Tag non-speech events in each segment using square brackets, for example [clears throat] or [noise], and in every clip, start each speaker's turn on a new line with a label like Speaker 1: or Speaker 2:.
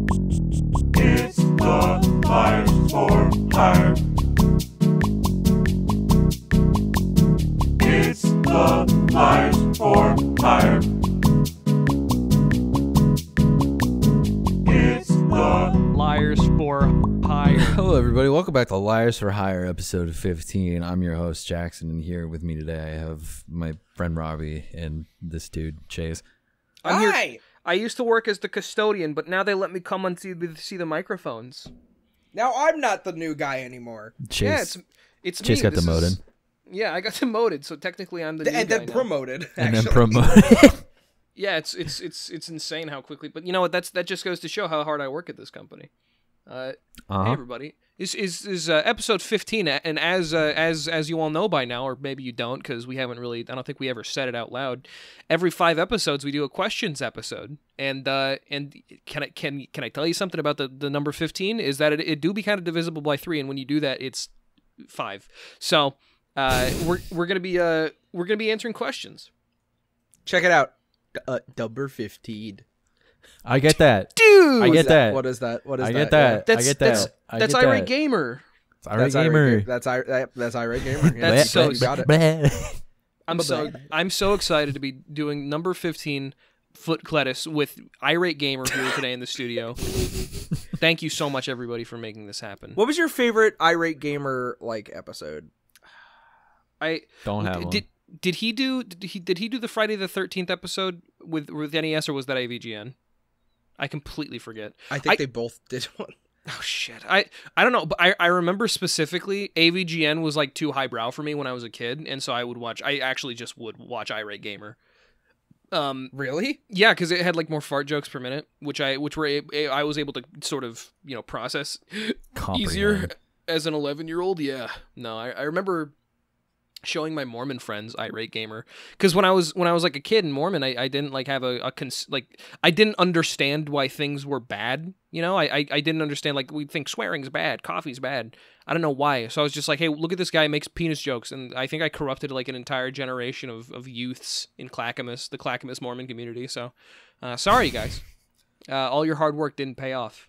Speaker 1: It's the Liars for Hire. It's the Liars for Hire. It's the
Speaker 2: Liars for hire.
Speaker 3: Hello, everybody. Welcome back to Liars for Hire, episode 15. I'm your host, Jackson, and here with me today I have my friend Robbie and this dude, Chase.
Speaker 2: I'm here-
Speaker 4: Hi.
Speaker 2: I used to work as the custodian, but now they let me come and see, see the microphones.
Speaker 4: Now I'm not the new guy anymore.
Speaker 3: Chase,
Speaker 2: Yeah, it's it's
Speaker 3: Chase
Speaker 2: me.
Speaker 3: got
Speaker 2: This is-
Speaker 3: demoted.
Speaker 2: yeah, I got [laughs] demoted, so technically I'm the new
Speaker 4: and
Speaker 2: guy
Speaker 4: then
Speaker 2: now.
Speaker 4: promoted.
Speaker 3: and then
Speaker 2: [laughs]
Speaker 4: actually.
Speaker 3: promoted.
Speaker 2: Yeah, it's it's it's it's insane how quickly. But you know what? That's that just goes to show how hard I work at this company. Uh, Hey
Speaker 3: uh-huh.
Speaker 2: everybody! Is is is uh, episode fifteen? a- And as uh, as as you all know by now, or maybe you don't, because we haven't really. I don't think we ever said it out loud. Every five episodes, we do a questions episode. And uh, and can I can can I tell you something about the the number fifteen? Is that it, it do be kind of divisible by three, and when you do that, it's five. So uh, we're we're gonna be uh we're gonna be answering questions.
Speaker 4: Check it out. D- Uh, number fifteen.
Speaker 3: I get that.
Speaker 2: Dude,
Speaker 3: I
Speaker 4: What
Speaker 3: get
Speaker 4: is
Speaker 3: that.
Speaker 4: What is that? What is
Speaker 3: I
Speaker 4: that?
Speaker 3: get that.
Speaker 2: that's
Speaker 3: I get
Speaker 2: that's
Speaker 3: that. I
Speaker 2: that's
Speaker 3: get
Speaker 2: irate
Speaker 3: that.
Speaker 2: gamer.
Speaker 3: It's
Speaker 4: Yeah.
Speaker 3: Irate
Speaker 4: That's
Speaker 3: Gamer.
Speaker 4: Gamer. That's I. That, that's Irate Gamer. Yeah,
Speaker 2: That's
Speaker 4: you
Speaker 2: so-
Speaker 4: got it.
Speaker 2: I'm so I'm so excited to be doing number 15 Foot Cletus with Irate Gamer here today in the studio. Thank you so much everybody for making this happen.
Speaker 4: What was your favorite Irate Gamer like episode?
Speaker 2: I
Speaker 3: Don't have one.
Speaker 2: did did he do did he did he do the Friday the 13th episode with with NES or was that AVGN? I completely forget.
Speaker 4: I think
Speaker 2: I-
Speaker 4: they both did [laughs] one.
Speaker 2: Oh shit. I I don't know, but I I remember specifically AVGN was like too highbrow for me when I was a kid and so I would watch I actually just would watch Irate Gamer. Um
Speaker 4: Really?
Speaker 2: Yeah, because it had like more fart jokes per minute, which I which were a- I was able to sort of you know process easier
Speaker 3: Comprehend.
Speaker 2: as an eleven year old. Yeah, no, I, I remember showing my Mormon friends irate gamer because when I was when I was like a kid in Mormon, I, I didn't like have a, a cons- like I didn't understand why things were bad. You know, I, I I didn't understand like we think swearing's bad, coffee's bad. I don't know why. So I was just like, hey, look at this guy makes penis jokes, and I think I corrupted like an entire generation of, of youths in Clackamas, the Clackamas Mormon community. So, uh, sorry guys, uh, all your hard work didn't pay off.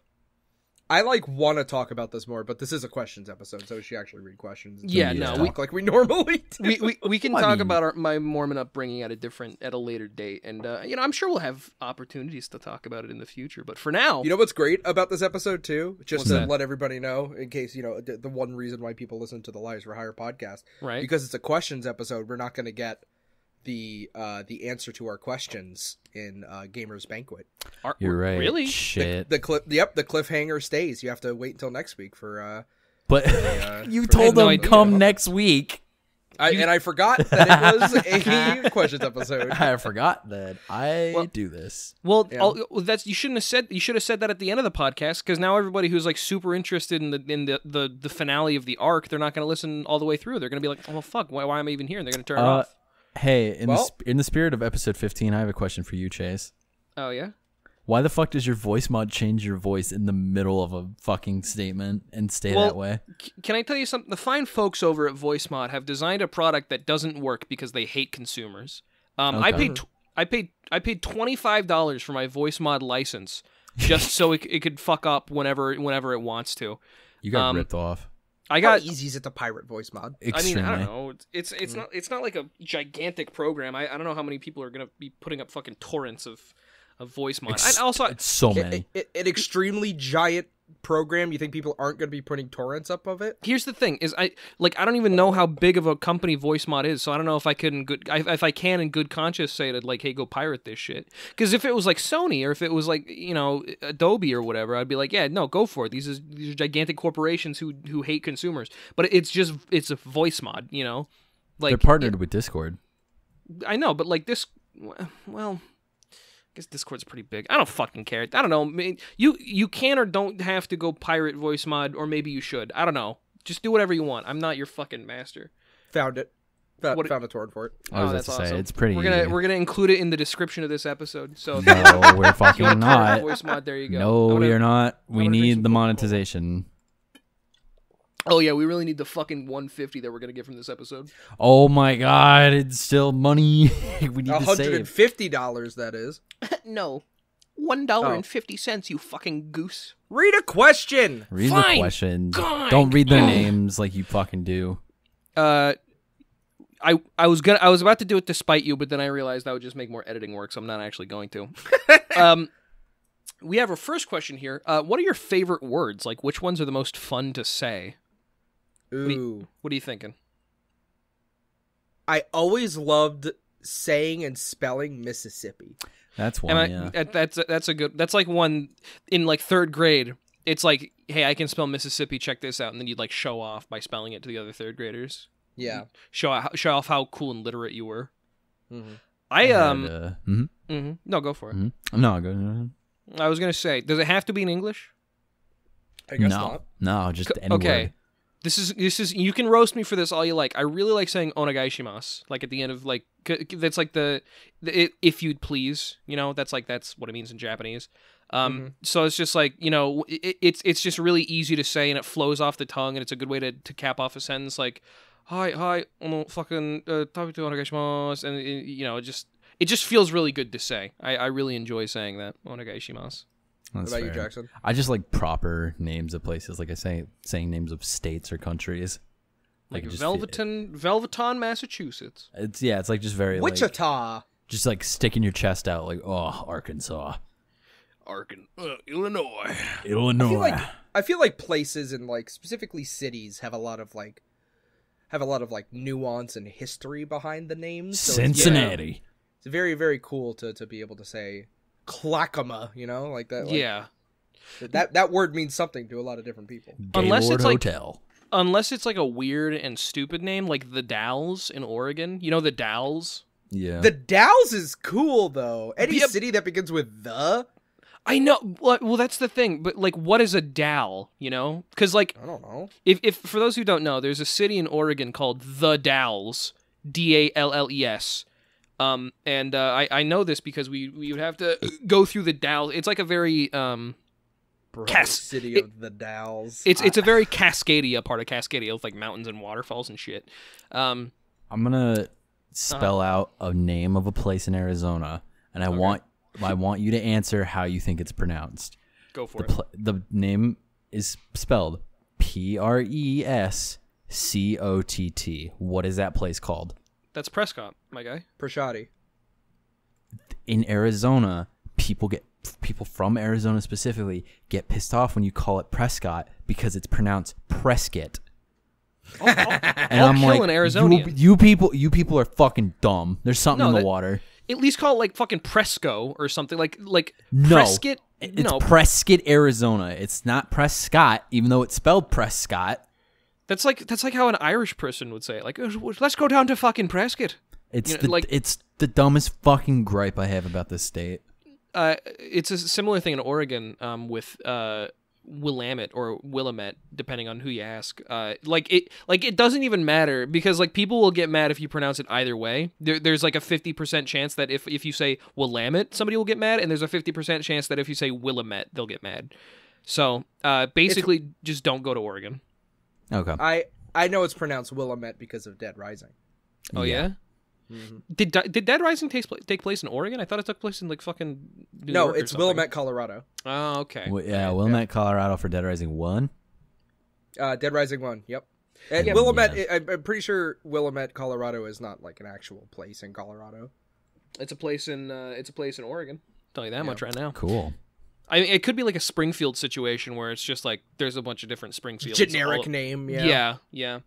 Speaker 4: I like want to talk about this more, but this is a questions episode, so we should actually read questions. and
Speaker 2: Yeah,
Speaker 4: just
Speaker 2: no, we-
Speaker 4: talk like we normally do.
Speaker 2: We, we, we can
Speaker 3: I
Speaker 2: talk
Speaker 3: mean-
Speaker 2: about our, my Mormon upbringing at a different at a later date, and uh, you know I'm sure we'll have opportunities to talk about it in the future. But for now,
Speaker 4: You know what's great about this episode too? Just
Speaker 2: What's
Speaker 4: to
Speaker 2: that?
Speaker 4: let everybody know, in case you know, the, the one reason why people listen to the Lies for Hire podcast
Speaker 2: right?
Speaker 4: because it's a questions episode. We're not going to get the uh the answer to our questions in uh Gamers Banquet.
Speaker 2: Are-
Speaker 3: You're right.
Speaker 2: Really?
Speaker 3: Shit.
Speaker 4: The clip, yep, the cliffhanger stays. You have to wait until next week for. uh,
Speaker 3: but
Speaker 4: uh
Speaker 3: [laughs] you
Speaker 4: for-
Speaker 3: told
Speaker 2: no
Speaker 3: them
Speaker 2: idea.
Speaker 3: come next
Speaker 2: [laughs]
Speaker 3: week.
Speaker 4: I, and I forgot that it was a questions episode.
Speaker 3: I forgot that I
Speaker 2: Well-
Speaker 3: do this.
Speaker 2: Well,
Speaker 4: Yeah.
Speaker 2: I'll- well, that's you shouldn't have said you should have said that at the end of the podcast because now everybody who's like super interested in the in the the, the finale of the arc, they're not going to listen all the way through. They're going to be like, "Oh fuck, why, why am I even here?" And they're going to turn it
Speaker 3: Uh,
Speaker 2: off.
Speaker 3: Hey, in the
Speaker 4: Well-
Speaker 3: sp- in the spirit of episode 15, I have a question for you, Chase.
Speaker 2: Oh yeah,
Speaker 3: Why the fuck does your voice mod change your voice in the middle of a fucking statement and stay
Speaker 2: Well-
Speaker 3: that way?
Speaker 2: C- can I tell you something? The fine folks over at VoiceMod have designed a product that doesn't work because they hate consumers. Um, I
Speaker 3: Okay.
Speaker 2: paid tw- I paid I paid twenty five dollars for my VoiceMod license just so it, c- it could fuck up whenever whenever it wants to.
Speaker 3: You got
Speaker 2: Um,
Speaker 3: ripped off.
Speaker 2: I
Speaker 4: How
Speaker 2: got
Speaker 4: easy is it to pirate voice mod?
Speaker 2: I mean,
Speaker 3: Extremely.
Speaker 2: I don't know. It's- It's it's not it's not like a gigantic program. I, I don't know how many people are gonna be putting up fucking torrents of of voice mod.
Speaker 3: Ex-
Speaker 2: I also
Speaker 3: it's so
Speaker 4: It-
Speaker 3: many.
Speaker 4: it- it- an extremely giant program. You think people aren't going to be putting torrents up of it?
Speaker 2: here's the thing is I like I don't even know how big of a company voice mod is, so I don't know if I could in good I, if I can in good conscience say to like hey go pirate this shit. Because if it was like Sony or if it was like you know Adobe or whatever, I'd be like yeah no go for it. These is these are gigantic corporations who who hate consumers. But it's just it's a voice mod, you know. Like
Speaker 3: They're partnered with Discord.
Speaker 2: I know, but like this, well, I guess Discord's pretty big. I don't fucking care. I don't know. I mean, You you can or don't have to go pirate voice mod, or maybe you should. I don't know. Just do whatever you want. I'm not your fucking master.
Speaker 4: Found it. Found,
Speaker 2: What-
Speaker 4: found a torrent for it.
Speaker 3: I was
Speaker 2: oh,
Speaker 3: about
Speaker 2: that's
Speaker 3: to say
Speaker 2: awesome.
Speaker 3: it's pretty
Speaker 2: We're gonna
Speaker 3: easy.
Speaker 2: we're gonna include it in the description of this
Speaker 3: [laughs]
Speaker 2: episode. [laughs] So if [laughs] you want
Speaker 3: no, we're
Speaker 2: to pirate
Speaker 3: fucking not.
Speaker 2: voice mod. There you go.
Speaker 3: No,
Speaker 2: I'm gonna-
Speaker 3: we are not. We
Speaker 2: gonna drink some
Speaker 3: need the
Speaker 2: Coca-Cola.
Speaker 3: monetization.
Speaker 2: Oh yeah, we really need the fucking 150 that we're gonna get from this episode.
Speaker 3: Oh my [laughs] god, it's still money. we need to save.
Speaker 4: $150, that is.
Speaker 2: [laughs] no. One dollar and fifty cents, you fucking goose.
Speaker 4: Read a question.
Speaker 5: Read
Speaker 2: Fine.
Speaker 5: the questions.
Speaker 2: God.
Speaker 5: Don't read their names like you fucking do.
Speaker 2: Uh, I I was gonna I was about to do it despite you, but then I realized that would just make more editing work, so I'm not actually going to. um, we have our first question here. Uh, what are your favorite words? Like, which ones are the most fun to say? do you-
Speaker 4: Ooh.
Speaker 2: What are you thinking?
Speaker 4: I always loved saying and spelling Mississippi.
Speaker 5: That's
Speaker 2: Am
Speaker 5: one.
Speaker 2: I,
Speaker 5: yeah.
Speaker 2: that- that's a, that's a good. That's like one in like third grade. It's like, hey, I can spell Mississippi. Check this out, and then you'd like show off by spelling it to the other third graders.
Speaker 4: Yeah.
Speaker 2: Show show off how cool and literate you were.
Speaker 4: Mm-hmm.
Speaker 2: I
Speaker 5: heard,
Speaker 2: um
Speaker 5: uh, mhm.
Speaker 3: mm-hmm,
Speaker 2: mhm. no go for it.
Speaker 5: No, go. No,
Speaker 2: I was gonna say, does it have to be in English?
Speaker 4: I
Speaker 5: no,
Speaker 4: guess
Speaker 5: no,
Speaker 4: not.
Speaker 5: no, just
Speaker 2: C-
Speaker 5: any
Speaker 2: okay.
Speaker 5: word.
Speaker 2: This is this is you can roast me for this all you like. I really like saying onagashimasu, like at the end of like c- c- that's like the, the i- if you'd please, you know, that's like that's what it means in Japanese. Um,
Speaker 4: Mhm.
Speaker 2: so it's just like you know, it, it's it's just really easy to say and it flows off the tongue and it's a good way to, to cap off a sentence like, hi hi, ono fucking uh, tabi to onagashimasu, and it, you know, it just it just feels really good to say. I, I really enjoy saying that onagashimasu.
Speaker 4: What
Speaker 5: That's
Speaker 4: about you,
Speaker 5: fair.
Speaker 4: Jackson?
Speaker 5: I just like proper names of places. Like I say, saying names of states or countries.
Speaker 2: Like
Speaker 5: it just fe-
Speaker 2: Velveton, Velveton, Massachusetts.
Speaker 5: It's yeah. It's like just very like-
Speaker 4: Wichita.
Speaker 5: just like sticking your chest out. Like oh, Arkansas,
Speaker 2: Arkan, uh, Illinois.
Speaker 5: Illinois.
Speaker 4: I feel like I feel like places and like specifically cities have a lot of like have a lot of like nuance and history behind the names. So it's,
Speaker 5: Cincinnati.
Speaker 4: it's very very cool to to be able to say Clackamas. You know, like that. Like,
Speaker 2: yeah,
Speaker 4: That that word means something to a lot of different people.
Speaker 2: Unless
Speaker 5: Gaylord
Speaker 2: it's like-
Speaker 5: hotel.
Speaker 2: unless it's like a weird and stupid name, like the Dalles in Oregon. You know the Dalles.
Speaker 5: yeah.
Speaker 4: The Dalles is cool though. Any
Speaker 2: Yep.
Speaker 4: city that begins with the,
Speaker 2: I know. Well, well, that's the thing. But like, what is a Dal? You know, because like,
Speaker 4: I don't know.
Speaker 2: if if for those who don't know, there's a city in Oregon called the Dalles, D A L L E S. Um, and uh, I I know this because we we would have to go through the Dalles. It's like a very um
Speaker 4: Bro,
Speaker 2: Cas-
Speaker 4: city
Speaker 2: it-
Speaker 4: of the Dalles. Ah,
Speaker 2: it's it's a very Cascadia part of Cascadia with like mountains and waterfalls and shit. Um,
Speaker 5: I'm
Speaker 4: Uh-huh.
Speaker 5: gonna spell out a name of a place in Arizona, and I want I want you to answer how you think it's pronounced.
Speaker 2: go for
Speaker 5: The
Speaker 2: it.
Speaker 5: pl- the name is spelled P R E S C O T T. What is that place called?
Speaker 2: That's Prescott, my guy.
Speaker 4: Prashadi.
Speaker 5: In Arizona, people get people from Arizona specifically get pissed off when you call it Prescott because it's pronounced Prescott. [laughs] and
Speaker 2: I'll
Speaker 5: I'm
Speaker 2: Oh, kill
Speaker 5: like,
Speaker 2: an
Speaker 5: "You-
Speaker 2: Arizonian."
Speaker 5: you, people, you people are fucking dumb. There's something
Speaker 2: No,
Speaker 5: in the
Speaker 2: that-
Speaker 5: water.
Speaker 2: at least call it like fucking Presco or something like like
Speaker 5: No,
Speaker 2: Prescott.
Speaker 5: It- It's
Speaker 2: no,
Speaker 5: Prescott, Arizona. It's not Prescott, even though it's spelled Prescott.
Speaker 2: that's like that's like how an Irish person would say it. Like, "Oh, let's go down to fucking Prescott.
Speaker 5: It's
Speaker 2: You know,
Speaker 5: the
Speaker 2: like-
Speaker 5: it's the dumbest fucking gripe I have about this state.
Speaker 2: Uh, it's a similar thing in Oregon um, with uh, Willamette or Willamette, depending on who you ask. Uh, like it, like it doesn't even matter because like people will get mad if you pronounce it either way. There, there's like a fifty percent chance that if if you say Willamette, somebody will get mad, and there's a fifty percent chance that if you say Willamette, they'll get mad. So uh, basically, just don't go to Oregon.
Speaker 5: Okay.
Speaker 4: I I know it's pronounced Willamette because of Dead Rising.
Speaker 2: Oh
Speaker 5: Yeah.
Speaker 2: yeah.
Speaker 4: Mm-hmm.
Speaker 2: Did Di- did Dead Rising take pl- take place in Oregon? I thought it took place in like fucking. New
Speaker 4: no,
Speaker 2: York or
Speaker 4: it's
Speaker 2: something.
Speaker 4: Willamette, Colorado.
Speaker 2: Oh, okay.
Speaker 5: Well, yeah, Wilmette, Colorado for Dead Rising One.
Speaker 4: Uh, Dead Rising one. Yep. And
Speaker 5: Yeah.
Speaker 4: Willamette,
Speaker 5: Yeah.
Speaker 4: I, I'm- I'm pretty sure Willamette, Colorado, is not like an actual place in Colorado.
Speaker 2: It's a place in uh, it's a place in Oregon. Tell you that much right now.
Speaker 5: Cool.
Speaker 2: I mean, it could be like a Springfield situation where it's just like there's a bunch of different Springfields.
Speaker 4: Generic
Speaker 2: all-
Speaker 4: name.
Speaker 2: Yeah.
Speaker 4: Yeah.
Speaker 2: yeah,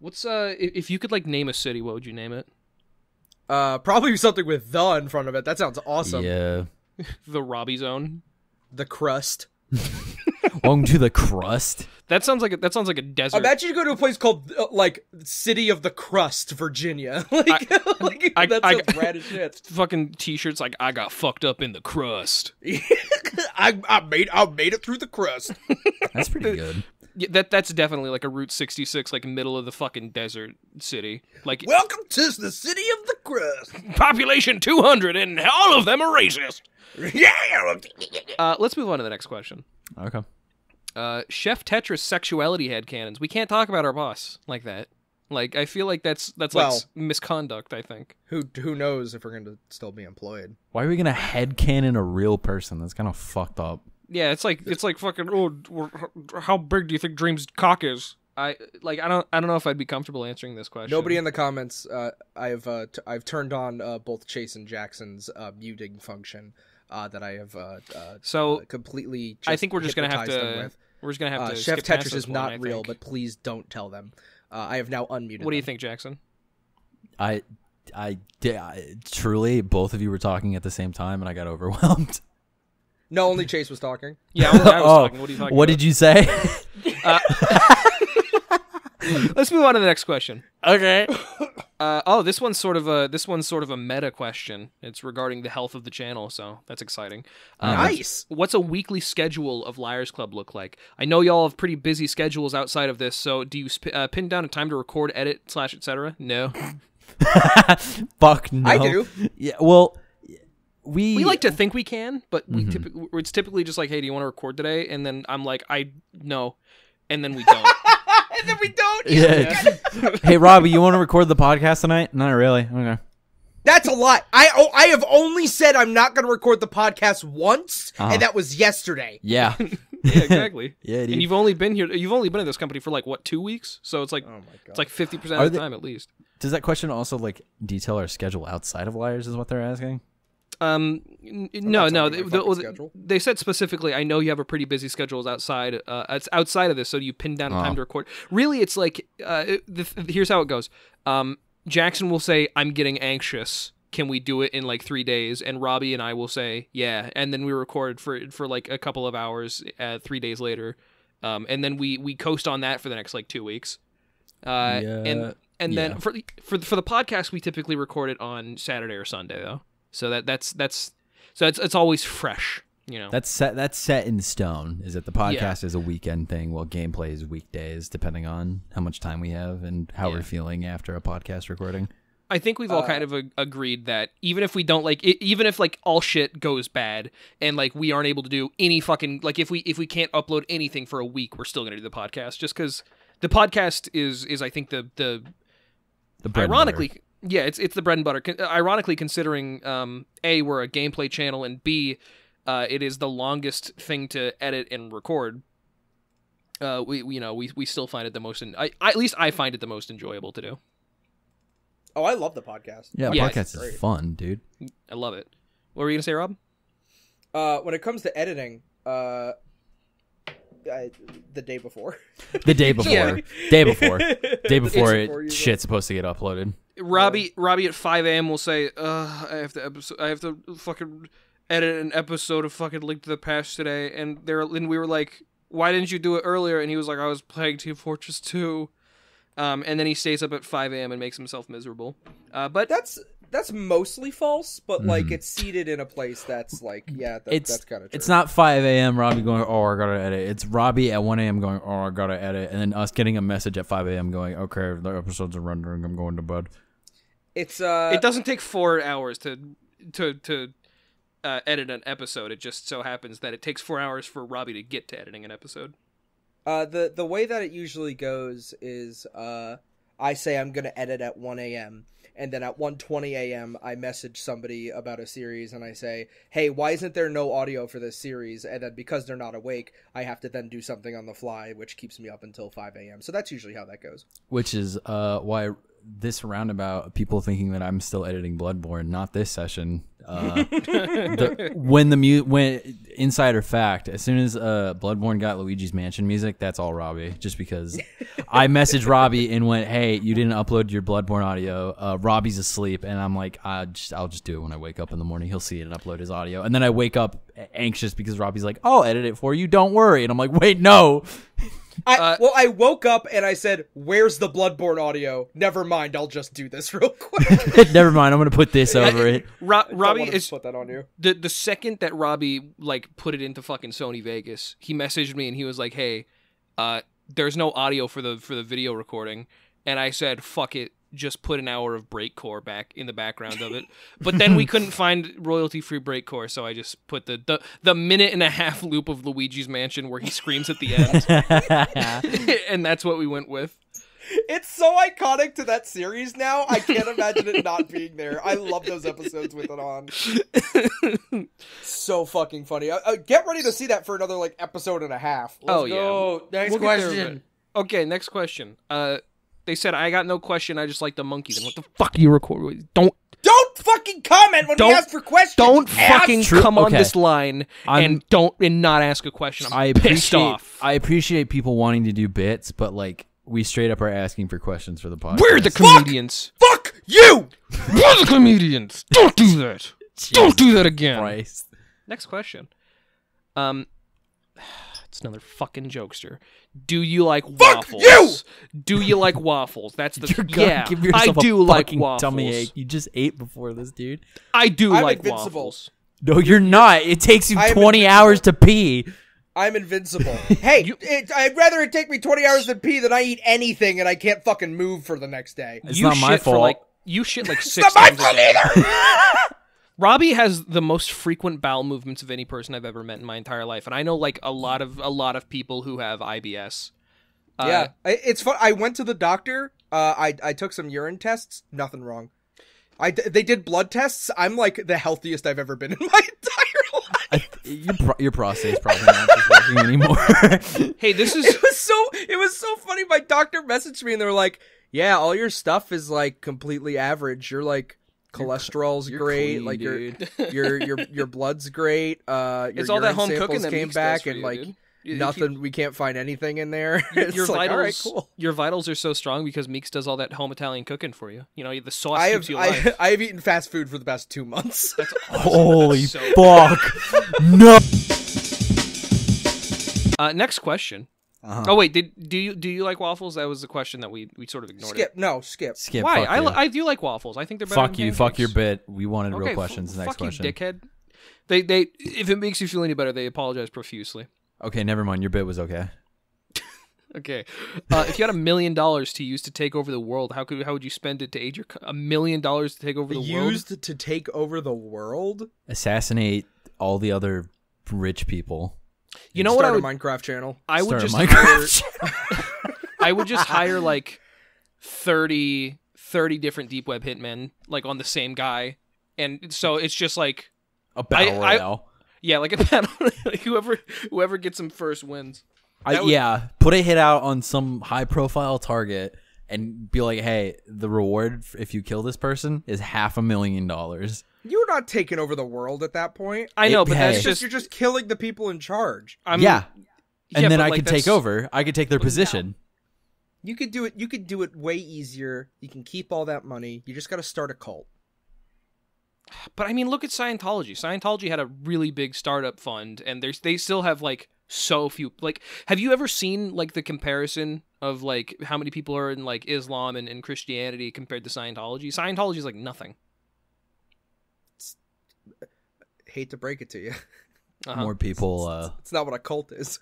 Speaker 2: What's uh, i- if you could like name a city, what would you name it?
Speaker 4: Uh, probably something with the in front of it. That sounds awesome.
Speaker 5: Yeah.
Speaker 2: The Robbie Zone.
Speaker 4: The crust.
Speaker 5: Welcome to the crust.
Speaker 2: That sounds like a, that sounds like a desert.
Speaker 4: Imagine you go to a place called uh, like City of the Crust, Virginia. [laughs] like, like
Speaker 2: I-
Speaker 4: that
Speaker 2: I-
Speaker 4: sounds [laughs] rad as
Speaker 2: [laughs]
Speaker 4: shit.
Speaker 2: Fucking t-shirts like I got fucked up in the crust.
Speaker 4: I, I made I made it through the crust.
Speaker 2: [laughs]
Speaker 5: That's pretty good.
Speaker 2: Yeah, that that's definitely like a Route 66, like middle of the fucking desert city. Like
Speaker 4: Welcome to the City of the Crust.
Speaker 2: [laughs] population 200 and all of them are racist.
Speaker 4: yeah.
Speaker 2: Uh, let's move on to the next question.
Speaker 5: Okay.
Speaker 2: Uh, Chef Tetris sexuality headcanons. We can't talk about our boss like that. Like I feel like that's that's like
Speaker 4: Well-
Speaker 2: s- misconduct. I think.
Speaker 4: Who who knows if we're going to still be employed?
Speaker 5: Why are we gonna headcanon a real person? That's kind of fucked up.
Speaker 2: Yeah, it's like it's like fucking. Oh, d- we're- h- how big do you think Dream's cock is? I like I don't I don't know if I'd be comfortable answering this question.
Speaker 4: Nobody in the comments. Uh, I've uh, t- I've turned on uh, both Chase and Jackson's uh, muting function uh, that I have uh, uh,
Speaker 2: So
Speaker 4: uh, completely. Just
Speaker 2: I think we're just gonna have
Speaker 4: hypnotized them
Speaker 2: to.
Speaker 4: with.
Speaker 2: We're just gonna have
Speaker 4: Uh,
Speaker 2: to.
Speaker 4: Chef
Speaker 2: skip past
Speaker 4: Tetris
Speaker 2: this
Speaker 4: is
Speaker 2: one, I
Speaker 4: not real,
Speaker 2: think.
Speaker 4: but please don't tell them. Uh, I have now unmuted.
Speaker 2: what do you
Speaker 4: [laughs] them.
Speaker 2: think, [laughs] Jackson?
Speaker 5: I, I, di- I truly, both of you were talking at the same time, and I got [laughs] overwhelmed.
Speaker 4: No, only Chase was talking.
Speaker 2: Yeah, I was, I was
Speaker 5: [laughs] Oh,
Speaker 2: talking. What are you talking?
Speaker 5: what did you say? [laughs]
Speaker 2: you? Let's move on to the next question.
Speaker 5: okay.
Speaker 2: [coughs] Uh, oh, this one's sort of a this one's sort of a meta question. It's regarding the health of the channel, so that's exciting. Uh,
Speaker 4: Nice.
Speaker 2: What's a weekly schedule of Liars Club look like? I know y'all have pretty busy schedules outside of this, so do you sp- uh, pin down a time to record, edit, slash, etc.? No,
Speaker 5: Fuck no.
Speaker 4: I do.
Speaker 5: Yeah. Well, we
Speaker 2: we like to think we can, but we typ- it's typically just like, hey, do you want to record today? And then I'm like, I no, and then we don't.
Speaker 4: and then we don't.
Speaker 5: Yeah.
Speaker 2: [laughs]
Speaker 5: hey, Robbie, you want to record the podcast tonight? Not really. Okay.
Speaker 4: That's a lot. I oh, I have only said I'm not going to record the podcast once,
Speaker 5: Uh-huh.
Speaker 4: and that was yesterday.
Speaker 2: [laughs]
Speaker 5: Yeah.
Speaker 2: yeah, exactly.
Speaker 5: Yeah, dude.
Speaker 2: and you've only been here, you've only been at this company for like what two weeks? So it's like
Speaker 4: Oh my god.
Speaker 2: it's like fifty percent
Speaker 5: Are
Speaker 2: of the
Speaker 5: they-
Speaker 2: time at least.
Speaker 5: Does that question also like detail our schedule outside of liars? Is what they're asking.
Speaker 2: Um, n- no,
Speaker 4: that's
Speaker 2: no.
Speaker 4: already
Speaker 2: They,
Speaker 4: my
Speaker 2: the-
Speaker 4: fucking
Speaker 2: the-
Speaker 4: schedule.
Speaker 2: they said specifically. I know you have a pretty busy schedule outside. Uh, it's outside of this, so you pin down a time
Speaker 5: Oh.
Speaker 2: to record. Really, it's like uh, it- the, th- here's how it goes. Um, Jackson will say, "I'm getting anxious. Can we do it in like three days?" And Robbie and I will say, "Yeah," and then we record for for like a couple of hours. Uh, three days later, um, and then we we coast on that for the next like two weeks. Uh,
Speaker 5: Yeah.
Speaker 2: and and
Speaker 5: Yeah.
Speaker 2: then for the- for the- for the podcast, we typically record it on Saturday or Sunday though. So that that's that's so it's it's always fresh, you know.
Speaker 5: That's set. That's set in stone. Is that the podcast
Speaker 2: Yeah.
Speaker 5: is a weekend thing, while gameplay is weekdays, depending on how much time we have and how
Speaker 2: Yeah.
Speaker 5: we're feeling after a podcast recording.
Speaker 2: I think we've all kind of a- agreed that even if we don't like e- even if like all shit goes bad and like we aren't able to do any fucking like if we if we can't upload anything for a week, we're still going to do the podcast just cuz the podcast is is I think the the
Speaker 5: The bread and butter.
Speaker 2: ironically yeah it's it's the bread and butter Con- uh, ironically considering um a we're a gameplay channel and b uh it is the longest thing to edit and record uh we, we you know we we still find it the most en- I, I at least i find it the most enjoyable to do
Speaker 4: oh, I love the podcast.
Speaker 5: yeah,
Speaker 2: Yeah,
Speaker 5: podcast
Speaker 4: great.
Speaker 5: is fun, dude.
Speaker 2: i love it what were you gonna say rob
Speaker 4: Uh, when it comes to editing, uh, I, the day before.
Speaker 5: The day
Speaker 2: [laughs]
Speaker 5: before,
Speaker 4: [laughs]
Speaker 2: Yeah.
Speaker 5: day before, day before
Speaker 4: before you
Speaker 5: it
Speaker 4: go.
Speaker 5: shit's supposed to get uploaded.
Speaker 2: robbie robbie at 5 a.m will say uh i have to episode i have to fucking edit an episode of fucking link to the past today and there and we were like why didn't you do it earlier and he was like i was playing team fortress 2 um, and then he stays up at 5 a.m. and makes himself miserable. Uh, but
Speaker 4: That's that's mostly false, but like it's seated in a place that's like yeah, that,
Speaker 5: Mm-hmm. it's
Speaker 4: that's kind of true.
Speaker 5: it's not 5 a.m. Robbie going, oh, I gotta edit. It's Robbie at 1 a.m. going, oh, I gotta edit, and then us getting a message at 5 a.m. going, okay, the episodes are rendering. I'm going to bed.
Speaker 4: It's uh,
Speaker 2: it doesn't take four hours to to to uh, edit an episode. It just so happens that it takes four hours for Robbie to get to editing an episode.
Speaker 4: uh, the the way that it usually goes is uh, I say I'm gonna edit at 1 a.m. and then at 1:20 a.m. I message somebody about a series and I say, hey, why isn't there no audio for this series? And then because they're not awake, I have to then do something on the fly, which keeps me up until 5 a.m. So that's usually how that goes.
Speaker 5: which is uh, why this roundabout people thinking that I'm still editing Bloodborne, not this session. Uh, the, when the mu- when insider fact, as soon as uh, Bloodborne got Luigi's Mansion music, that's all Robbie. Just because I messaged Robbie and went, "Hey, you didn't upload your Bloodborne audio. Uh, Robbie's asleep," and I'm like, I just, "I'll just do it when I wake up in the morning. He'll see it and upload his audio." And then I wake up anxious because Robbie's like, "I'll edit it for you. Don't worry." And I'm like, "Wait, no." [laughs]
Speaker 4: I,
Speaker 2: Uh,
Speaker 4: well, I woke up and I said, "Where's the Bloodborne audio?" Never mind, I'll just do this [laughs] real quick.
Speaker 5: Never mind. I'm gonna put this over it.
Speaker 2: Ro-
Speaker 4: I
Speaker 2: Robbie
Speaker 4: wanted to
Speaker 2: is
Speaker 4: put that on you.
Speaker 2: the the second that Robbie like put it into fucking Sony Vegas, he messaged me and he was like, "Hey, uh, there's no audio for the for the video recording," and I said, "Fuck it." Just put an hour of breakcore back in the background of it, but then we couldn't find royalty-free breakcore, so I just put the, the the minute and a half loop [laughs]
Speaker 5: [laughs]
Speaker 2: of Luigi's Mansion where he screams at the end, and that's what we went with.
Speaker 4: It's so iconic to that series now. I can't imagine it not being there. I love those episodes with it on. So fucking funny. Uh, uh, get ready to see that for another like episode and a half. Let's
Speaker 2: Oh, yeah.
Speaker 4: go.
Speaker 6: Next
Speaker 2: We'll get there,
Speaker 6: question.
Speaker 2: okay, next question. Uh, they said I got no question. I just like the monkey. Then what the fuck you record? Don't
Speaker 4: Don't fucking comment when
Speaker 2: Don't-
Speaker 4: we ask for questions. Ah,
Speaker 2: don't
Speaker 4: you
Speaker 2: fucking
Speaker 5: True-
Speaker 2: come on
Speaker 5: okay.
Speaker 2: this line
Speaker 5: I'm-
Speaker 2: and don't and not ask a question. I'm
Speaker 5: I
Speaker 2: pissed
Speaker 5: appreciate
Speaker 2: off.
Speaker 5: I appreciate people wanting to do bits, but like we straight up are asking for questions for the podcast.
Speaker 2: We're the comedians.
Speaker 4: Fuck you.
Speaker 2: We're the comedians. Don't do [laughs] that. Don't do that again. [laughs]
Speaker 5: Christ.
Speaker 2: Next question. Um, [sighs] it's another fucking jokester. Do you like waffles? Do you like waffles? That's the
Speaker 5: [laughs] You're gonna
Speaker 2: yeah.
Speaker 5: give yourself
Speaker 2: I do
Speaker 5: a
Speaker 2: like
Speaker 5: fucking
Speaker 2: waffles.
Speaker 5: tummy ache. You just ate before this, dude.
Speaker 2: I do
Speaker 4: I'm
Speaker 2: like
Speaker 4: invincible.
Speaker 2: waffles.
Speaker 5: No, you're not. It takes you
Speaker 4: I am
Speaker 5: 20 hours to pee.
Speaker 4: I'm
Speaker 2: [laughs]
Speaker 4: invincible. Hey, it, I'd rather it take me 20 hours than pee than I eat anything and I can't fucking move for the next day.
Speaker 5: It's
Speaker 2: you
Speaker 5: not my
Speaker 2: shit For
Speaker 5: fault.
Speaker 2: like, you shit
Speaker 5: [laughs]
Speaker 2: like six
Speaker 4: Not my
Speaker 2: times a
Speaker 4: fault
Speaker 2: day.
Speaker 4: either.
Speaker 2: [laughs] Robbie has the most frequent bowel movements of any person I've ever met in my entire life, and I know like a lot of a lot of people who have IBS. Uh,
Speaker 4: yeah, I- it's fun. I went to the doctor. Uh, I I took some urine tests. Nothing wrong. I d- they did blood tests. I'm like the healthiest I've ever been [laughs] in my entire [laughs] life.
Speaker 5: I, your, pro- your prostate's probably not just working anymore. [laughs]
Speaker 2: Hey, this is
Speaker 4: It was so it was so funny. My doctor messaged me and they were like, "Yeah, all your stuff is like completely average. You're like." Cholesterol's
Speaker 5: you're
Speaker 4: great,
Speaker 5: clean,
Speaker 4: like [laughs] your your your your blood's great. Uh, your
Speaker 2: it's all that
Speaker 4: urine
Speaker 2: home
Speaker 4: samples
Speaker 2: cooking that
Speaker 4: came
Speaker 2: Meeks does
Speaker 4: back
Speaker 2: for
Speaker 4: and
Speaker 2: you,
Speaker 4: like
Speaker 2: dude. You- you keep-
Speaker 4: nothing. we can't find anything in there. [laughs] It's
Speaker 2: your
Speaker 4: like,
Speaker 2: vitals,
Speaker 4: all right, cool.
Speaker 2: your vitals are so strong because Meeks does all that home Italian cooking for you. You know, the sauce
Speaker 4: I
Speaker 2: keeps
Speaker 4: have
Speaker 2: you alive.
Speaker 4: [laughs] I, I have eaten fast food for the past two months.
Speaker 5: [laughs] Holy
Speaker 2: So-
Speaker 5: fuck. no.
Speaker 2: Uh, next question.
Speaker 5: Uh-huh.
Speaker 2: Oh wait, did do you do you like waffles? That was the question that we, we sort of ignored.
Speaker 4: skip, no, skip.
Speaker 5: Skip.
Speaker 2: It. Why?
Speaker 5: Fuck
Speaker 2: I,
Speaker 5: you.
Speaker 2: li- I do like waffles. I think they're better.
Speaker 5: fuck
Speaker 2: than
Speaker 5: you. Fuck
Speaker 2: pancakes.
Speaker 5: your bit. We wanted
Speaker 2: Okay,
Speaker 5: real
Speaker 2: f-
Speaker 5: questions. Next
Speaker 2: fuck
Speaker 5: question.
Speaker 2: you, dickhead. They they if it makes you feel any better, they apologize profusely.
Speaker 5: Okay, never mind. Your bit was okay.
Speaker 2: Okay, uh, if you had a million dollars to use to take over the world, how could how would you spend it to aid your co- a million dollars to take over the world?
Speaker 4: Used to take over the world.
Speaker 5: Assassinate all the other rich people.
Speaker 2: You know what I
Speaker 4: Start
Speaker 2: would
Speaker 4: a Minecraft channel.
Speaker 2: I would
Speaker 5: Start a
Speaker 2: just hire,
Speaker 5: Minecraft [laughs]
Speaker 2: I would just hire like 30, 30 different deep web hitmen like on the same guy, and so it's just like
Speaker 5: A battle
Speaker 2: I-
Speaker 5: royale.
Speaker 2: yeah, like [laughs] a battle. whoever whoever gets him first wins.
Speaker 5: I,
Speaker 2: That would-
Speaker 5: yeah, put a hit out on some high profile target and be like, "Hey, the reward f- if you kill this person is half a million dollars."
Speaker 4: You're not taking over the world at that point.
Speaker 2: I know, but that's
Speaker 5: Hey.
Speaker 4: It's
Speaker 2: just
Speaker 4: just you're just killing the people in charge.
Speaker 2: I'm,
Speaker 5: yeah, and
Speaker 2: yeah,
Speaker 5: then
Speaker 2: but,
Speaker 5: I
Speaker 2: like,
Speaker 5: could take
Speaker 2: that's-
Speaker 5: over. I could take their position.
Speaker 4: You could do it. You could do it way easier. You can keep all that money. You just got to start a cult.
Speaker 2: But I mean, look at Scientology. Scientology had a really big startup fund, and there's they still have like so few. Like, have you ever seen like the comparison of like how many people are in like Islam and, and Christianity compared to Scientology? Scientology is like nothing.
Speaker 4: Hate to break it to you, [laughs]
Speaker 2: Uh-huh.
Speaker 5: More people. Uh,
Speaker 4: it's not what a cult is.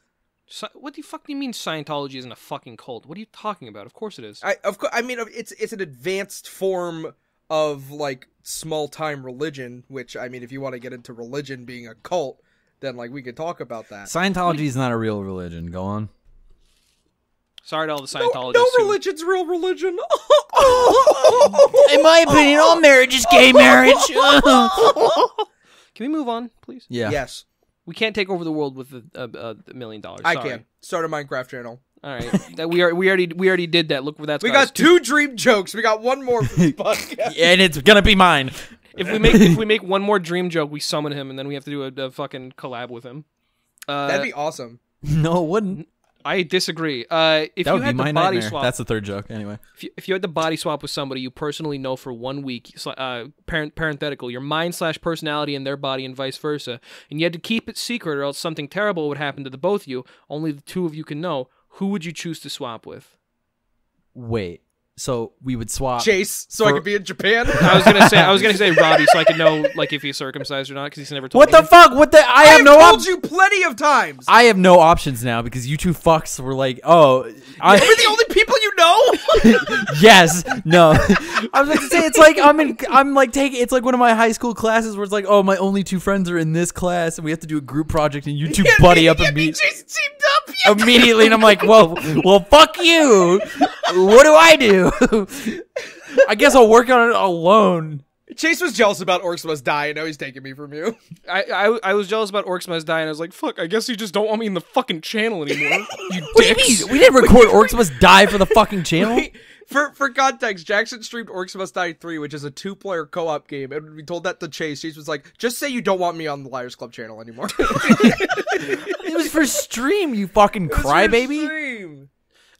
Speaker 2: Sci- what the fuck do you mean Scientology isn't a fucking cult? What are you talking about? Of course it is.
Speaker 4: I of course. I mean, it's it's an advanced form of like small time religion. Which I mean, if you want to get into religion being a cult, then like we could talk about that.
Speaker 5: Scientology is not a real religion. Go on.
Speaker 2: Sorry to all the
Speaker 4: No-
Speaker 2: Scientologists.
Speaker 4: No,
Speaker 2: who-
Speaker 4: religion's
Speaker 5: [laughs]
Speaker 4: real religion.
Speaker 5: In my opinion, all marriage is
Speaker 2: [laughs]
Speaker 5: gay marriage.
Speaker 2: Can we move on, please?
Speaker 5: yeah.
Speaker 4: Yes,
Speaker 2: We can't take over the world with a, a, a million dollars.
Speaker 5: [laughs]
Speaker 4: I
Speaker 2: Sorry.
Speaker 4: can start a Minecraft channel.
Speaker 2: All right. [laughs] that we are. We already. We already did that. Look where that's.
Speaker 4: We
Speaker 2: got us
Speaker 4: got two dream jokes. We got one
Speaker 5: [laughs]
Speaker 4: more for this podcast.
Speaker 5: and it's gonna be mine. [laughs]
Speaker 2: If we make if we make one more dream joke, we summon him, and then we have to do a, a fucking collab with him. Uh,
Speaker 4: That'd be awesome.
Speaker 5: No, it wouldn't.
Speaker 2: I disagree. Uh, if
Speaker 5: That
Speaker 2: you
Speaker 5: would be
Speaker 2: had
Speaker 5: my
Speaker 2: to body
Speaker 5: nightmare.
Speaker 2: swap,
Speaker 5: That's the third joke. Anyway,
Speaker 2: if, you, if you had to body swap with somebody you personally know for one week, sl- uh, parent, parenthetical, your mind slash personality and their body, and vice versa, and you had to keep it secret, or else something terrible would happen to the both of you. Only the two of you can know. Who would you choose to swap with?
Speaker 5: wait. So we would swap.
Speaker 4: Chase, so I
Speaker 5: Uh, For-
Speaker 4: could be
Speaker 5: [laughs]
Speaker 4: in Japan.
Speaker 2: I
Speaker 4: [laughs]
Speaker 2: was gonna say I was gonna say Robbie, so I could know like if he's circumcised or not, because he's never told
Speaker 5: What
Speaker 2: me.
Speaker 5: the fuck? What the? I, have
Speaker 4: I've
Speaker 5: no
Speaker 4: told
Speaker 5: option.
Speaker 4: you plenty of times.
Speaker 5: I have no options now because you two fucks were like, oh,
Speaker 4: Are we
Speaker 5: I,
Speaker 4: the only people you know?
Speaker 5: yes, [laughs] no. I was going to say it's like I'm in, I'm like taking it's like one of my high school classes where it's like, oh, my only two friends are in this class and we have to do a group project and [laughs] you two buddy up and meet Um,
Speaker 4: Chase teamed up.
Speaker 5: immediately and I'm like, well, well, fuck you. what do I do? I guess I'll work on it alone.
Speaker 4: Chase was jealous about orcs must die, and now he's taking me from you. [laughs]
Speaker 2: I, I I was jealous about Orcs Must Die, and I was like, "Fuck! I guess you just don't want me in the fucking channel anymore." You
Speaker 5: What do you mean? We didn't record Orcs Must Die for the fucking channel.
Speaker 4: For for context, Jackson streamed Orcs Must Die 3, which is a two player co op game, and when we told that to Chase, Chase was like, just say you don't want me on the Liars Club
Speaker 5: [laughs]
Speaker 4: channel anymore. [laughs]
Speaker 5: It was for stream, you
Speaker 4: [laughs]
Speaker 5: fucking crybaby.
Speaker 4: Stream.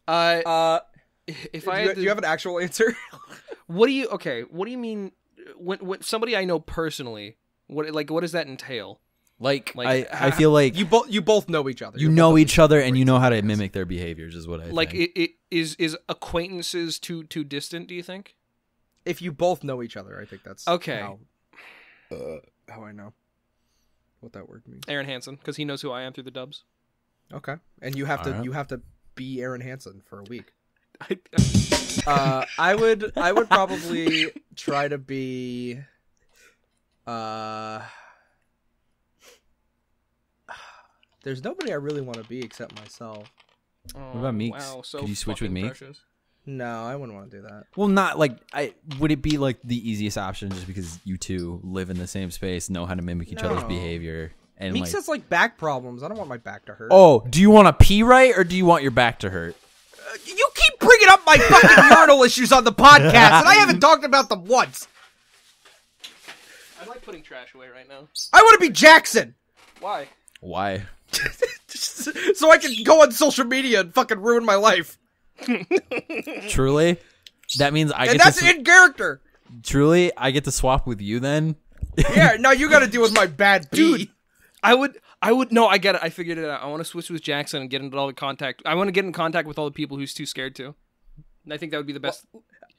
Speaker 2: Uh,
Speaker 4: Uh,
Speaker 2: if
Speaker 4: do
Speaker 2: I
Speaker 4: you,
Speaker 2: had
Speaker 4: do
Speaker 2: to-
Speaker 4: you have an actual answer?
Speaker 2: [laughs] what do you okay? What do you mean when when somebody I know personally? What like what does that entail?
Speaker 5: Like,
Speaker 2: Like,
Speaker 4: [laughs]
Speaker 5: I, I feel like
Speaker 4: you
Speaker 5: you,
Speaker 4: both you both know each other. You're
Speaker 5: know
Speaker 4: both-
Speaker 5: each other and you know how to mimic their behaviors is what I
Speaker 2: Like
Speaker 5: think.
Speaker 2: it, it is is acquaintances too too distant? Do you think?
Speaker 4: if you both know each other, I think that's
Speaker 2: Okay.
Speaker 4: How, uh, how I know what that word means.
Speaker 2: Aaron Hansen, because he knows who I am through the dubs.
Speaker 4: Okay, and you have to
Speaker 5: Alright.
Speaker 4: you have to be Aaron Hansen for a week.
Speaker 2: [laughs] I,
Speaker 4: Uh, I would I would probably try to be. Uh, [sighs] there's nobody I really want to be except myself.
Speaker 2: what
Speaker 5: about Meeks? Could you switch with Meeks?
Speaker 4: No, I wouldn't want to do that.
Speaker 5: well, not like I would it be like the easiest option just because you two live in the same space, know how to mimic each other's
Speaker 4: No.
Speaker 5: behavior, and
Speaker 4: Meeks
Speaker 5: like.
Speaker 4: has like back problems. I don't want my back to hurt.
Speaker 5: Oh, do you want to pee right or do you want your back to hurt?
Speaker 4: You keep bringing up my
Speaker 5: [laughs]
Speaker 4: fucking urinal issues on the podcast, and I haven't talked about them once.
Speaker 2: I like putting trash away right now.
Speaker 4: I want to be Jackson, [laughs]
Speaker 2: Why?
Speaker 5: Why?
Speaker 4: so I can go on social media and fucking ruin my life.
Speaker 5: Truly, that means I get
Speaker 4: And
Speaker 5: to
Speaker 4: that's
Speaker 5: sw-
Speaker 4: in character.
Speaker 5: truly I get to swap with you then.
Speaker 4: Yeah, now you got to deal with
Speaker 5: [laughs]
Speaker 4: my bad pee.
Speaker 2: Dude. I would, I would, no, I get it. I figured it out. I want to switch with Jackson and get into all the contact. I want to get in contact with all the people who's too scared to. And I think that would be the best.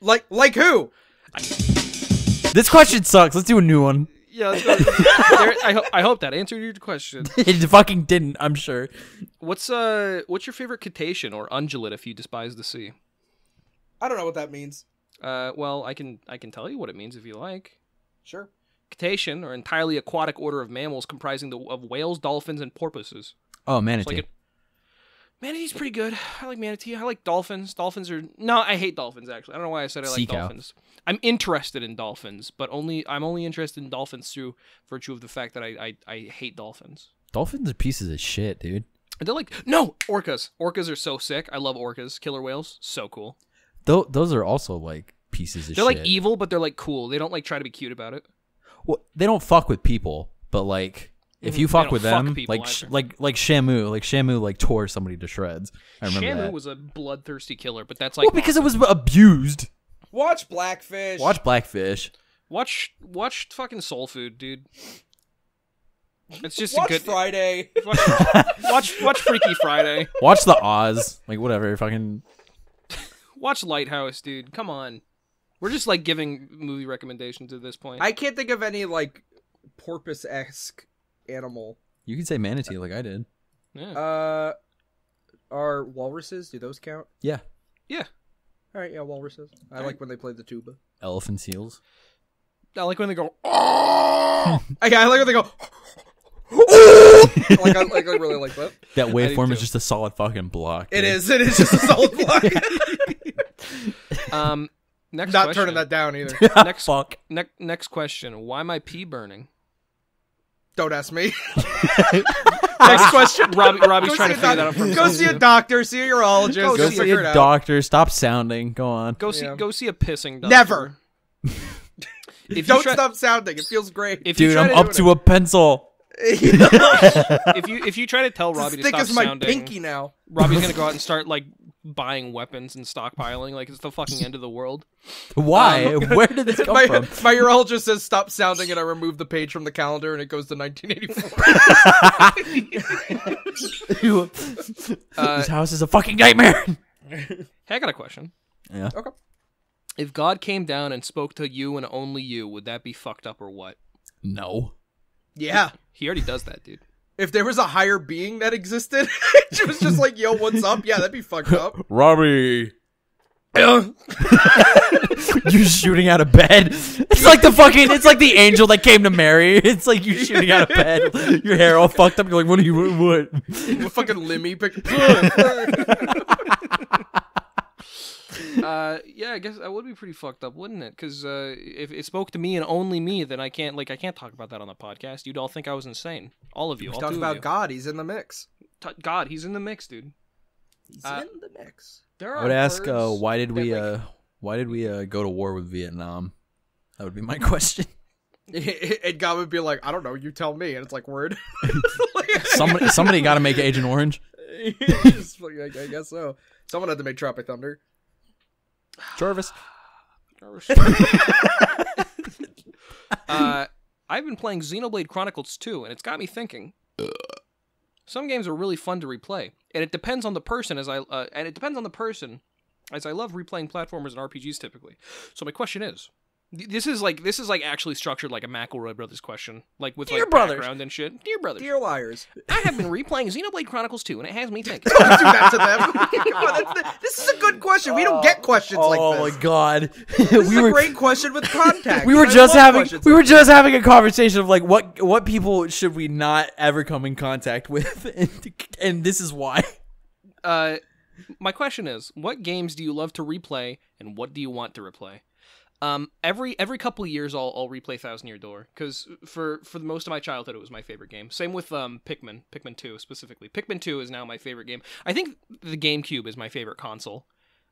Speaker 4: Like, like who?
Speaker 5: This question sucks. Let's do a new one. [laughs]
Speaker 2: Yeah, let's go. [laughs] there, I, ho- I hope that answered your question. [laughs]
Speaker 5: It fucking didn't. I'm sure.
Speaker 2: What's uh, what's your favorite cetacean or ungulate if you despise the sea?
Speaker 4: I don't know what that means.
Speaker 2: Uh, well, I can, I can tell you what it means if you like.
Speaker 4: Sure.
Speaker 2: Cetacean, or entirely aquatic order of mammals comprising the, of whales, dolphins, and porpoises.
Speaker 5: Oh,
Speaker 2: It's
Speaker 5: manatee.
Speaker 2: like a, manatee's pretty good. I like manatee. I like dolphins. Dolphins are no, I hate dolphins actually. I don't know why I said I like
Speaker 5: Sea cow.
Speaker 2: dolphins. I'm interested in dolphins, but only I'm only interested in dolphins through virtue of the fact that I I, I hate dolphins.
Speaker 5: Dolphins are pieces of shit, dude.
Speaker 2: And they're like no orcas. Orcas are so sick. I love orcas. Killer whales, so cool.
Speaker 5: Tho- those are also like pieces of
Speaker 2: They're
Speaker 5: shit.
Speaker 2: like evil, but they're like cool. They don't like try to be cute about it.
Speaker 5: well, they don't fuck with people, but like if
Speaker 2: Mhm.
Speaker 5: you
Speaker 2: They
Speaker 5: fuck
Speaker 2: don't
Speaker 5: with
Speaker 2: fuck
Speaker 5: them,
Speaker 2: people
Speaker 5: like sh-
Speaker 2: either.
Speaker 5: like like Shamu, like Shamu like tore somebody to shreds. I remember
Speaker 2: Shamu
Speaker 5: that.
Speaker 2: was a bloodthirsty killer, but that's like
Speaker 5: well, because it was abused.
Speaker 4: Watch Blackfish.
Speaker 5: Watch Blackfish.
Speaker 2: watch watch fucking Soul Food, dude. It's just a
Speaker 4: Watch
Speaker 2: good
Speaker 4: Friday. [laughs]
Speaker 2: watch, watch watch Freaky Friday.
Speaker 5: Watch the Oz. [laughs] Like whatever. Fucking
Speaker 2: Watch Lighthouse, dude. Come on. We're just like giving movie recommendations at this point.
Speaker 4: I can't think of any like porpoise esque animal.
Speaker 5: you can say manatee like I did.
Speaker 2: yeah.
Speaker 4: Uh, are walruses? Do those count?
Speaker 5: Yeah.
Speaker 2: yeah.
Speaker 4: All right, yeah, walruses. I like when they play the tuba.
Speaker 2: [laughs]
Speaker 5: Elephant seals.
Speaker 2: I like when they go,
Speaker 4: Okay, I like when they go. [laughs] like, I, like I really like
Speaker 2: [laughs]
Speaker 4: that.
Speaker 5: That
Speaker 2: do
Speaker 5: waveform is
Speaker 2: too.
Speaker 5: just a solid fucking block.
Speaker 4: It
Speaker 5: dude.
Speaker 4: is. It is just a solid
Speaker 2: [laughs]
Speaker 4: block.
Speaker 2: um, next
Speaker 4: [laughs] Not
Speaker 2: question.
Speaker 4: turning that down either.
Speaker 2: [laughs] Next,
Speaker 5: Fuck.
Speaker 2: ne- next question. Why my pee burning?
Speaker 4: Don't ask me. [laughs] Next question.
Speaker 2: Robbie, Robbie's
Speaker 4: Go
Speaker 2: trying
Speaker 4: see
Speaker 2: to
Speaker 4: a
Speaker 2: figure that
Speaker 4: doc-
Speaker 2: out for
Speaker 4: Go
Speaker 2: himself.
Speaker 4: see a
Speaker 2: too.
Speaker 4: doctor. See a urologist.
Speaker 2: Go
Speaker 5: Go
Speaker 2: see
Speaker 5: see
Speaker 4: figure it
Speaker 5: a
Speaker 4: out.
Speaker 5: doctor. Stop sounding. Go on.
Speaker 2: Go see,
Speaker 4: Yeah.
Speaker 2: go see a pissing doctor.
Speaker 4: Never.
Speaker 2: If you
Speaker 4: Don't
Speaker 2: try-
Speaker 4: stop sounding. It feels great.
Speaker 2: [laughs] If you
Speaker 5: Dude,
Speaker 2: try
Speaker 5: I'm up
Speaker 2: to,
Speaker 5: to a pencil.
Speaker 4: [laughs]
Speaker 2: if you if you try to tell
Speaker 4: It's
Speaker 2: Robbie to
Speaker 4: as thick
Speaker 2: stop
Speaker 4: as my
Speaker 2: sounding,
Speaker 4: pinky now.
Speaker 2: Robbie's gonna go
Speaker 4: [laughs]
Speaker 2: out and start like buying weapons and stockpiling like it's the fucking end of the world.
Speaker 5: Why?
Speaker 2: Um, [laughs]
Speaker 5: Where did this come
Speaker 4: My,
Speaker 5: from?
Speaker 4: [laughs] my urologist says stop sounding, and I remove the page from the calendar, and it goes
Speaker 2: [laughs]
Speaker 4: to 1984.
Speaker 2: Uh,
Speaker 5: this house is a fucking nightmare. [laughs]
Speaker 2: hey, I got a question.
Speaker 4: okay.
Speaker 2: If God came down and spoke to you and only you, would that be fucked up or what?
Speaker 5: No.
Speaker 4: Yeah.
Speaker 2: He already does that, dude.
Speaker 4: If there was a higher being that existed, [laughs] she was just like, "Yo, what's up?" Yeah, that'd be fucked up.
Speaker 5: [laughs] Robbie. you shooting out of bed. It's like the fucking. It's like the angel that came to Mary. It's like you shooting out of bed. Your hair all fucked up. You're like, what do you what? [laughs]
Speaker 4: fucking Limmy pick.
Speaker 2: uh, yeah, I guess that would be pretty fucked up, wouldn't it? Because uh, if it spoke to me and only me, then I can't like I can't talk about that on the podcast. You'd all think I was insane. All of you. All
Speaker 4: Talk
Speaker 2: two
Speaker 4: about
Speaker 2: of
Speaker 4: God. He's in the mix.
Speaker 2: you. T- God, he's in the mix, dude.
Speaker 4: He's
Speaker 2: Uh,
Speaker 4: in the mix.
Speaker 2: There are
Speaker 5: I would ask, uh,
Speaker 2: words
Speaker 5: why did we
Speaker 2: that, like-
Speaker 5: uh, why did we uh, go to war with Vietnam? That would be my question.
Speaker 4: [laughs] and God would be like, I don't know. You tell me. And it's like, word. [laughs]
Speaker 5: Somebody, somebody got to make Agent Orange.
Speaker 4: Just fucking- I I guess so. Someone had to make Tropic Thunder.
Speaker 5: Jarvis,
Speaker 2: Oh, [laughs] uh, I've been playing Xenoblade Chronicles 2, and it's got me thinking. Some games are really fun to replay, and it depends on the person. As I uh, and it depends on the person, as I love replaying platformers and RPGs typically. So my question is, th- this is like this is like actually structured like a McElroy brothers question, like with
Speaker 4: Dear
Speaker 2: like
Speaker 4: brothers.
Speaker 2: background and shit. Dear brothers,
Speaker 4: Dear liars.
Speaker 2: I have been replaying Xenoblade Chronicles 2, and it has me thinking.
Speaker 4: do that to them. [laughs] Come on, that's the- this is a good question. We don't get questions like
Speaker 5: oh
Speaker 4: this.
Speaker 5: my god,
Speaker 4: This is a great
Speaker 5: [laughs]
Speaker 4: question with contact.
Speaker 5: we were
Speaker 4: I
Speaker 5: just
Speaker 4: love
Speaker 5: having
Speaker 4: questions
Speaker 5: we
Speaker 4: like
Speaker 5: were just having a conversation of like what what people should we not ever come in contact with, [laughs] and, and this is why. [laughs]
Speaker 2: Uh, my question is, what games do you love to replay, and what do you want to replay? Um, every every couple of years, I'll I'll replay Thousand Year Door because for for the most of my childhood, it was my favorite game. Same with um Pikmin, Pikmin Two specifically. Pikmin Two is now my favorite game. I think the GameCube is my favorite console.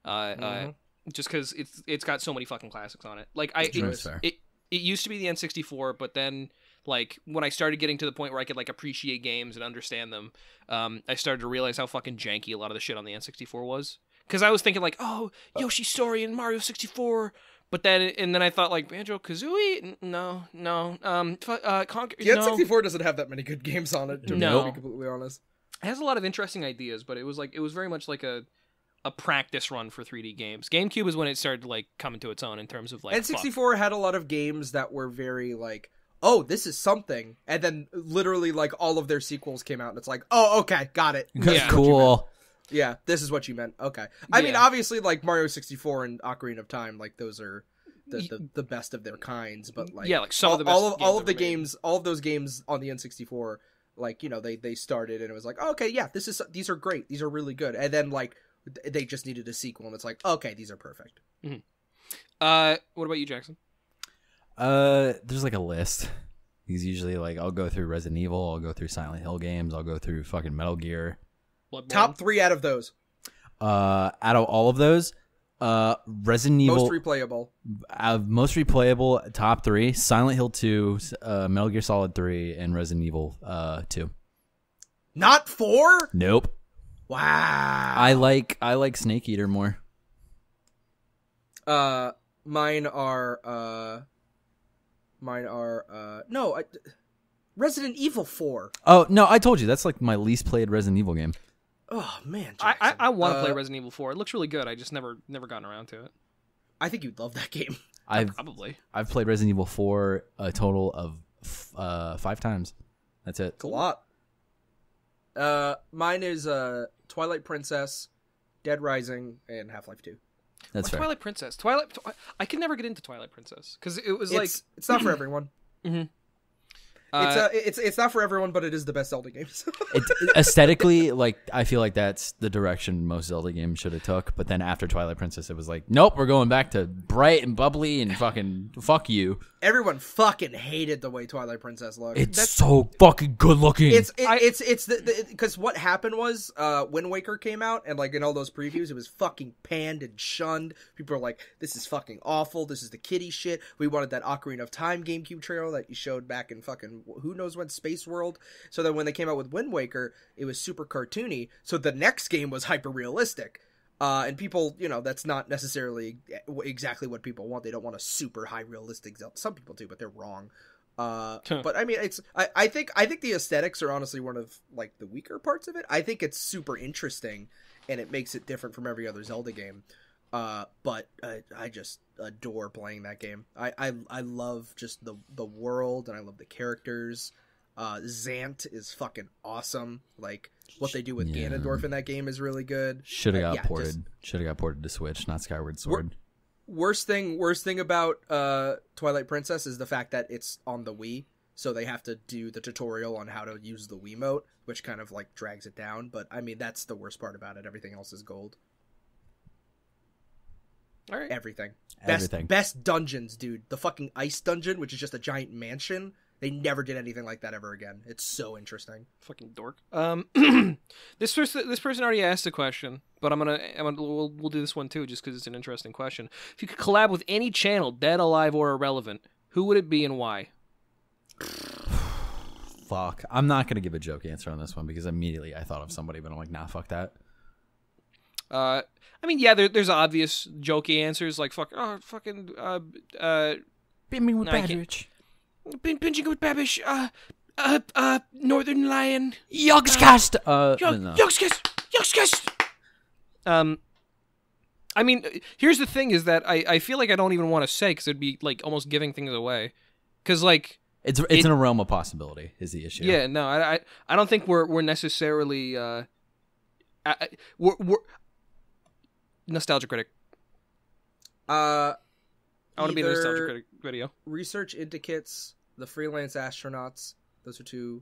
Speaker 2: Uh, uh just because it's it's got so many fucking classics on it. Like I
Speaker 5: Sure,
Speaker 2: it,
Speaker 5: fair.
Speaker 2: it it used to be the N64, but then like when I started getting to the point where I could like appreciate games and understand them, um, I started to realize how fucking janky a lot of the shit on the N64 was. Because I was thinking like, oh, Yoshi's Story and Mario 64, but then and then I thought like Banjo Kazooie, no, no, um, fu- uh, Conquer,
Speaker 4: this. Yeah,
Speaker 2: no.
Speaker 4: 64 doesn't have that many good games on it. To
Speaker 2: No.
Speaker 4: be completely honest.
Speaker 2: It has a lot of interesting ideas, but it was like it was very much like a a practice run for 3D games. GameCube is when it started like coming to its own in terms of like fuck.
Speaker 4: N64 had a lot of games that were very like, oh, this is something, and then literally like all of their sequels came out, and it's like, oh, okay, got
Speaker 5: [laughs]
Speaker 4: it. This is
Speaker 2: Yeah.
Speaker 4: what you meant.
Speaker 5: Cool.
Speaker 4: Yeah, this is what you meant. Okay. I mean,
Speaker 2: Yeah.
Speaker 4: obviously, like Mario 64 and Ocarina of Time, like those are the,
Speaker 2: Y-
Speaker 4: the, the best of their kinds, but like,
Speaker 2: yeah, like some
Speaker 4: all,
Speaker 2: of the best
Speaker 4: all of all of
Speaker 2: ever
Speaker 4: the
Speaker 2: made.
Speaker 4: games, all of those games on the N64, like you know, they they started and it was like, oh, okay, yeah, this is these are great, these are really good, and then like th- they just needed a sequel, and it's like, okay, these are perfect.
Speaker 2: Uh, what about you, Jackson?
Speaker 5: Uh, there's like a list. These usually like I'll go through Resident Evil, I'll go through Silent Hill games, I'll go through fucking Metal Gear.
Speaker 2: Bloodborne?
Speaker 4: Top three out of those,
Speaker 5: Uh, out of all of those, uh, Resident Evil
Speaker 4: most replayable.
Speaker 5: out of most replayable top three: Silent Hill two, uh, Metal Gear Solid three, and Resident Evil uh two.
Speaker 4: Not four?
Speaker 5: Nope.
Speaker 4: Wow.
Speaker 5: I like I like Snake Eater more.
Speaker 4: Uh, mine are uh, mine are uh, no, I, Resident Evil four.
Speaker 5: Oh no, I told you that's like my least played Resident Evil game.
Speaker 4: Oh man,
Speaker 2: I I,
Speaker 4: Jackson.
Speaker 2: I want to play
Speaker 4: Uh,
Speaker 2: Resident Evil 4. It looks really good. I just never never gotten around to it.
Speaker 4: I think you'd love that [laughs] game.
Speaker 5: I've
Speaker 2: Probably.
Speaker 5: I've played Resident Evil four a total of f- uh five times. That's it.
Speaker 4: It's a lot. Uh, mine is uh Twilight Princess, Dead Rising, and Half Life Two.
Speaker 5: That's
Speaker 2: Why
Speaker 5: fair.
Speaker 2: Twilight Princess. Twilight. Twi- I could never get into Twilight Princess because it was
Speaker 4: It's
Speaker 2: like [clears throat]
Speaker 4: it's not for everyone.
Speaker 2: uh,
Speaker 4: it's uh, it's it's not for everyone, but it is the best Zelda [laughs] games.
Speaker 5: it, aesthetically, like I feel like that's the direction most Zelda games should have took. But then after Twilight Princess, it was like, nope, we're going back to bright and bubbly and fucking fuck you.
Speaker 4: everyone fucking hated the way Twilight Princess looked.
Speaker 5: It's so fucking good looking.
Speaker 4: it's it,
Speaker 2: I-
Speaker 4: it's it's the because what happened was uh Wind Waker came out and like in all those previews it was fucking panned and shunned. People are like, this is fucking awful. This is the kitty shit. We wanted that Ocarina of Time GameCube trailer that you showed back in fucking who knows when Space World. So then when they came out with Wind Waker, it was super cartoony. So the next game was hyper realistic. Uh, and people, you know, that's not necessarily e-, exactly what people want. They don't want a super high realistic Zelda. Some people do, but they're wrong. Uh,
Speaker 2: Huh.
Speaker 4: [laughs] but I mean, it's I, I think I think the aesthetics are honestly one of like the weaker parts of it. I think it's super interesting, and it makes it different from every other Zelda game. Uh, but I, I just adore playing that game. I, I I love just the the world, and I love the characters. Uh, Zant is fucking awesome. Like what they do with
Speaker 5: Yeah.
Speaker 4: Ganondorf in that game is really good.
Speaker 5: should have
Speaker 4: uh,
Speaker 5: got
Speaker 4: yeah, just-
Speaker 5: ported. Should have got ported to Switch, not Skyward Sword.
Speaker 4: worst thing worst thing about uh Twilight Princess is the fact that it's on the Wii, so they have to do the tutorial on how to use the Wiimote, which kind of like drags it down, but I mean that's the worst part about it. Everything else is gold.
Speaker 2: All right.
Speaker 4: Everything. Best
Speaker 5: Everything.
Speaker 4: best dungeons, dude. The fucking ice dungeon, which is just a giant mansion. They never did anything like that ever again. It's so interesting.
Speaker 2: Fucking dork. Um, [clears throat] this person, this person already asked a question, but I'm gonna, I'm gonna we'll, we'll do this one too, just because it's an interesting question. If you could collab with any channel, dead, alive, or irrelevant, who would it be and why?
Speaker 5: Fuck. I'm not gonna give a joke answer on this one because immediately I thought of somebody, but I'm like, nah, fuck that.
Speaker 2: Uh, I mean, yeah, there, there's obvious jokey answers like fuck, oh, fucking, uh, uh,
Speaker 5: Beaming with
Speaker 2: No, I can't-
Speaker 5: Badrich.
Speaker 2: bin- binging with Babish, uh, uh, uh, Northern Lion,
Speaker 5: Yogscast. Uh,
Speaker 2: Yo-
Speaker 5: no.
Speaker 2: Yogscast! Yogscast! Um, I mean, here's the thing: is that I, I feel like I don't even want to say because it'd be like almost giving things away. Because like,
Speaker 5: It's it's
Speaker 2: It-
Speaker 5: in a realm of possibility is the issue.
Speaker 2: yeah, no, I, I I don't think we're we're necessarily uh, I, I- we're we're nostalgia critic.
Speaker 4: Uh
Speaker 2: I want to be in a nostalgia
Speaker 4: Either-
Speaker 2: critic video.
Speaker 4: Research Indicates, the freelance astronauts, those are two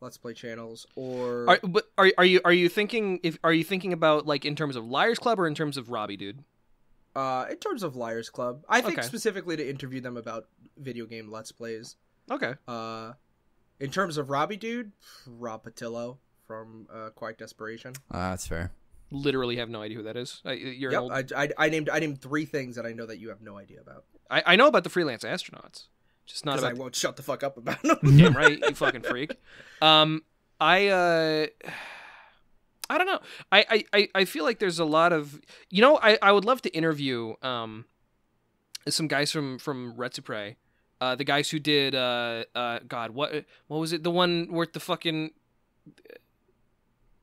Speaker 4: let's play channels or
Speaker 2: Are, but are are you are you thinking if are you thinking about like in terms of Liars Club or in terms of Robbie, dude?
Speaker 4: uh in terms of Liars Club. I think
Speaker 2: Okay.
Speaker 4: specifically to interview them about video game let's plays.
Speaker 2: Okay,
Speaker 4: Uh in terms of Robbie dude, Rob Patillo from uh Quiet Desperation.
Speaker 5: Uh, that's fair.
Speaker 2: literally have no idea who that is. I, you're an
Speaker 4: Yep,
Speaker 2: old.
Speaker 4: I, I, I named I named three things that I know that you have no idea about
Speaker 2: I, I know about the freelance astronauts, just not
Speaker 4: because I
Speaker 2: about
Speaker 4: won't shut the fuck
Speaker 2: [laughs]
Speaker 4: up about them.
Speaker 2: Damn right, you fucking freak. Um, I uh, I don't know. I, I- I I feel like there's a lot of you know. I I would love to interview um, some guys from from Retsupre. Uh, the guys who did uh uh God what what was it the one worth the fucking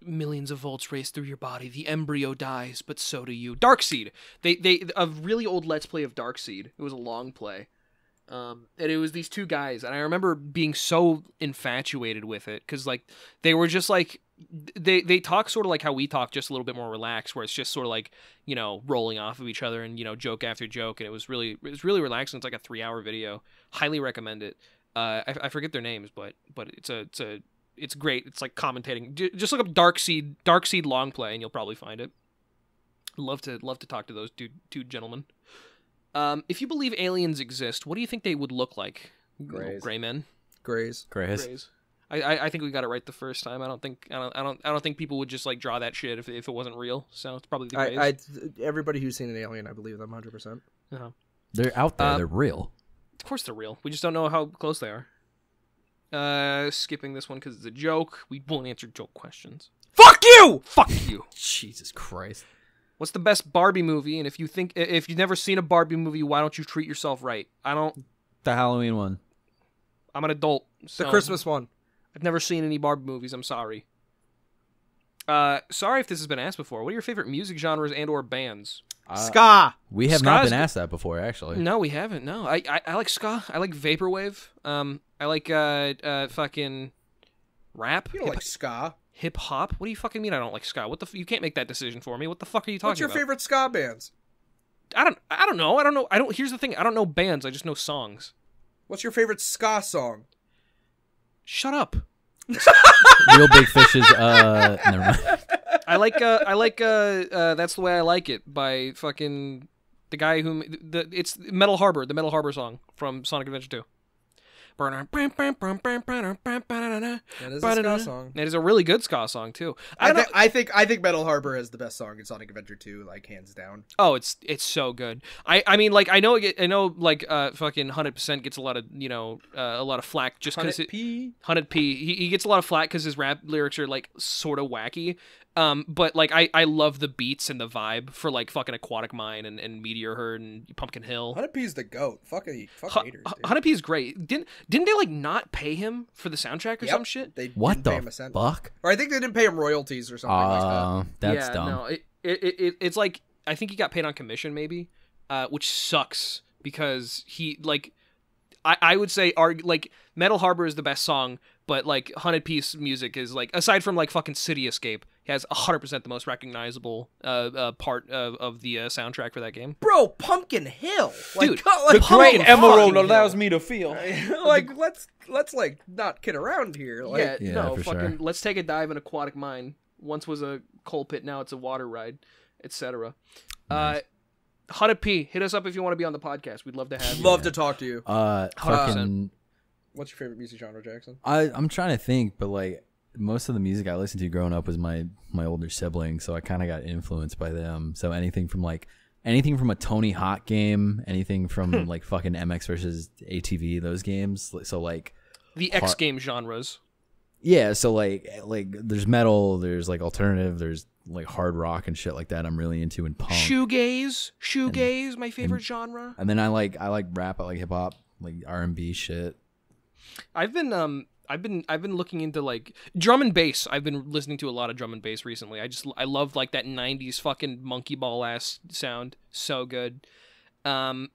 Speaker 2: millions of volts race through your body the embryo dies but so do you Darkseid they they a really old let's play of Darkseid it was a long play um, and it was these two guys, and I remember being so infatuated with it because like they were just like they they talk sort of like how we talk, just a little bit more relaxed, where it's just sort of like you know rolling off of each other and you know joke after joke, and it was really it was really relaxing. It's like a three hour video. Highly recommend it. Uh, I, I forget their names, but but it's a it's a it's great. It's like commentating. J- just look up Dark Seed Dark Seed long play, and you'll probably find it. Love to love to talk to those two two gentlemen. Um, if you believe aliens exist, what do you think they would look like? Little
Speaker 3: Grays.
Speaker 2: Gray men.
Speaker 4: Grays.
Speaker 5: Grace.
Speaker 2: Grays. I, I, I think we got it right the first time. I don't think I don't I don't I don't think people would just like draw that shit if, if it wasn't real. So it's probably the Grays.
Speaker 4: I, I everybody who's seen an alien, I believe them 100. percent
Speaker 2: Uh-huh.
Speaker 5: They're out there.
Speaker 2: Um,
Speaker 5: They're real.
Speaker 2: Of course they're real. We just don't know how close they are. Uh, skipping this one because it's a joke. We won't answer joke questions.
Speaker 4: Fuck you!
Speaker 2: Fuck you.
Speaker 5: Jesus Christ.
Speaker 2: What's the best Barbie movie? And if you think if you've never seen a Barbie movie, why don't you treat yourself right? I don't.
Speaker 5: The Halloween one.
Speaker 2: I'm an adult.
Speaker 4: The
Speaker 2: so-
Speaker 4: Christmas one.
Speaker 2: I've never seen any Barbie movies. I'm sorry. Uh, sorry if this has been asked before. What are your favorite music genres and or bands?
Speaker 5: Uh,
Speaker 4: Ska.
Speaker 5: we have
Speaker 2: Ska's
Speaker 5: not been
Speaker 2: good.
Speaker 5: asked that before, actually.
Speaker 2: No, we haven't. No, I, I, I like ska. I like vaporwave. Um, I like uh, uh fucking rap.
Speaker 4: You don't like ska.
Speaker 2: Hip hop. What do you fucking mean? I don't like ska. What the? F- you can't make that decision for me. What the fuck are you talking
Speaker 4: What's your
Speaker 2: about?
Speaker 4: favorite ska bands?
Speaker 2: I don't. I don't know. I don't know. I don't. Here's the thing. I don't know bands. I just know songs.
Speaker 4: What's your favorite ska song?
Speaker 2: Shut up.
Speaker 5: [laughs] Real big fishes.
Speaker 2: [laughs]
Speaker 5: Uh, never mind.
Speaker 2: I like uh I like uh, uh that's the way I like it by fucking the guy who the it's Metal Harbor the Metal Harbor song from Sonic Adventure 2.
Speaker 4: That is a ska song.
Speaker 2: It is a really good ska song too. I
Speaker 4: I,
Speaker 2: don't
Speaker 4: thi-
Speaker 2: know.
Speaker 4: I think I think Metal Harbor has the best song in Sonic Adventure 2, like hands down.
Speaker 2: Oh, it's it's so good. I I mean like I know it get- I know like uh fucking 100% gets a lot of, you know, uh, a lot of flack just cuz it
Speaker 4: P.
Speaker 2: Hunted P. He, he gets a lot of flack because his rap lyrics are like sort of wacky. Um, but like I, I love the beats and the vibe for like fucking Aquatic Mine and, and Meteor Herd and Pumpkin Hill.
Speaker 4: Hunted P's the goat. Fucking fuck
Speaker 2: Hu-
Speaker 4: haters.
Speaker 2: Hu-
Speaker 4: dude.
Speaker 2: Hunted P is great. Didn't didn't they like not pay him for the soundtrack or
Speaker 4: Yep.
Speaker 2: some shit?
Speaker 4: They
Speaker 5: What
Speaker 4: didn't pay him a
Speaker 5: the
Speaker 4: cent.
Speaker 5: fuck?
Speaker 4: Or I think they didn't pay him royalties or something like that.
Speaker 5: Uh, that's
Speaker 2: yeah,
Speaker 5: dumb.
Speaker 2: No, it, it, it- it it's like I think he got paid on commission maybe, uh, which sucks because he like I, I would say arg- like Metal Harbor is the best song, but like Hunted Piece music is like aside from like fucking City Escape, he has 100% the most recognizable uh, uh part of, of the uh, soundtrack for that game.
Speaker 4: Bro, Pumpkin Hill. Like,
Speaker 2: Dude,
Speaker 4: God, like,
Speaker 2: the great
Speaker 4: come
Speaker 2: emerald
Speaker 4: on.
Speaker 2: allows
Speaker 3: me to feel.
Speaker 4: [laughs] like let's let's like not kid around here. Like
Speaker 2: yeah,
Speaker 5: Yeah,
Speaker 2: no,
Speaker 5: for
Speaker 2: fucking
Speaker 5: sure.
Speaker 2: let's take a dive in aquatic mine. Once was a coal pit, now it's a water ride, etc. Uh Hunted P, hit us up if you want to be on the podcast. We'd love to have you.
Speaker 4: Love to talk to you.
Speaker 5: Uh, fucking.
Speaker 4: What's your favorite music genre, Jackson?
Speaker 5: I I'm trying to think, but like most of the music I listened to growing up was my my older siblings, so I kind of got influenced by them. So anything from like anything from a Tony Hawk game, anything from
Speaker 2: Hmm.
Speaker 5: like fucking MX versus ATV, those games. Like, So like
Speaker 2: the X game genres.
Speaker 5: yeah, so like eh, like there's metal, there's like alternative, there's like hard rock and shit like that. I'm really into and punk.
Speaker 2: Shoegaze, shoegaze, my favorite genre.
Speaker 5: And then I like I like rap, I like hip hop, like R and B shit.
Speaker 2: I've been um I've been I've been looking into like drum and bass. I've been listening to a lot of drum and bass recently. I just I love like that 90s fucking monkey ball ass sound. So good. Um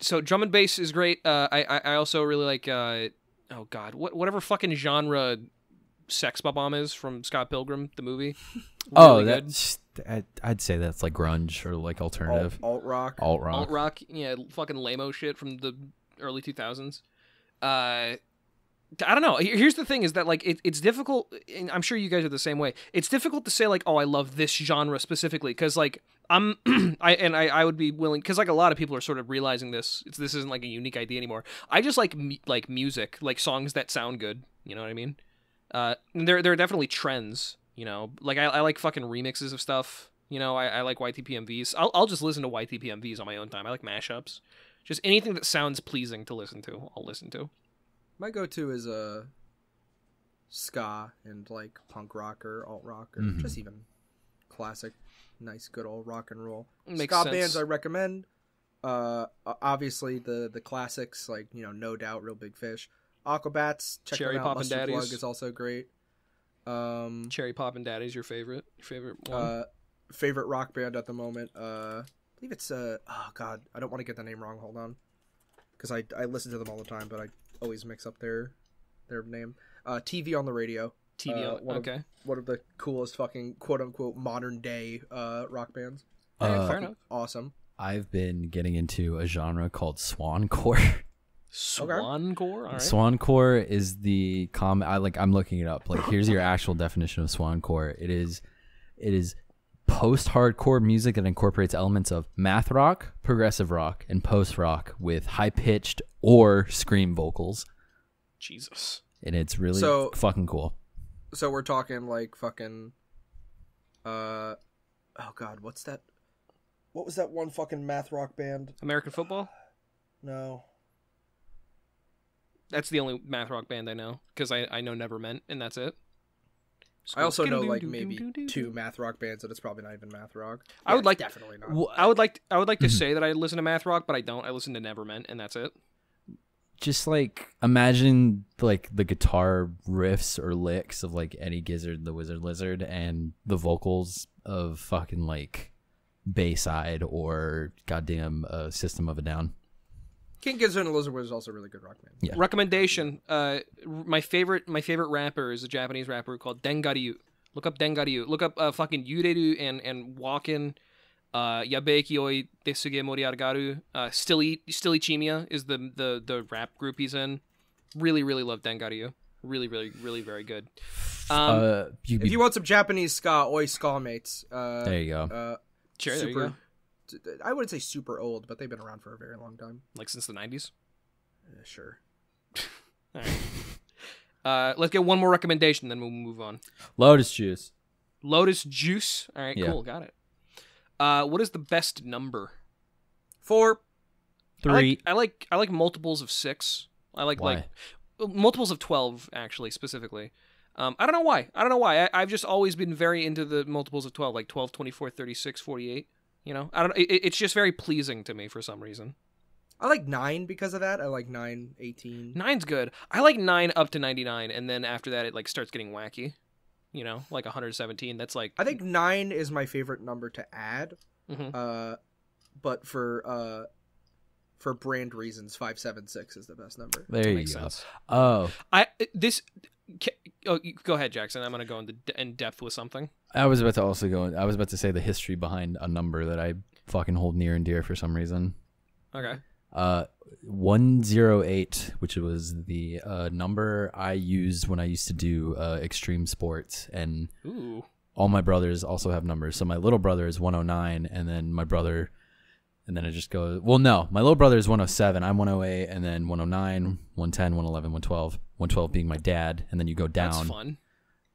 Speaker 2: so drum and bass is great. Uh I I, I also really like uh oh god, what whatever fucking genre Sex Bomb is from Scott Pilgrim the movie.
Speaker 5: [laughs] oh,
Speaker 2: Really good.
Speaker 5: that's I, I'd say that's like grunge or like
Speaker 4: Alt,
Speaker 5: alternative
Speaker 4: alt rock.
Speaker 5: alt rock.
Speaker 2: alt rock, yeah, fucking lameo shit from the early two thousands. Uh, I don't know. Here- Here's the thing: is that like it, it's difficult, and I'm sure you guys are the same way. It's difficult to say like, oh, I love this genre specifically, because like I'm, [clears throat] I and I, I would be willing, because like a lot of people are sort of realizing this. It's, this isn't like a unique idea anymore. I just like mu- like music, like songs that sound good. You know what I mean? Uh, and there there are definitely trends. You know, like I, I like fucking remixes of stuff. You know, I, I like YTPMVs. I'll I'll just listen to YTPMVs on my own time. I like mashups. Just anything that sounds pleasing to listen to, I'll listen to.
Speaker 4: My go-to is uh, ska and like punk rock or alt rock or just even classic, nice good old rock and roll.
Speaker 2: Makes
Speaker 4: ska
Speaker 2: sense.
Speaker 4: bands I recommend. Uh, o- obviously the the classics like you know No Doubt, Real Big Fish, Aquabats. Check
Speaker 2: Cherry
Speaker 4: them out.
Speaker 2: Poppin'
Speaker 4: Mustard
Speaker 2: Daddies.
Speaker 4: Plug is also great. Um,
Speaker 2: Cherry Pop and Daddy's your favorite. Your favorite one.
Speaker 4: uh, favorite rock band at the moment. Uh, I believe it's uh, oh god, I don't want to get the name wrong. Hold on, because I I listen to them all the time, but I always mix up their their name. Uh, TV on the radio.
Speaker 2: TV.
Speaker 4: uh,
Speaker 2: on-
Speaker 4: one of-
Speaker 2: okay.
Speaker 4: One of the coolest fucking quote unquote modern day uh rock bands.
Speaker 2: Yeah,
Speaker 5: Uh,
Speaker 2: fair enough.
Speaker 4: Awesome.
Speaker 5: I've been getting into a genre called swancore.
Speaker 2: Swancore.
Speaker 5: [laughs]
Speaker 2: All right.
Speaker 5: Swancore is the com. I like. I'm looking it up. Like, here's your actual definition of swancore. It is, it is post-hardcore music that incorporates elements of math rock, progressive rock, and post rock with high-pitched or scream vocals,
Speaker 2: Jesus.
Speaker 5: and it's really
Speaker 4: So-
Speaker 5: fucking cool.
Speaker 4: So we're talking like fucking. Uh, oh god, what's that? What was that one fucking math rock band?
Speaker 2: American football.
Speaker 4: No,
Speaker 2: That's the only math rock band I know because I, I know Never Meant and that's it.
Speaker 4: I also know like maybe two math rock bands, and it's probably not even math rock.
Speaker 2: I would
Speaker 4: it's
Speaker 2: like-
Speaker 4: definitely not.
Speaker 2: I would like I would like to
Speaker 5: Mm-hmm.
Speaker 2: say that I listen to math rock, but I don't. I listen to Never Meant and that's it.
Speaker 5: Just like imagine like the guitar riffs or licks of like Eddie Gizzard, the Wizard Lizard, and the vocals of fucking like Bayside or goddamn uh, System of a Down.
Speaker 4: King Gizzard and Lizard Wizard is also a really good rock band.
Speaker 5: Yeah.
Speaker 2: Recommendation. Uh, r- my favorite my favorite rapper is a Japanese rapper called Dengariyu. Look up Dengariyu. Look up uh, fucking Yureru and and Walkin. Uh, Yabekioi Desuge Moriargaru. Uh, Stilly Stilly Chimia is the the the rap group he's in. Really really love Dengariyu. Really really really very good. Um,
Speaker 5: uh, you,
Speaker 4: If you want some Japanese ska, oi ska mates. Uh,
Speaker 5: there you go.
Speaker 4: uh,
Speaker 2: sure, there you
Speaker 4: super-
Speaker 2: go.
Speaker 4: I wouldn't say super old, but they've been around for a very long time.
Speaker 2: Like since the nineties.
Speaker 4: Uh, sure.
Speaker 2: [laughs] Uh, let's get one more recommendation, then we'll move on.
Speaker 5: Lotus juice.
Speaker 2: Lotus Juice. All right,
Speaker 5: Yeah.
Speaker 2: cool, got it. Uh, what is the best number?
Speaker 4: Four.
Speaker 5: Three.
Speaker 2: I like I like, I like multiples of six. I like
Speaker 5: Why?
Speaker 2: like uh, multiples of twelve actually specifically. Um, I don't know why. I don't know why. I, I've just always been very into the multiples of 12, like 12, 24, 36, 48. You know, I don't. It, it's just very pleasing to me for some reason.
Speaker 4: I like nine because of that. I like nine, 18.
Speaker 2: Nine's good. I like nine up to ninety nine, and then after that, it like starts getting wacky. You know, like one hundred seventeen. That's like
Speaker 4: I think nine is my favorite number to add.
Speaker 2: Mhm.
Speaker 4: Uh, but for uh, for brand reasons, five, seven, six is the best number.
Speaker 5: there you go.
Speaker 2: makes sense.
Speaker 5: Oh,
Speaker 2: I this. ca- Oh, you- go ahead, Jackson. I'm gonna go into d- in depth with something.
Speaker 5: I was about to also go. I was about to say the history behind a number that I fucking hold near and dear for some reason.
Speaker 2: Okay.
Speaker 5: Uh, one zero eight, which was the uh, number I used when I used to do uh, extreme sports, and
Speaker 2: Ooh.
Speaker 5: oh all my brothers also have numbers. So my little brother is 109, and then my brother and then it just goes. Well, no, my little brother is 107. I'm 108, and then 109, 110, 111, 112. 112 being my dad, and then you go down.
Speaker 2: That's fun.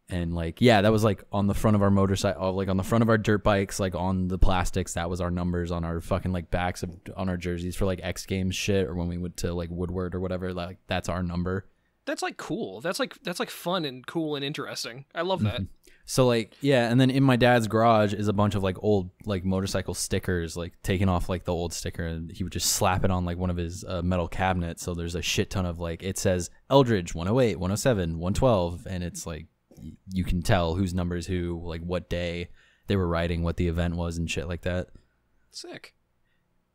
Speaker 5: And like, yeah, that was like on the front of our motorcycle, like on the front of our dirt bikes, like on the plastics. That was our numbers on our fucking like backs of on our jerseys for like X Games shit, or when we went to like Woodward or whatever. Like that's our number.
Speaker 2: That's like cool. That's like that's like fun and cool and interesting. I [laughs] love that.
Speaker 5: So like yeah, and then in my dad's garage is a bunch of like old like motorcycle stickers, like taking off like the old sticker, and he would just slap it on like one of his uh, metal cabinets. So there's a shit ton of like it says Eldridge 108, 107, 112, and it's like y- you can tell whose number is who, like what day they were riding, what the event was, and shit like that.
Speaker 2: Sick.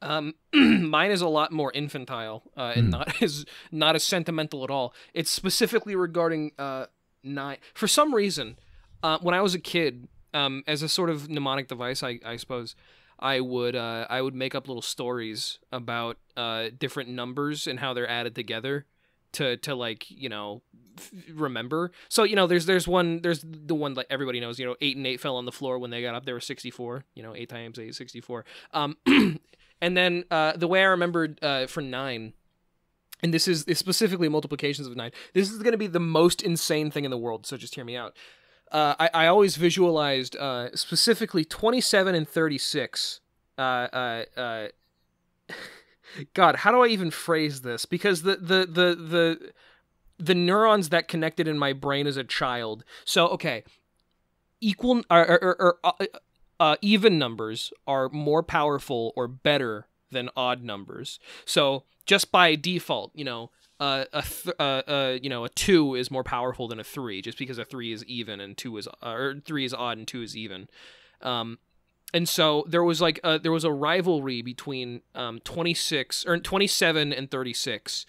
Speaker 2: Um, [clears throat] mine is a lot more infantile uh, and not [laughs] as not as sentimental at all. It's specifically regarding uh, nine. For some reason, uh, when I was a kid, um, as a sort of mnemonic device, I, I suppose, I would uh, I would make up little stories about uh, different numbers and how they're added together to to like you know f- remember. So you know, there's there's one there's the one that everybody knows. You know, eight and eight fell on the floor when they got up. There were sixty four. You know, eight times eight is sixty four. Um, [clears throat] and then uh, the way I remembered uh, for nine. And this is is specifically multiplications of nine. This is going to be the most insane thing in the world. So just hear me out. Uh, I, I always visualized uh, specifically 27 and 36. Uh, uh, uh, [laughs] God, how do I even phrase this? Because the the the the the neurons that connected in my brain as a child. So okay, equal or, or, or, or uh, uh, even numbers are more powerful or better than odd numbers. So just by default, you know, uh, a th- uh, uh, you know a two is more powerful than a three, just because a three is even and two is or three is odd and two is even. Um, and so there was like a, there was a rivalry between um, 26 or 27 and 36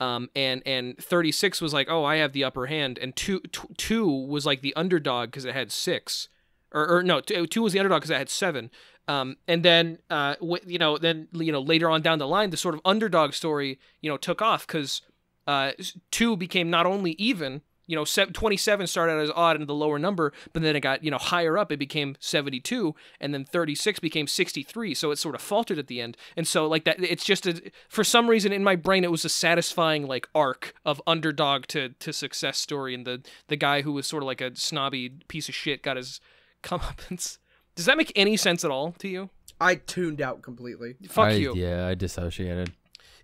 Speaker 2: um, and and 36 was like oh i have the upper hand and two tw- two was like the underdog because it had six or, or no two, two was the underdog because it had seven um, and then uh, w- you know then you know later on down the line the sort of underdog story you know took off because uh, s- two became not only even you know se- 27 started out as odd and the lower number but then it got you know higher up it became 72 and then 36 became 63 so it sort of faltered at the end and so like that it's just a, for some reason in my brain it was a satisfying like arc of underdog to to success story and the the guy who was sort of like a snobby piece of shit got his comeuppance does that make any sense at all to you
Speaker 4: I tuned out completely.
Speaker 2: fuck
Speaker 5: I-
Speaker 2: you
Speaker 5: Yeah, I dissociated.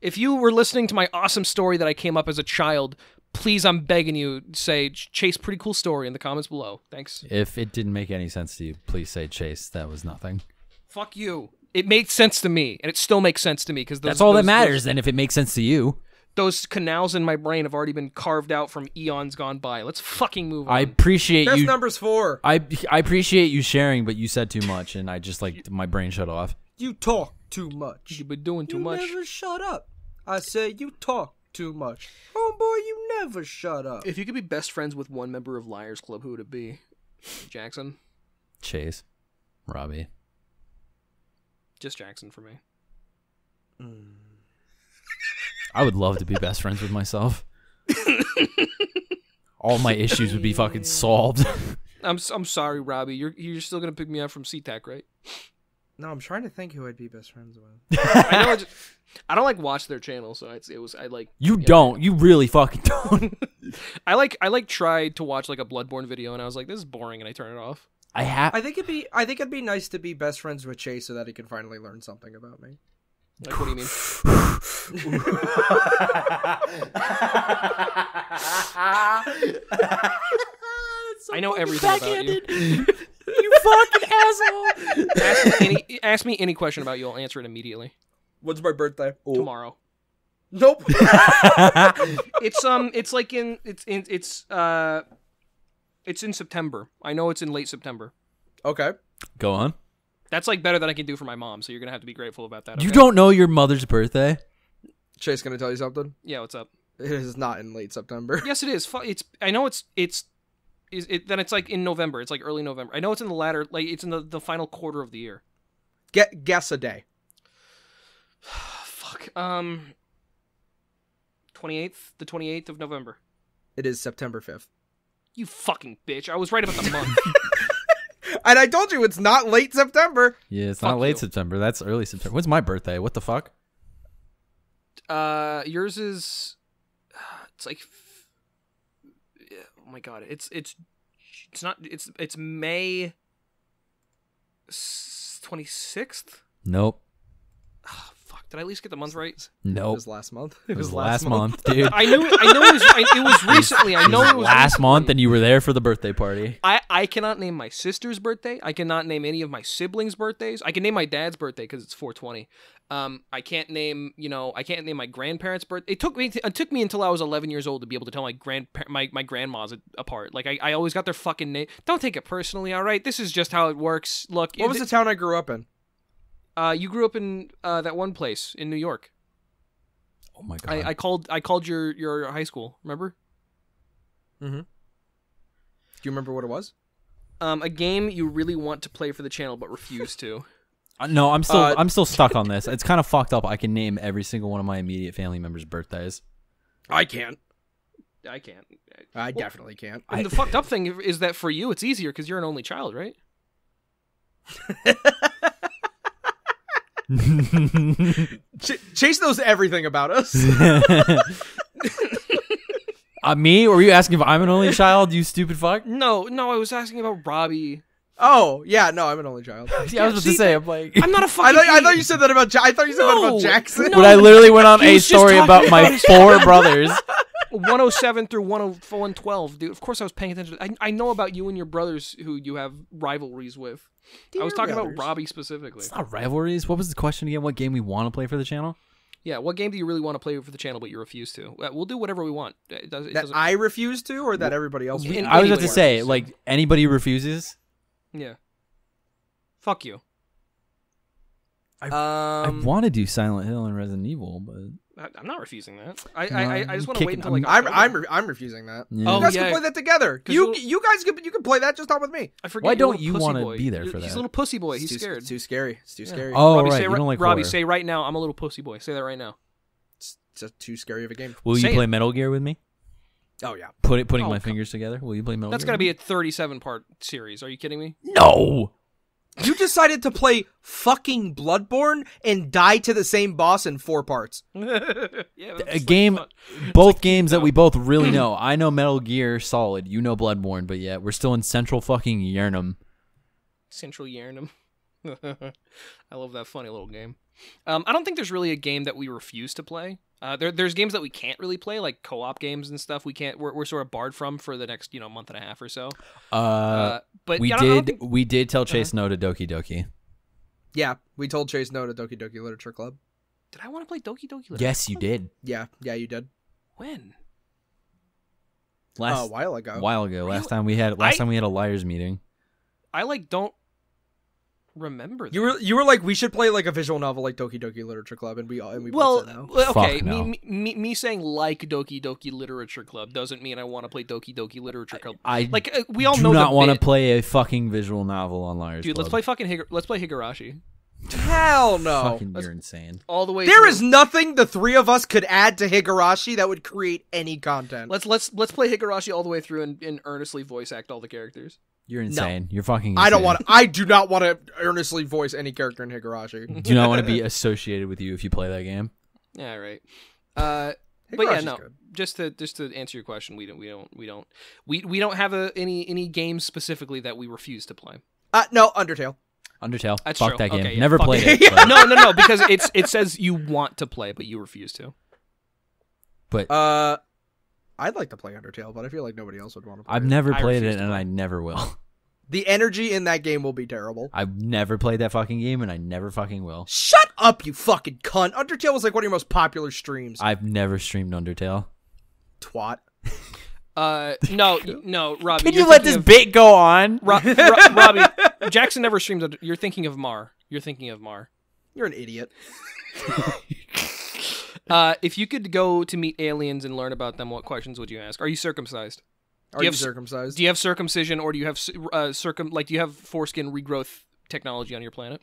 Speaker 2: if you were listening to my awesome story that I came up as a child, please, I'm begging you, say Ch- Chase, pretty cool story in the comments below. Thanks.
Speaker 5: If it didn't make any sense to you, please say Chase. That was nothing.
Speaker 2: Fuck you. It made sense to me, and it still makes sense to me because
Speaker 5: That's all that matters. Then, if it makes sense to you,
Speaker 2: Those, those canals in my brain have already been carved out from eons gone by. Let's fucking move on.
Speaker 5: I appreciate
Speaker 4: That's
Speaker 5: you.
Speaker 4: numbers four.
Speaker 5: I I appreciate you sharing, but you said too much, and I just like my brain shut off.
Speaker 4: You talk too much.
Speaker 2: You've been doing too
Speaker 4: you
Speaker 2: much.
Speaker 4: never shut up. I say you talk too much. Homeboy, you never shut up.
Speaker 2: If you could be best friends with one member of Liars Club, who would it be? Jackson.
Speaker 5: Chase, Robbie,
Speaker 2: Just Jackson for me.
Speaker 5: I would love to be best friends with myself. All my issues would be fucking solved. [laughs]
Speaker 2: I'm s- I'm sorry, Robbie. You're you're still gonna pick me up from SeaTac, right?
Speaker 4: No, I'm trying to think who I'd be best friends with.
Speaker 2: I know. I, just, I don't like watch their channel, so it's, it was I like
Speaker 5: You don't. You really fucking don't.
Speaker 2: I like I like tried to watch like a Bloodborne video, and I was like, this is boring, and I turned it off.
Speaker 5: I have.
Speaker 4: I think it'd be I think it'd be nice to be best friends with Chase so that he can finally learn something about [laughs] me.
Speaker 2: Like, what do you mean? I know everything about you.
Speaker 4: [laughs]
Speaker 5: you fucking asshole.
Speaker 2: Ask me, any, ask me any question about you, I'll answer it immediately
Speaker 4: When's my birthday? Oh.
Speaker 2: tomorrow.
Speaker 4: Nope. [laughs]
Speaker 5: [laughs]
Speaker 2: It's um, it's like in it's in it's uh, it's in September. I know it's in late September.
Speaker 4: okay.
Speaker 5: Go on.
Speaker 2: That's like better than I can do for my mom, so you're gonna have to be grateful about that.
Speaker 5: You
Speaker 2: okay?
Speaker 5: don't know your mother's birthday.
Speaker 4: Chase gonna tell you something?
Speaker 2: Yeah, what's up?
Speaker 4: It is not in late September. [laughs]
Speaker 2: Yes, it is. Fu- It's I know it's it's is it then it's like in November. It's like early November. I know it's in the latter, like it's in the, the final quarter of the year.
Speaker 4: Get guess a day.
Speaker 2: [sighs] Fuck. Um. Twenty eighth, the twenty eighth of November.
Speaker 4: It is September fifth.
Speaker 5: [laughs]
Speaker 2: You fucking bitch! I was right about the month.
Speaker 4: And I told you it's not late September.
Speaker 5: Yeah, it's not
Speaker 2: Fuck
Speaker 5: late
Speaker 2: you.
Speaker 5: September. That's early September. When's my birthday? What the fuck?
Speaker 2: Uh, yours is. [sighs] It's like. f- yeah, Oh my god! It's it's it's not it's it's May. Twenty sixth.
Speaker 5: Nope.
Speaker 2: Oh, fuck! Did I at least get the month right?
Speaker 4: It
Speaker 5: Nope.
Speaker 4: was last month.
Speaker 5: Oh. It was last month, dude.
Speaker 2: I knew I know it was I, it
Speaker 5: [laughs]
Speaker 2: was recently. [laughs] I know it was
Speaker 5: last month,
Speaker 2: recently.
Speaker 5: and you were there for the birthday party.
Speaker 2: I, I cannot name my sister's birthday. I cannot name any of my siblings' birthdays. I can name my dad's birthday because it's 420. Um, I can't name you know I can't name my grandparents' birth. It took me it took me until I was 11 years old to be able to tell my grandpa- my my grandmas a- apart. Like I, I always got their fucking name. Don't take it personally. All right, this is just how it works. Look,
Speaker 4: What was the
Speaker 2: it,
Speaker 4: town I grew up in?
Speaker 2: uh, you grew up in uh, that one place in New York.
Speaker 5: Oh my god.
Speaker 2: I, I called I called your your high school. Remember?
Speaker 4: Do you remember what it was?
Speaker 2: Um, a game you really want to play for the channel but refuse
Speaker 4: [laughs]
Speaker 2: to.
Speaker 5: Uh, no, I'm still
Speaker 4: Uh,
Speaker 5: I'm still stuck on [laughs] this. It's kind of fucked up. I can name every single one of my immediate family members' [laughs] birthdays.
Speaker 4: I can't.
Speaker 2: I can't.
Speaker 4: I definitely can't.
Speaker 2: And [laughs] the fucked up thing is that for you, it's easier because you're an only child, right?
Speaker 4: Ch- Chase knows everything about us.
Speaker 5: Uh, me? Were you asking if I'm an only child? You stupid [laughs] fuck.
Speaker 2: No, no, I was asking about Robbie.
Speaker 4: oh yeah, no, I'm an only child.
Speaker 5: Yeah, I was about to say. I'm like, [laughs]
Speaker 2: I'm not a
Speaker 4: I
Speaker 2: fucking.
Speaker 4: thought, I thought you said that about. Ja- I thought you said that
Speaker 2: No,
Speaker 4: about Jackson.
Speaker 2: no.
Speaker 5: when I literally went on
Speaker 2: He
Speaker 5: a
Speaker 2: was just
Speaker 5: story
Speaker 2: talking
Speaker 5: about
Speaker 2: about
Speaker 5: my
Speaker 2: his
Speaker 5: four brothers.
Speaker 2: 107 through 104 and 12, dude. Of course, I was paying attention. I, I know about you and your brothers who you have rivalries with. I was
Speaker 4: Dear
Speaker 2: talking
Speaker 4: brothers.
Speaker 2: about Robbie specifically.
Speaker 5: It's not rivalries. What was the question again? What game we want to play for the channel?
Speaker 2: Yeah, what game do you really want to play for the channel but you refuse to? Uh, We'll do whatever we want. It does, it
Speaker 4: That
Speaker 2: doesn't-
Speaker 4: I refuse to, or that everybody else.
Speaker 2: In-
Speaker 4: refused?
Speaker 5: I was about to
Speaker 2: Anywhere.
Speaker 5: say, like anybody refuses.
Speaker 2: yeah. Fuck you. Um,
Speaker 5: I want to do Silent Hill and Resident Evil, but
Speaker 2: I, I'm not refusing that. I
Speaker 5: No,
Speaker 2: I, I, I
Speaker 5: I'm
Speaker 2: just want to wait
Speaker 5: kicking-
Speaker 2: until like
Speaker 4: I'm
Speaker 2: October.
Speaker 4: I'm re- I'm refusing that.
Speaker 5: Yeah.
Speaker 2: Oh,
Speaker 4: you guys
Speaker 2: yeah.
Speaker 4: can play that together.
Speaker 2: 'Cause
Speaker 4: You
Speaker 2: you'll-
Speaker 4: you guys can you can play that just not with me.
Speaker 2: I forget.
Speaker 5: Why
Speaker 2: you're a
Speaker 5: don't
Speaker 2: little
Speaker 5: you
Speaker 2: pussy
Speaker 5: wanna
Speaker 2: boy.
Speaker 5: be there for
Speaker 2: He's
Speaker 5: that?
Speaker 2: a little pussy boy. He's
Speaker 4: It's too-
Speaker 2: scared.
Speaker 4: It's too scary. It's too scary.
Speaker 5: Oh,
Speaker 2: Robbie,
Speaker 5: right.
Speaker 2: say,
Speaker 5: You
Speaker 2: ri-
Speaker 5: don't like
Speaker 2: Robbie
Speaker 5: horror.
Speaker 2: say right now, I'm a little pussy boy. Say that right now.
Speaker 4: It's just too scary of a game.
Speaker 5: will
Speaker 2: Say
Speaker 5: you play
Speaker 2: it.
Speaker 5: Metal Gear with me?
Speaker 4: Oh yeah.
Speaker 5: Put it, putting
Speaker 2: Oh,
Speaker 5: my
Speaker 2: come-
Speaker 5: fingers together. Will you play Metal?
Speaker 2: That's
Speaker 5: Gear
Speaker 2: gonna
Speaker 5: with
Speaker 2: be a 37 part series. Are you kidding me? [laughs]
Speaker 5: me? no.
Speaker 4: You decided to play fucking Bloodborne and die to the same boss in four parts.
Speaker 2: Yeah,
Speaker 5: a game both games that we
Speaker 2: [clears throat]
Speaker 5: both really know. I know Metal Gear Solid, you know Bloodborne, but yeah, we're still in central fucking Yernum.
Speaker 2: Central Yarnum. [laughs] I love that funny little game. Um, I don't think there's really a game that we refuse to play. Uh, there, there's games that we can't really play, like co-op games and stuff. We can't. We're, we're sort of barred from for the next, you know, month and a half or so.
Speaker 5: Uh,
Speaker 2: Uh, but
Speaker 5: we
Speaker 2: yeah, I don't- I don't
Speaker 5: did
Speaker 2: think-
Speaker 5: we did
Speaker 2: Uh-huh.
Speaker 5: tell Chase no to Doki Doki.
Speaker 4: Yeah, we told Chase no to Doki Doki Literature Club.
Speaker 2: did I want to play Doki Doki? Literature?
Speaker 5: Yes, you did.
Speaker 4: Yeah, yeah, you did.
Speaker 2: When?
Speaker 5: Last
Speaker 4: oh, a while ago.
Speaker 5: while ago, last time we had last
Speaker 2: I-
Speaker 5: time we had a liars meeting.
Speaker 2: I like don't remember.
Speaker 4: You were you were like we should play like a visual novel like Doki Doki Literature Club and we all and we
Speaker 2: well,
Speaker 4: both said no.
Speaker 2: well, okay.
Speaker 5: Fuck no.
Speaker 2: me, me, me saying like Doki Doki Literature Club doesn't mean I want to play Doki Doki Literature Club.
Speaker 5: I
Speaker 2: like uh, we all
Speaker 5: do
Speaker 2: know
Speaker 5: not
Speaker 2: the
Speaker 5: want to
Speaker 2: bit.
Speaker 5: play a fucking visual novel on liars.
Speaker 2: Dude, let's play fucking Higa- let's play Higurashi
Speaker 4: Hell no.
Speaker 5: Fucking, you're insane.
Speaker 2: all the way.
Speaker 4: There
Speaker 2: through.
Speaker 4: is nothing the three of us could add to Higurashi that would create any content.
Speaker 2: Let's let's let's play Higurashi all the way through and, and earnestly voice act all the characters.
Speaker 5: You're insane. You're fucking. Insane.
Speaker 4: I don't want to. I do not want to earnestly voice any character in Higurashi.
Speaker 5: Do not want to
Speaker 2: [laughs]
Speaker 5: be associated with you if you play that game.
Speaker 2: Yeah, right. Uh, but yeah,
Speaker 4: Higurashi's
Speaker 2: no.
Speaker 4: good.
Speaker 2: Just to just to answer your question, we don't we don't we don't we we don't have a, any any games specifically that we refuse to play.
Speaker 4: Uh, no, Undertale.
Speaker 5: Undertale.
Speaker 2: That's
Speaker 5: fuck
Speaker 2: true.
Speaker 5: that game.
Speaker 2: Okay, yeah,
Speaker 5: Never
Speaker 2: fuck
Speaker 5: played
Speaker 2: it.
Speaker 5: it.
Speaker 2: [laughs]
Speaker 5: but,
Speaker 2: No, no, no, because it's it says you want to play but you refuse to.
Speaker 5: but
Speaker 4: Uh, I'd like to play Undertale, but I feel like nobody else would want to. Play
Speaker 5: I've
Speaker 4: it.
Speaker 5: never
Speaker 2: I
Speaker 5: played
Speaker 2: refuse
Speaker 5: it,
Speaker 2: to
Speaker 5: and
Speaker 2: play.
Speaker 5: I never will.
Speaker 4: The energy in that game will be terrible.
Speaker 5: I've never played that fucking game, and I never fucking will.
Speaker 4: Shut up, you fucking cunt! Undertale was like one of your most popular streams.
Speaker 5: I've never streamed Undertale.
Speaker 4: Twat.
Speaker 2: Uh,
Speaker 5: [laughs]
Speaker 2: no, y- no, Robbie.
Speaker 5: Can
Speaker 2: you're
Speaker 5: you let this
Speaker 2: thinking
Speaker 5: bit go on?
Speaker 2: of- Ro- Ro- Robbie, Jackson never streams. Under- you're thinking of Mar. You're thinking of Mar.
Speaker 4: You're an idiot.
Speaker 2: Uh, if you could go to meet aliens and learn about them, what questions would you ask? Are you circumcised?
Speaker 4: Are
Speaker 2: Do you
Speaker 4: you,
Speaker 2: have-
Speaker 4: circumcised?
Speaker 2: Do you have circumcision, or do you have c- uh, circum? Like, do you have foreskin regrowth technology on your planet?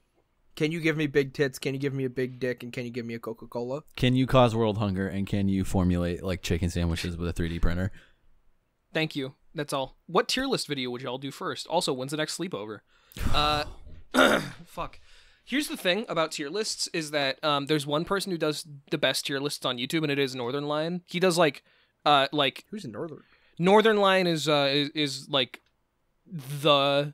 Speaker 4: Can you give me big tits? Can you give me a big dick? And can you give me a Coca Cola?
Speaker 5: Can you cause world hunger, and can you formulate like chicken sandwiches with a 3D printer?
Speaker 2: Thank you. That's all. What tier list video would y'all do first? Also, when's the next sleepover? Uh, [clears throat] fuck. Here's the thing about tier lists is that um, there's one person who does the best tier lists on YouTube, and it is Northern Lion. He does like, uh, like
Speaker 4: Who's in Northern?
Speaker 2: Northern Lion is uh is, is like the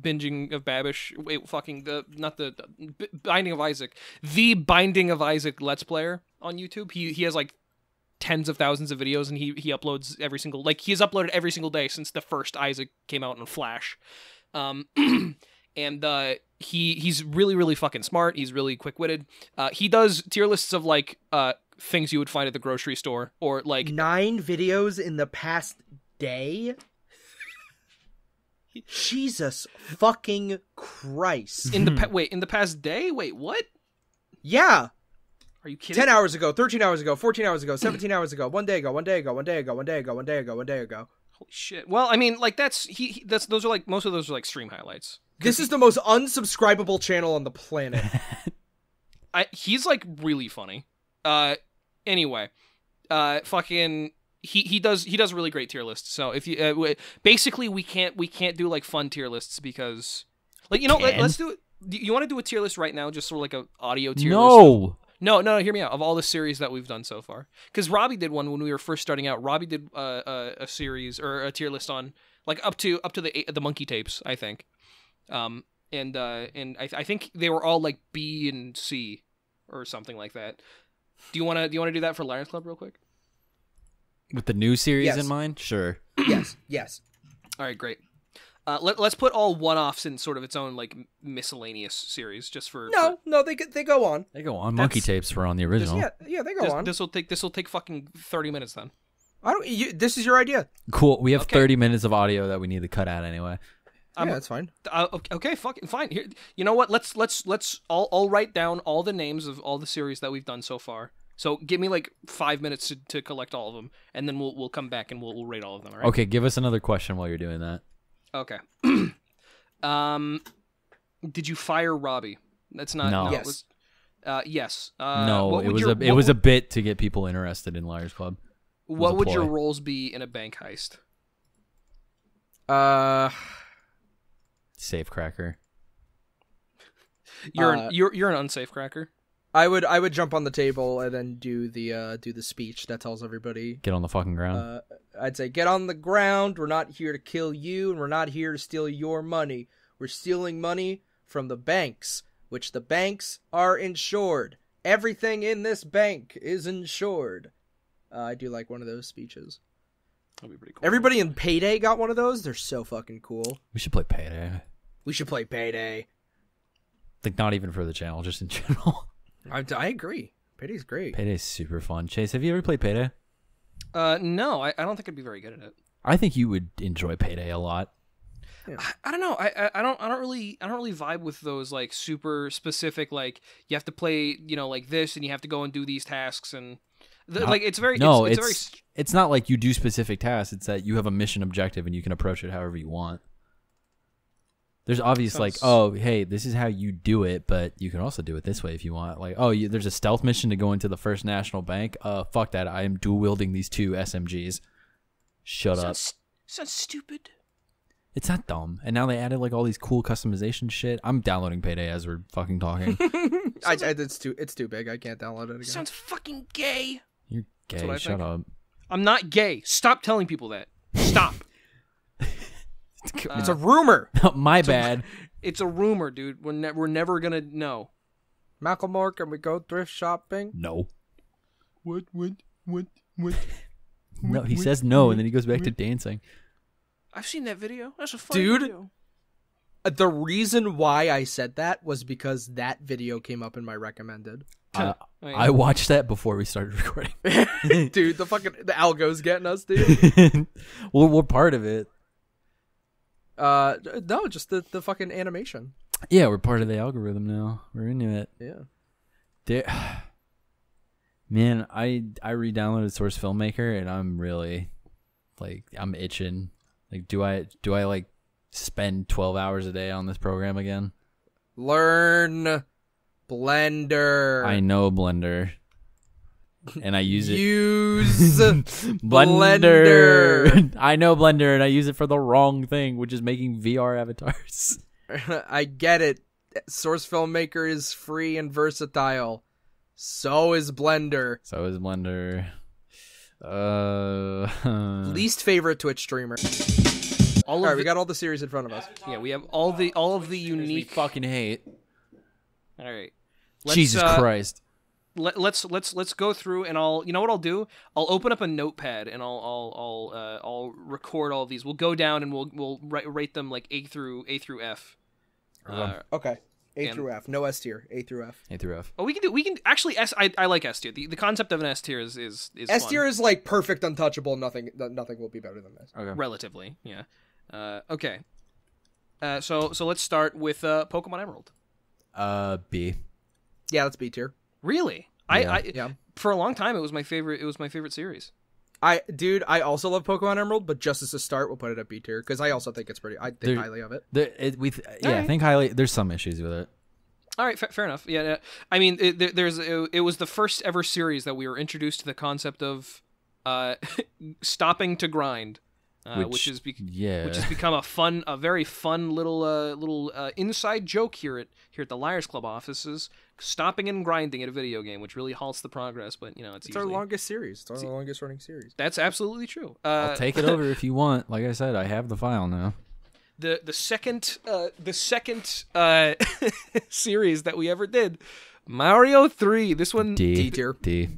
Speaker 2: binging of Babish. Wait, fucking the not the, the B- Binding of Isaac, the Binding of Isaac Let's Player on YouTube. He he has like tens of thousands of videos, and he he uploads every single like he's uploaded every single day since the first Isaac came out on Flash. Um, [clears throat] and uh, he he's really really fucking smart. He's really quick witted. Uh, he does tier lists of like uh things you would find at the grocery store or like
Speaker 4: Nine videos in the past day. [laughs] Jesus fucking
Speaker 2: [laughs]
Speaker 4: Christ!
Speaker 5: Hmm.
Speaker 2: in the pa- wait in the past day wait what
Speaker 4: Yeah,
Speaker 2: are you kidding
Speaker 4: ten hours ago, thirteen hours ago, fourteen hours ago, seventeen [clears throat] hours ago, one day ago, one day ago, one day ago, one day ago, one day ago, one day ago.
Speaker 2: holy shit well i mean like that's he, he that's those are like most of those are like stream highlights
Speaker 4: This is the most unsubscribable channel on
Speaker 2: [laughs]
Speaker 4: the planet.
Speaker 2: i he's like really funny uh anyway uh fucking he, he does he does really great tier lists. So if you uh, w- basically we can't we can't do like fun tier lists because like you know let,
Speaker 5: Can.
Speaker 2: us do it. do You want to do a tier list right now, just sort of like a audio tier list. of-
Speaker 5: no.
Speaker 2: No, no, no, hear me out. Of all the series that we've done so far, because Robbie did one when we were first starting out. Robbie did uh, a, a series or a tier list on like up to up to the the monkey tapes, I think. Um, and uh, and I, I think they were all like B and C or something like that. Do you wanna do you wanna do that for Lions Club real quick?
Speaker 5: With the new series
Speaker 4: Yes.
Speaker 5: in mind, sure.
Speaker 4: yes, yes.
Speaker 2: All right, great. Uh, let, let's put all one offs in sort of its own like miscellaneous series just for
Speaker 4: No, no, they go- they go on.
Speaker 5: They go on. Monkey
Speaker 2: That's-
Speaker 5: tapes were on the original.
Speaker 4: Yeah, yeah, they go
Speaker 2: This,
Speaker 4: on.
Speaker 2: this will take this will take fucking thirty minutes then.
Speaker 4: I don't. You, this is your idea.
Speaker 5: Cool. We have
Speaker 2: Okay.
Speaker 5: 30 minutes of audio that we need to cut out anyway.
Speaker 2: I'm-
Speaker 4: yeah, that's fine.
Speaker 2: Uh, ok- okay, fucking fine. Here, you know what? Let's let's let's. I'll I'll write down all the names of all the series that we've done so far. So give me like five minutes to, to collect all of them, and then we'll we'll come back and we'll we'll rate all of them. All right.
Speaker 5: Okay, give us another question while you're doing that.
Speaker 2: Okay. [clears throat] um, did you fire Robbie? That's not.
Speaker 5: No.
Speaker 2: it
Speaker 4: Yes.
Speaker 2: was- uh, yes. Uh,
Speaker 5: no,
Speaker 2: what
Speaker 5: it
Speaker 2: would
Speaker 5: was
Speaker 2: your,
Speaker 5: a it
Speaker 2: what
Speaker 5: was a
Speaker 2: would-
Speaker 5: bit to get people interested in Liars Club. was
Speaker 2: What
Speaker 5: a
Speaker 2: would your
Speaker 5: ploy.
Speaker 2: roles be in a bank heist?
Speaker 4: Uh,
Speaker 5: Safe cracker.
Speaker 2: You're
Speaker 4: Uh,
Speaker 2: an, you're you're an unsafe cracker.
Speaker 4: I would I would jump on the table and then do the uh do the speech that tells everybody.
Speaker 5: Get on the fucking ground.
Speaker 4: Uh, I'd say get on the ground. We're not here to kill you, and we're not here to steal your money. We're stealing money from the banks, which the banks are insured. Everything in this bank is insured. Uh, I do like one of those speeches.
Speaker 2: That'd be pretty cool.
Speaker 4: Everybody in Payday got one of those. They're so fucking cool.
Speaker 5: we should play Payday.
Speaker 4: We should play Payday.
Speaker 5: Like not even for the channel, just in general. [laughs]
Speaker 4: I, I agree. Payday's great.
Speaker 5: Payday's super fun. Chase, have you ever played Payday?
Speaker 2: Uh, no, I, I don't think I'd be very good at it.
Speaker 5: I think you would enjoy Payday a lot.
Speaker 2: I- I don't know. I, I I don't I don't really I don't really vibe with those like super specific like you have to play you know like this and you have to go and do these tasks and the,
Speaker 5: No-
Speaker 2: like it's very
Speaker 5: no,
Speaker 2: it's,
Speaker 5: it's
Speaker 2: it's,
Speaker 5: it's, not like you do specific tasks. It's that you have a mission objective and you can approach it however you want. There's obvious like,
Speaker 2: Sounds-
Speaker 5: oh, hey, this is how you do it, but you can also do it this way if you want. Like, oh, you, there's a stealth mission to go into the First National Bank. Uh, fuck that. I am dual wielding these two SMGs. Shut
Speaker 2: very
Speaker 5: up.
Speaker 2: sounds, st- sounds stupid.
Speaker 5: It's not dumb. And now they added like all these cool customization shit. I'm downloading Payday as we're
Speaker 2: [laughs]
Speaker 5: fucking talking.
Speaker 4: I, I, it's too it's too big. I can't download it again.
Speaker 2: Sounds fucking gay.
Speaker 5: You're
Speaker 2: what I
Speaker 5: gay. Shut
Speaker 2: think.
Speaker 5: up.
Speaker 2: I'm not gay. Stop telling people that. Stop. Uh,
Speaker 4: it's a rumor.
Speaker 5: [laughs] Oh, My bad.
Speaker 2: It's a rumor, dude. We're ne- we're never gonna know.
Speaker 4: Macklemore, can we go thrift shopping?
Speaker 5: No.
Speaker 1: What, what, what, what?
Speaker 5: No, he says no, and then he goes back to dancing.
Speaker 2: I've seen that video. That's a funny
Speaker 4: Dude.
Speaker 2: video.
Speaker 4: Uh, The reason why I said that was because that video came up in my [laughs] recommended.
Speaker 5: I,
Speaker 2: Oh, yeah.
Speaker 5: Uh, I watched that before we started [laughs] recording.
Speaker 4: dude, the fucking the algo's getting us, [laughs] dude.
Speaker 5: well, we're part of it.
Speaker 4: Uh, no, just the the fucking animation.
Speaker 5: Yeah, we're part of the algorithm now. We're into it.
Speaker 4: Yeah.
Speaker 5: There, [sighs] man, I I re-downloaded Source Filmmaker, and I'm really like I'm itching. Like, do I do I like spend 12 hours a day on this program again?
Speaker 4: Learn Blender.
Speaker 5: I know Blender. and I use it. [laughs]
Speaker 4: [laughs] Use
Speaker 5: Blender. I know Blender, and I use it for the wrong thing, which is making VR avatars. [laughs]
Speaker 4: I get it. Source Filmmaker is free and versatile. So is Blender.
Speaker 5: So is Blender. Uh, [laughs]
Speaker 4: Least favorite Twitch streamer.
Speaker 2: All
Speaker 4: All
Speaker 2: of
Speaker 4: right,
Speaker 2: the,
Speaker 4: we got all the series in front of us.
Speaker 2: yeah, we have all the all of the
Speaker 5: we
Speaker 2: unique.
Speaker 5: fucking hate.
Speaker 2: All right. Let's,
Speaker 5: Jesus
Speaker 2: uh,
Speaker 5: Christ.
Speaker 2: Let, let's let's let's go through and I'll you know what I'll do? I'll open up a notepad and I'll I'll I'll uh, I'll record all these. We'll go down and we'll we'll ri- rate them like A through A through F. Uh,
Speaker 4: Okay. A
Speaker 2: And-
Speaker 4: through F. No S tier. A through F.
Speaker 5: A through F.
Speaker 2: oh, we can do we can actually S I, I like S tier. The, the concept of an S tier is is is
Speaker 4: S
Speaker 2: fun.
Speaker 4: tier is like perfect, untouchable. Nothing, nothing will be better than this.
Speaker 5: Okay.
Speaker 2: relatively yeah uh, okay uh, so so let's start with uh, pokemon emerald
Speaker 5: Uh, B.
Speaker 4: Yeah, that's B tier.
Speaker 2: really I,
Speaker 5: Yeah.
Speaker 2: I
Speaker 4: Yeah.
Speaker 2: for a long time it was my favorite it was my favorite series
Speaker 4: I, dude, I also love Pokemon Emerald, but just as a start, we'll put it at B tier because I also think it's pretty. I think
Speaker 5: There-
Speaker 4: highly of it.
Speaker 5: There, it, we th- yeah,
Speaker 2: Alright.
Speaker 5: I think highly. There's some issues with it.
Speaker 2: all right fa- fair enough yeah, yeah. i mean it, there- there's it, it was the first ever series that we were introduced to the concept of uh, [laughs] stopping to grind uh, which,
Speaker 5: Which-
Speaker 2: is bec
Speaker 5: Yeah.
Speaker 2: which has become a fun, a very fun little uh, little uh, inside joke here at here at the Liars Club offices. Stopping and grinding at a video game, which really halts the progress, but you know it's,
Speaker 4: It's our
Speaker 2: usually-
Speaker 4: longest series. It's e- our longest running series.
Speaker 2: That's absolutely true. Uh,
Speaker 5: I'll
Speaker 2: [laughs]
Speaker 5: take it over if you want. Like I said, I have the file now.
Speaker 2: the the second uh, the second uh, [laughs] series that we ever did, Mario Three. This one,
Speaker 5: D.
Speaker 4: D tier.
Speaker 5: D.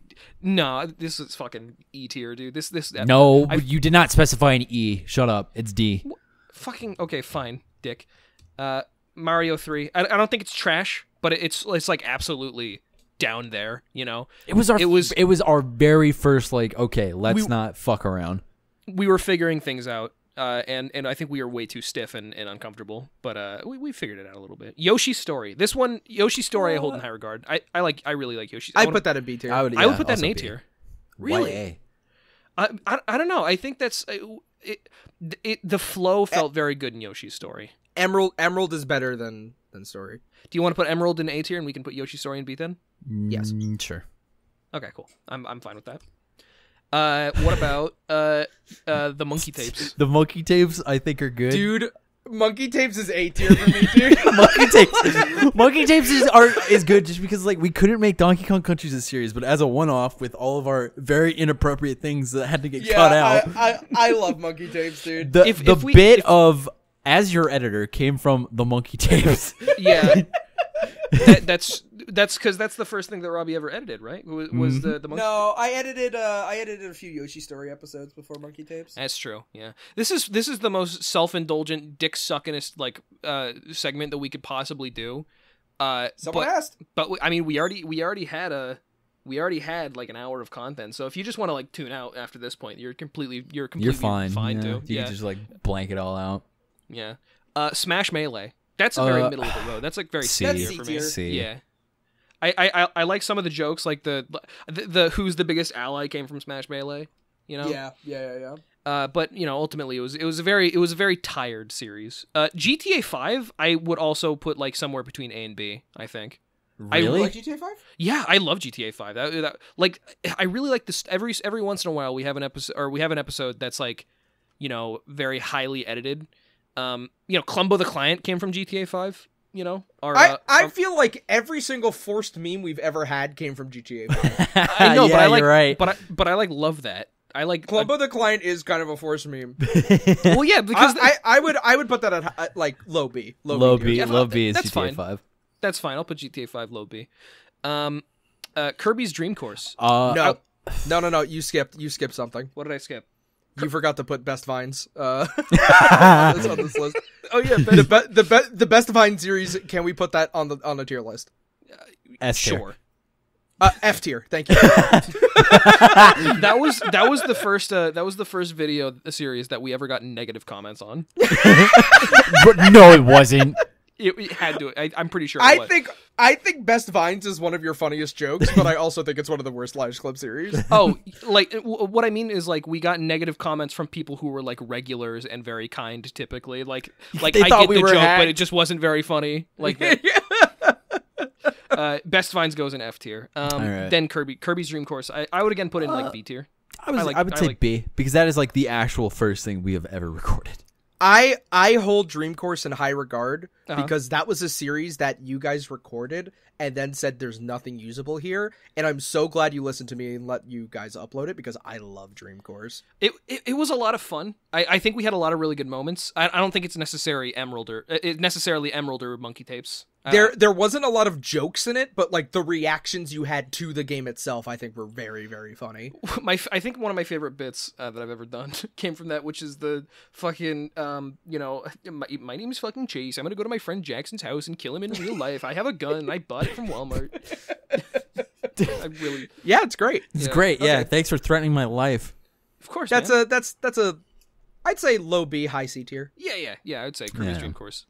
Speaker 2: no, this is fucking E tier, dude. This this that
Speaker 5: No,
Speaker 2: I-
Speaker 5: you did not specify an E. Shut up. It's D.
Speaker 2: fucking okay, fine, dick. Uh, Mario Three. I, I don't think it's trash, but it, it's it's like absolutely down there. You know,
Speaker 5: It was our.
Speaker 2: It was-
Speaker 5: It was our very first. Like, okay, let's
Speaker 2: We-
Speaker 5: not fuck around.
Speaker 2: we were figuring things out. Uh, and and I think we are way too stiff and, and uncomfortable, but uh, we, we figured it out a little bit. Yoshi's story. This one, Yoshi's story, I hold in high regard. I, I like I really like Yoshi.
Speaker 4: I
Speaker 2: wanna-
Speaker 4: put that in B tier.
Speaker 5: would. e-
Speaker 2: I would put that in
Speaker 5: also
Speaker 2: A
Speaker 5: B.
Speaker 2: tier.
Speaker 5: Why A?
Speaker 2: I, I, I don't know. I think that's it, it, it. The flow felt very good in Yoshi's story.
Speaker 4: Emerald Emerald is better than than Story.
Speaker 2: Do you want to put Emerald in A tier and we can put Yoshi's story in B then?
Speaker 4: Yes.
Speaker 5: Mm, sure.
Speaker 2: Okay, cool. I'm I'm fine with that. Uh, what about uh, uh, the
Speaker 5: [laughs]
Speaker 2: monkey tapes?
Speaker 5: The monkey tapes I think are good.
Speaker 4: Dude, Monkey Tapes is A tier for [laughs] me, dude.
Speaker 5: [laughs] monkey tapes. monkey tapes is are is good just because like we couldn't make Donkey Kong Country a series, but as a one off with all of our very inappropriate things that had to get cut out.
Speaker 4: I, I, I love Monkey Tapes, dude.
Speaker 5: the
Speaker 2: If-
Speaker 5: the
Speaker 2: if we-
Speaker 5: bit of as your editor came from the
Speaker 2: [laughs]
Speaker 5: monkey tapes.
Speaker 2: Yeah, that, that's that's because that's the first thing that Robbie ever edited, right? Was, was the
Speaker 5: Mm-hmm.
Speaker 2: the monkey?
Speaker 4: no, I edited uh I edited a few Yoshi Story episodes before Monkey Tapes.
Speaker 2: That's true. Yeah, this is this is the most self indulgent, dick suckinest like uh, segment that we could possibly do. Uh,
Speaker 4: Someone
Speaker 2: but-
Speaker 4: asked.
Speaker 2: but we, I mean, we already we already had a we already had like an hour of content. So if you just want to like tune out after this point, you're completely you're completely
Speaker 5: You're fine.
Speaker 2: Fine
Speaker 5: yeah.
Speaker 2: too.
Speaker 5: You
Speaker 2: yeah,
Speaker 5: can just like blank it all out.
Speaker 2: yeah. Uh, Smash Melee. That's a very
Speaker 5: Uh,
Speaker 2: middle of the road. That's like very
Speaker 5: [sighs]
Speaker 2: C
Speaker 5: C.
Speaker 4: That's
Speaker 2: for
Speaker 4: C
Speaker 2: me.
Speaker 4: tier.
Speaker 5: C.
Speaker 2: Yeah. I, I I- I like some of the jokes, like the, the the who's the biggest ally came from Smash Melee, you know.
Speaker 4: Yeah, yeah, yeah, yeah.
Speaker 2: Uh, but you know, ultimately it was it was a very it was a very tired series. Uh, GTA Five I would also put like somewhere between A and B. I think. I
Speaker 5: Really?
Speaker 4: Like GTA Five?
Speaker 2: Yeah, I love GTA Five. That, that like I really like this. Every every once in a while, we have an episode or we have an episode that's like, you know, very highly edited. Um, you know, Clumbo the Client came from GTA Five. You know, or
Speaker 4: I,
Speaker 2: uh,
Speaker 4: I
Speaker 2: um,
Speaker 4: feel like every single forced meme we've ever had came from GTA Five.
Speaker 2: uh,
Speaker 5: [laughs]
Speaker 2: I know, but I like,
Speaker 5: you're right.
Speaker 2: but I but I like love that. I like
Speaker 4: Club of the Client is kind of a forced meme.
Speaker 2: I- well, yeah, because
Speaker 4: [laughs] I, I, I would I would put that at hi- at like low B. Low,
Speaker 5: low
Speaker 4: B.
Speaker 5: B,
Speaker 4: tier.
Speaker 2: Yeah,
Speaker 5: low
Speaker 2: but
Speaker 5: B is
Speaker 2: uh, that's
Speaker 5: GTA
Speaker 2: fine.
Speaker 5: Five.
Speaker 2: that's fine. I'll put GTA Five low B. Um, uh, Kirby's Dream Course.
Speaker 5: Uh,
Speaker 4: No. No, no, no. You skipped you skipped something.
Speaker 2: What did I skip?
Speaker 4: You forgot to put best vines. Uh, [laughs] that's on this list. Oh yeah, the be- the be- the best vine series. Can we put that on the on the tier list?
Speaker 5: S tier.
Speaker 2: Sure.
Speaker 4: Uh, F tier. Thank you. [laughs]
Speaker 2: that was that was the first uh, that was the first video uh, series that we ever got negative comments on.
Speaker 5: [laughs] But no, it wasn't.
Speaker 2: It, it had to. I, I'm pretty sure. It
Speaker 4: I
Speaker 2: was.
Speaker 4: think I think best vines is one of your funniest jokes, but I also think it's one of the worst Liars Club series.
Speaker 5: [laughs]
Speaker 2: oh, like w- what I mean is like we got negative comments from people who were like regulars and very kind typically.
Speaker 5: [laughs]
Speaker 2: Like like
Speaker 5: They
Speaker 2: I
Speaker 5: thought
Speaker 2: get
Speaker 5: we
Speaker 2: the
Speaker 5: were
Speaker 2: joke, but
Speaker 5: hacked. [laughs]
Speaker 2: it just wasn't very funny. Like that. uh, Best Finds goes in F tier. Um,
Speaker 5: All right. Uh.
Speaker 2: Then Kirby, Kirby's Dream Course. I, I would again put in like B tier.
Speaker 5: I,
Speaker 2: [laughs] I
Speaker 5: was, I,
Speaker 2: like-
Speaker 5: would
Speaker 2: I
Speaker 5: say
Speaker 2: like-
Speaker 5: B because that is like the actual first thing we have ever recorded.
Speaker 4: I I hold Dream Course in high regard
Speaker 2: Uh-huh.
Speaker 4: because that was a series that you guys recorded and then said there's nothing usable here, and I'm so glad you listened to me and let you guys upload it because I love Dream Course.
Speaker 2: It, it, it was a lot of fun. I, I think we had a lot of really good moments. I, I don't think it's necessary Emerald or uh, it necessarily Emerald or Monkey Tapes.
Speaker 5: Uh-huh.
Speaker 2: I-
Speaker 4: There there wasn't a lot of jokes in it, but like the reactions you had to the game itself, I think were very very
Speaker 5: [laughs]
Speaker 4: funny.
Speaker 2: [laughs] my f- I think one of my favorite bits uh, that I've ever done [laughs] came from that, which is the fucking um you know [laughs] my, my name's fucking Chase. I'm gonna go to my friend Jackson's house and kill him in real life. I have a gun. and I bought it from Walmart. [laughs] I really,
Speaker 4: Yeah, it's great.
Speaker 5: It's
Speaker 2: Yeah.
Speaker 5: great. Yeah, thanks for threatening my life.
Speaker 2: of course,
Speaker 4: That's
Speaker 2: man.
Speaker 4: a that's that's a I'd say low B high C tier.
Speaker 2: yeah, yeah, yeah. I'd say Kirby's
Speaker 5: Yeah.
Speaker 2: Dream Course.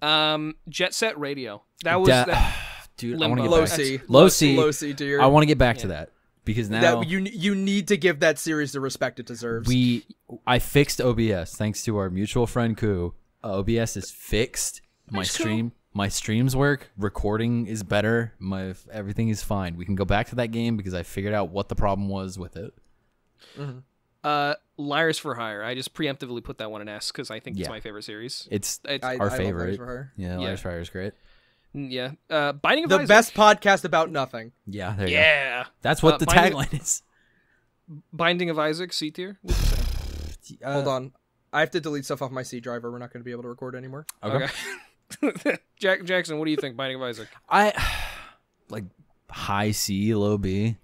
Speaker 2: Um, Jet Set Radio. That was
Speaker 5: Da-
Speaker 2: that,
Speaker 5: [sighs] Dude, I
Speaker 2: Limbo.
Speaker 5: want to get
Speaker 4: Low
Speaker 5: back.
Speaker 4: C.
Speaker 5: [laughs] Low C.
Speaker 4: Low C tier.
Speaker 5: I want to get back to that because now
Speaker 4: that you you need to give that series the respect it deserves.
Speaker 5: we I fixed OBS thanks to our mutual friend Koo. Uh, OBS is fixed. My
Speaker 2: Nice, Koo.
Speaker 5: stream, my streams work. Recording is better. My everything is fine. We can go back to that game because I figured out what the problem was with it.
Speaker 2: uh Liars for Hire. I just preemptively put that one in S because I think it's
Speaker 5: Yeah.
Speaker 2: my favorite series.
Speaker 5: It's
Speaker 2: It's,
Speaker 4: I-
Speaker 5: our
Speaker 4: I love
Speaker 5: favorite.
Speaker 4: Lies for Hire.
Speaker 5: Yeah,
Speaker 2: Yeah.
Speaker 5: Liars Fire is great.
Speaker 2: yeah. Uh, [laughs] Binding of
Speaker 4: the
Speaker 2: Isaac.
Speaker 4: best podcast about nothing.
Speaker 5: Yeah, there you go.
Speaker 2: Yeah.
Speaker 5: That's what
Speaker 2: Uh,
Speaker 5: the
Speaker 2: Binding-
Speaker 5: tagline [laughs] is.
Speaker 2: Binding of Isaac C tier.
Speaker 4: Hold on. I have to delete stuff off my C drive or we're not going to be able to record anymore.
Speaker 5: Uh, Okay.
Speaker 2: Okay. [laughs] Jack Jackson, what do you think, Binding of Isaac?
Speaker 5: I [sighs] like high C, low B.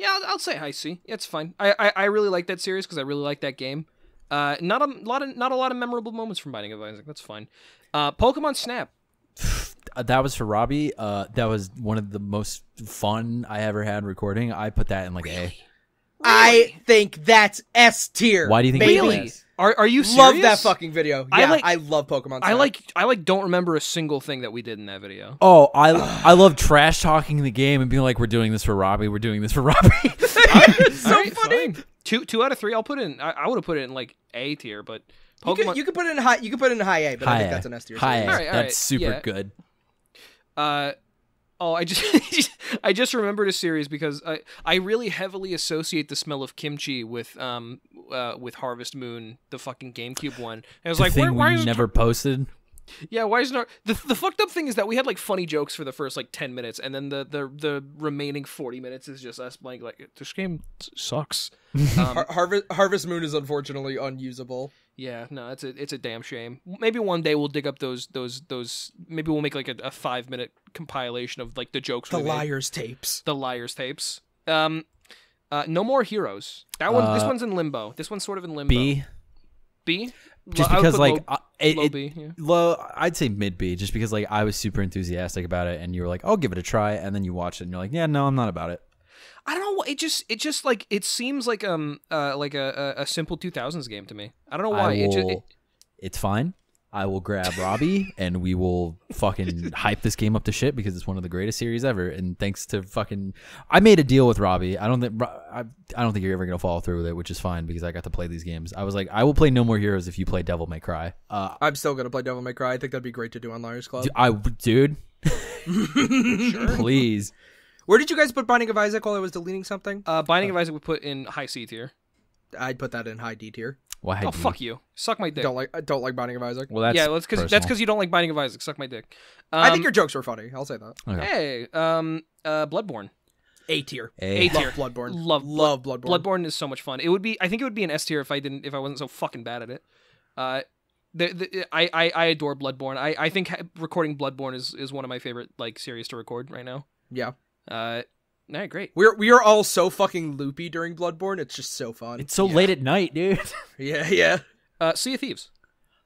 Speaker 2: Yeah, I'll, I'll say high C. It's fine. I, I, I really like that series because I really like that game. Uh, not a lot of not a lot of memorable moments from Binding of Isaac. That's fine. Uh, Pokemon Snap.
Speaker 5: Uh, that was for Robbie. Uh, that was one of the most fun I ever had recording. I put that in like A.
Speaker 4: I think that's S tier.
Speaker 5: Why do you think
Speaker 4: baby.
Speaker 5: it's
Speaker 2: Really? Are are you serious?
Speaker 4: Love that fucking video. Yeah,
Speaker 2: I
Speaker 4: I,
Speaker 2: like-
Speaker 4: love Pokemon.
Speaker 2: I
Speaker 4: Snap.
Speaker 2: like [laughs] I like don't remember a single thing that we did in that video.
Speaker 5: Oh,
Speaker 2: [sighs]
Speaker 5: I I love trash talking the game and being like, we're doing this for Robbie. We're doing this for [laughs] Robbie.
Speaker 4: it's [laughs] so
Speaker 2: All right,
Speaker 4: funny.
Speaker 2: fine. Two two out of three. I'll put it in. I, I would have put it in like A tier, but
Speaker 4: You
Speaker 2: Pokemon.
Speaker 4: could, you could put it in high. You could put it in high A, but I think
Speaker 5: Hi,
Speaker 4: that's an S tier.
Speaker 5: hi,
Speaker 4: series.
Speaker 2: All right, all
Speaker 5: that's
Speaker 2: right,
Speaker 5: super
Speaker 2: yeah.
Speaker 5: good.
Speaker 2: Uh, oh, I just [laughs] I just remembered a series because I I really heavily associate the smell of kimchi with um uh, with Harvest Moon, the fucking GameCube one. And I was
Speaker 5: The
Speaker 2: like, why,
Speaker 5: thing
Speaker 2: why
Speaker 5: we
Speaker 2: is
Speaker 5: never posted.
Speaker 2: yeah, why is not the the fucked up thing is that we had like funny jokes for the first like ten minutes, and then the the the remaining forty minutes is just us like like this game s-
Speaker 5: [laughs]
Speaker 2: sucks. Um,
Speaker 4: Har- Harvest Harvest Moon is unfortunately unusable.
Speaker 2: yeah, no, it's a it's a damn shame. Maybe one day we'll dig up those those those. Maybe we'll make like a, a five minute compilation of like the jokes.
Speaker 4: The
Speaker 2: we made.
Speaker 4: liars tapes.
Speaker 2: the liars tapes. Um, uh, no more heroes. That one. this
Speaker 5: Uh,
Speaker 2: one's in limbo. This one's sort of in limbo.
Speaker 5: B,
Speaker 2: B.
Speaker 5: just
Speaker 2: Lo- I would
Speaker 5: because
Speaker 2: put
Speaker 5: like
Speaker 2: low,
Speaker 5: I, it,
Speaker 2: low
Speaker 5: it-
Speaker 2: B. Yeah.
Speaker 5: low, I'd say mid B, just because like I was super enthusiastic about it, and you were like, "I'll give it a try," and then you watch it, and you're like, "Yeah, no, I'm not about it."
Speaker 2: I don't know. why- It just it just like it seems like um uh like a a, a simple two thousands game to me. I don't know why.
Speaker 5: I
Speaker 2: It just,
Speaker 5: will- it's fine. I will grab Robbie and we will
Speaker 2: [laughs]
Speaker 5: fucking hype this game up to shit because it's one of the greatest series ever. And thanks to fucking, I made a deal with Robbie. I don't think Ro- I, I don't think you're ever gonna follow through with it, which is fine because I got to play these games. I was like, I will play No More Heroes if you play Devil May Cry. Uh,
Speaker 4: I'm still gonna play Devil May Cry. I think that'd be great to do on Liars Club.
Speaker 5: d-
Speaker 4: [laughs]
Speaker 5: I dude, please.
Speaker 4: Where did you guys put Binding of Isaac while I was deleting something?
Speaker 2: uh, Binding of Isaac would put in high C tier.
Speaker 4: I'd put that in high D tier.
Speaker 5: Why?
Speaker 2: Oh
Speaker 5: do-
Speaker 2: fuck you! Suck my dick.
Speaker 4: Don't like I don't like Binding of Isaac.
Speaker 5: Well, that's
Speaker 2: yeah, that's because that's
Speaker 5: personal.
Speaker 2: because you don't like Binding of Isaac. Suck my dick. Um,
Speaker 4: I think your jokes were funny. I'll say that.
Speaker 2: Hey, um, uh, Bloodborne.
Speaker 4: A tier.
Speaker 5: A.
Speaker 2: A tier.
Speaker 4: Love Bloodborne.
Speaker 2: Love
Speaker 4: love Bloodborne.
Speaker 2: Bloodborne is so much fun. It would be, I think it would be an S tier if I didn't, if I wasn't so fucking bad at it. Uh, the, the, I, I, I adore Bloodborne. I, I think ha- recording Bloodborne is, is one of my favorite like series to record right now.
Speaker 4: Yeah,
Speaker 2: Uh, all right, great.
Speaker 4: we're we are all so fucking loopy during Bloodborne. It's just so fun.
Speaker 5: It's so late at night, dude. [laughs]
Speaker 2: [laughs]
Speaker 4: yeah, yeah.
Speaker 2: Uh, Sea of Thieves.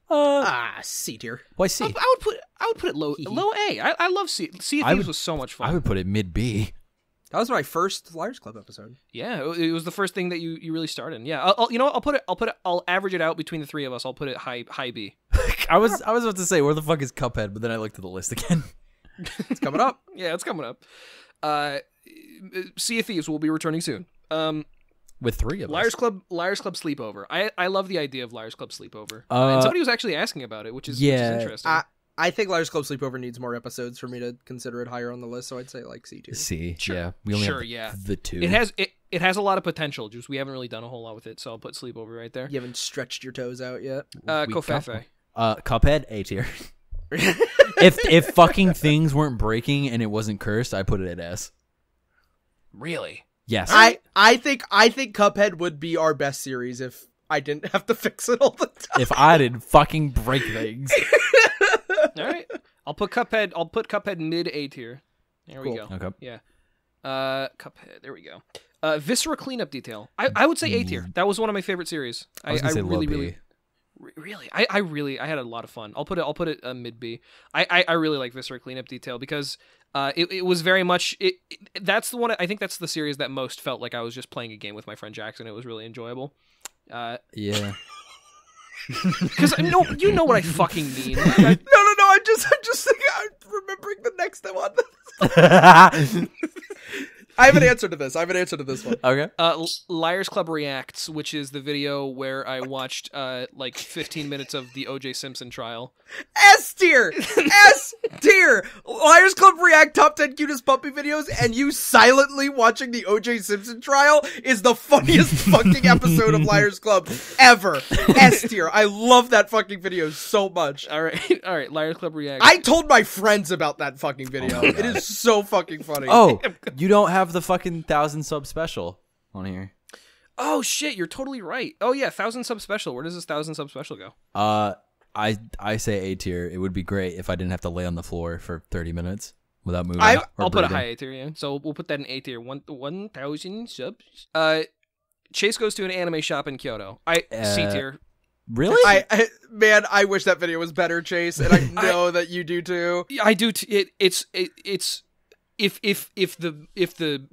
Speaker 5: Uh,
Speaker 4: Ah, C tier.
Speaker 5: why
Speaker 2: I,
Speaker 5: see?
Speaker 2: I would put, I would put it low, low A. I, I love Sea, sea of
Speaker 5: I
Speaker 2: Thieves
Speaker 5: would-
Speaker 2: was so much fun.
Speaker 5: I would put it mid B.
Speaker 4: That was my first Liars Club episode.
Speaker 2: Yeah, it it was the first thing that you, you really started. in. Yeah, I'll, I'll- you know, what? I'll put it, I'll put it, I'll average it out between the three of us. I'll put it high, high B.
Speaker 5: I was I was about to say where the fuck is Cuphead, but then I looked at the list again. [laughs]
Speaker 4: It's coming up. [laughs]
Speaker 2: Yeah, it's coming up. Uh, sea of Thieves will be returning soon. Um,
Speaker 5: with three of
Speaker 2: Liars
Speaker 5: us.
Speaker 2: Club, Liars Club sleepover. I I love the idea of Liars Club sleepover.
Speaker 5: Uh,
Speaker 2: and somebody was actually asking about it, which is, which
Speaker 5: yeah,
Speaker 2: is interesting.
Speaker 4: I I think Liars Club Sleepover needs more episodes for me to consider it higher on the list, so I'd say like C two.
Speaker 5: See,
Speaker 2: Sure.
Speaker 5: yeah, we only
Speaker 2: Sure,
Speaker 5: have the,
Speaker 2: yeah.
Speaker 5: the two.
Speaker 2: It has it, it has a lot of potential. Just we haven't really done a whole lot with it, so I'll put sleepover right there.
Speaker 4: You haven't stretched your toes out
Speaker 2: [laughs]
Speaker 4: yet.
Speaker 2: Uh,
Speaker 5: We got one.
Speaker 2: Kofefe.
Speaker 5: uh, Cuphead A tier. [laughs] if if fucking things weren't breaking and it wasn't cursed, I put it at S.
Speaker 2: Really?
Speaker 5: Yes,
Speaker 4: I I think I think Cuphead would be our best series if I didn't have to [laughs] fix it all the
Speaker 5: [laughs]
Speaker 4: time.
Speaker 5: if I did fucking break things,
Speaker 2: All right. I'll put Cuphead. I'll put Cuphead mid A tier. There we
Speaker 4: Cool.
Speaker 2: go.
Speaker 5: okay.
Speaker 2: Uh, Cuphead. There we go. Uh, Viscera cleanup detail. I, I would say A tier. That was one of my favorite series.
Speaker 5: Mm. I was
Speaker 2: I,
Speaker 5: gonna say
Speaker 2: really
Speaker 5: low B.
Speaker 2: really re- really I, I really I had a lot of fun. I'll put it I'll put it uh, mid B. I, I I really like Viscera cleanup detail because uh it, it was very much it, it that's the one I think that's the series that most felt like I was just playing a game with my friend Jackson. It was really enjoyable. Uh,
Speaker 5: Yeah, [laughs]
Speaker 2: because no, you know what I fucking mean.
Speaker 4: no, no, no. I'm just I'm just thinking, I'm remembering the next one. [laughs] I
Speaker 5: [laughs]
Speaker 4: have an answer to this. I have an answer to this one.
Speaker 5: okay.
Speaker 2: uh, L- Liars Club Reacts, which is the video where I watched uh, like 15 minutes of the O.J. Simpson trial.
Speaker 4: S tier, S tier. Liars Club React top ten cutest puppy videos, and you silently watching the O.J. Simpson trial is
Speaker 5: [laughs]
Speaker 4: the funniest fucking episode of Liars Club ever. S tier. I love that fucking video so much.
Speaker 2: All right, [laughs] all right, Liars Club Reacts.
Speaker 4: I told my friends about that fucking video. it is so fucking funny.
Speaker 5: Oh, you don't have the fucking thousand sub special on here.
Speaker 2: oh shit, you're totally right. Oh yeah, thousand sub special. Where does this thousand sub special go?
Speaker 5: Uh, I I say A tier. It would be great if I didn't have to lay on the floor for thirty minutes without moving.
Speaker 4: I-
Speaker 5: or
Speaker 2: I'll put a
Speaker 5: breathing.
Speaker 2: high A tier. Yeah. So we'll put that in A tier. One one thousand subs. Uh, Chase goes to an anime shop in Kyoto. I C
Speaker 5: Uh,
Speaker 2: tier.
Speaker 5: Really?
Speaker 4: I, I man, I wish that video was better, Chase, and I know that you do too.
Speaker 2: Yeah, I do. T- it, it's it, it's if if if the if the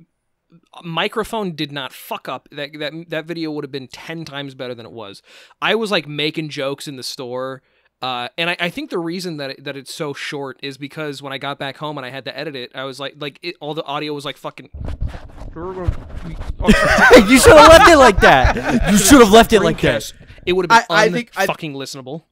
Speaker 2: microphone did not fuck up that that that video would have been ten times better than it was. I was like making jokes in the store. Uh, and I, I think the reason that it, that it's so short is because when I got back home and I had to edit it, I was like, like it, all the audio was like fucking.
Speaker 5: [laughs] you should have left it like that. You should have left it like that.
Speaker 2: Yes, it would have been
Speaker 4: I- I
Speaker 2: I,
Speaker 4: think
Speaker 2: think
Speaker 4: I-
Speaker 2: fucking listenable.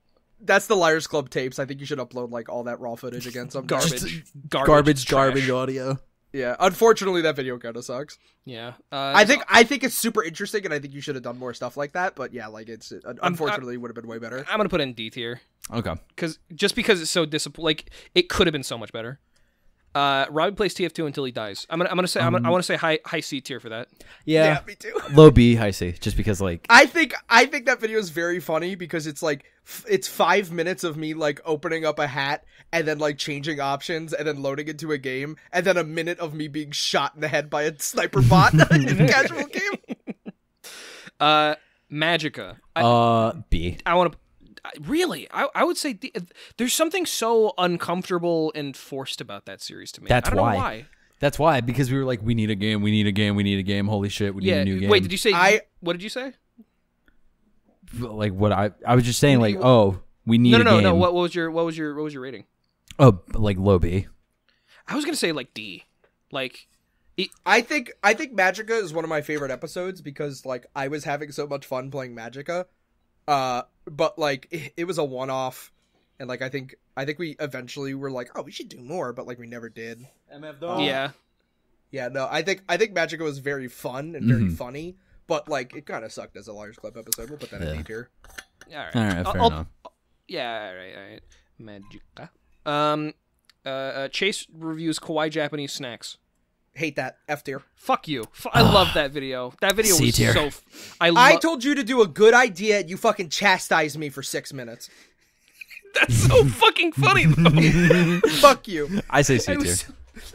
Speaker 4: That's the Liars Club tapes. I think you should upload like all that raw footage again sometime.
Speaker 2: Garbage, garbage,
Speaker 5: Garbage,
Speaker 2: trash.
Speaker 5: garbage audio.
Speaker 4: Yeah, unfortunately, that video kind of sucks.
Speaker 2: Yeah, uh,
Speaker 4: I think I think it's super interesting, and I think you should have done more stuff like that. But yeah, like it's it, unfortunately would have been way better.
Speaker 2: I'm gonna put it in D tier.
Speaker 5: Okay.
Speaker 2: because just because it's so disappointing, like it could have been so much better. Uh, Robbie plays TF2 until he dies. I'm gonna, I'm gonna say, I'm
Speaker 5: Mm-hmm.
Speaker 2: gonna, I want to say high, high C tier for that.
Speaker 5: Yeah.
Speaker 4: me too.
Speaker 5: Low B, high C, just because like
Speaker 4: I think I think that video is very funny because it's like f- it's five minutes of me like opening up a hat and then like changing options and then loading into a game and then a minute of me being shot in the head by a sniper bot in a casual game.
Speaker 2: Uh, Magica. I,
Speaker 5: uh B.
Speaker 2: I want to. Really, I, I would say D, there's something so uncomfortable and forced about that series to me.
Speaker 5: That's
Speaker 2: I don't
Speaker 5: why.
Speaker 2: Know why.
Speaker 5: That's why because we were like, we need a game, we need a game, we need a game. Holy shit, we need
Speaker 2: Yeah.
Speaker 5: a new game.
Speaker 2: Wait, did you say?
Speaker 4: I-
Speaker 2: what did you say?
Speaker 5: like what I I was just saying like oh we need
Speaker 2: No, no,
Speaker 5: a
Speaker 2: no,
Speaker 5: game.
Speaker 2: no. What, what was your, what was your, what was your rating?
Speaker 5: Oh, like low B.
Speaker 2: I was gonna say like D, like
Speaker 4: I think I think Magica is one of my favorite episodes because like I was having so much fun playing Magica, uh, but like it, it was a one off, and like I think I think we eventually were like, oh, we should do more, but like we never did.
Speaker 1: Oh.
Speaker 2: yeah.
Speaker 4: Yeah, no, I think I think Magica was very fun and very
Speaker 5: Mhm.
Speaker 4: funny, but like it kind of sucked as a Liars Club episode. We'll put that in
Speaker 5: Yeah.
Speaker 4: D tier.
Speaker 2: All right.
Speaker 5: All right,
Speaker 2: I'll-
Speaker 5: fair
Speaker 2: I'll-
Speaker 5: enough.
Speaker 2: Yeah, all right, all right. Magica. Um, uh, uh, Chase reviews kawaii Japanese snacks.
Speaker 4: Hate that F tier.
Speaker 2: Fuck you. F- I love that video. That video was
Speaker 5: C-tier.
Speaker 2: so. F- I, lo-
Speaker 4: I told you to do a good idea, and you fucking chastised me for six minutes.
Speaker 2: That's
Speaker 5: [laughs]
Speaker 2: so fucking funny. Though.
Speaker 4: Fuck you.
Speaker 5: I say C
Speaker 2: I [laughs]
Speaker 5: tier.
Speaker 2: was.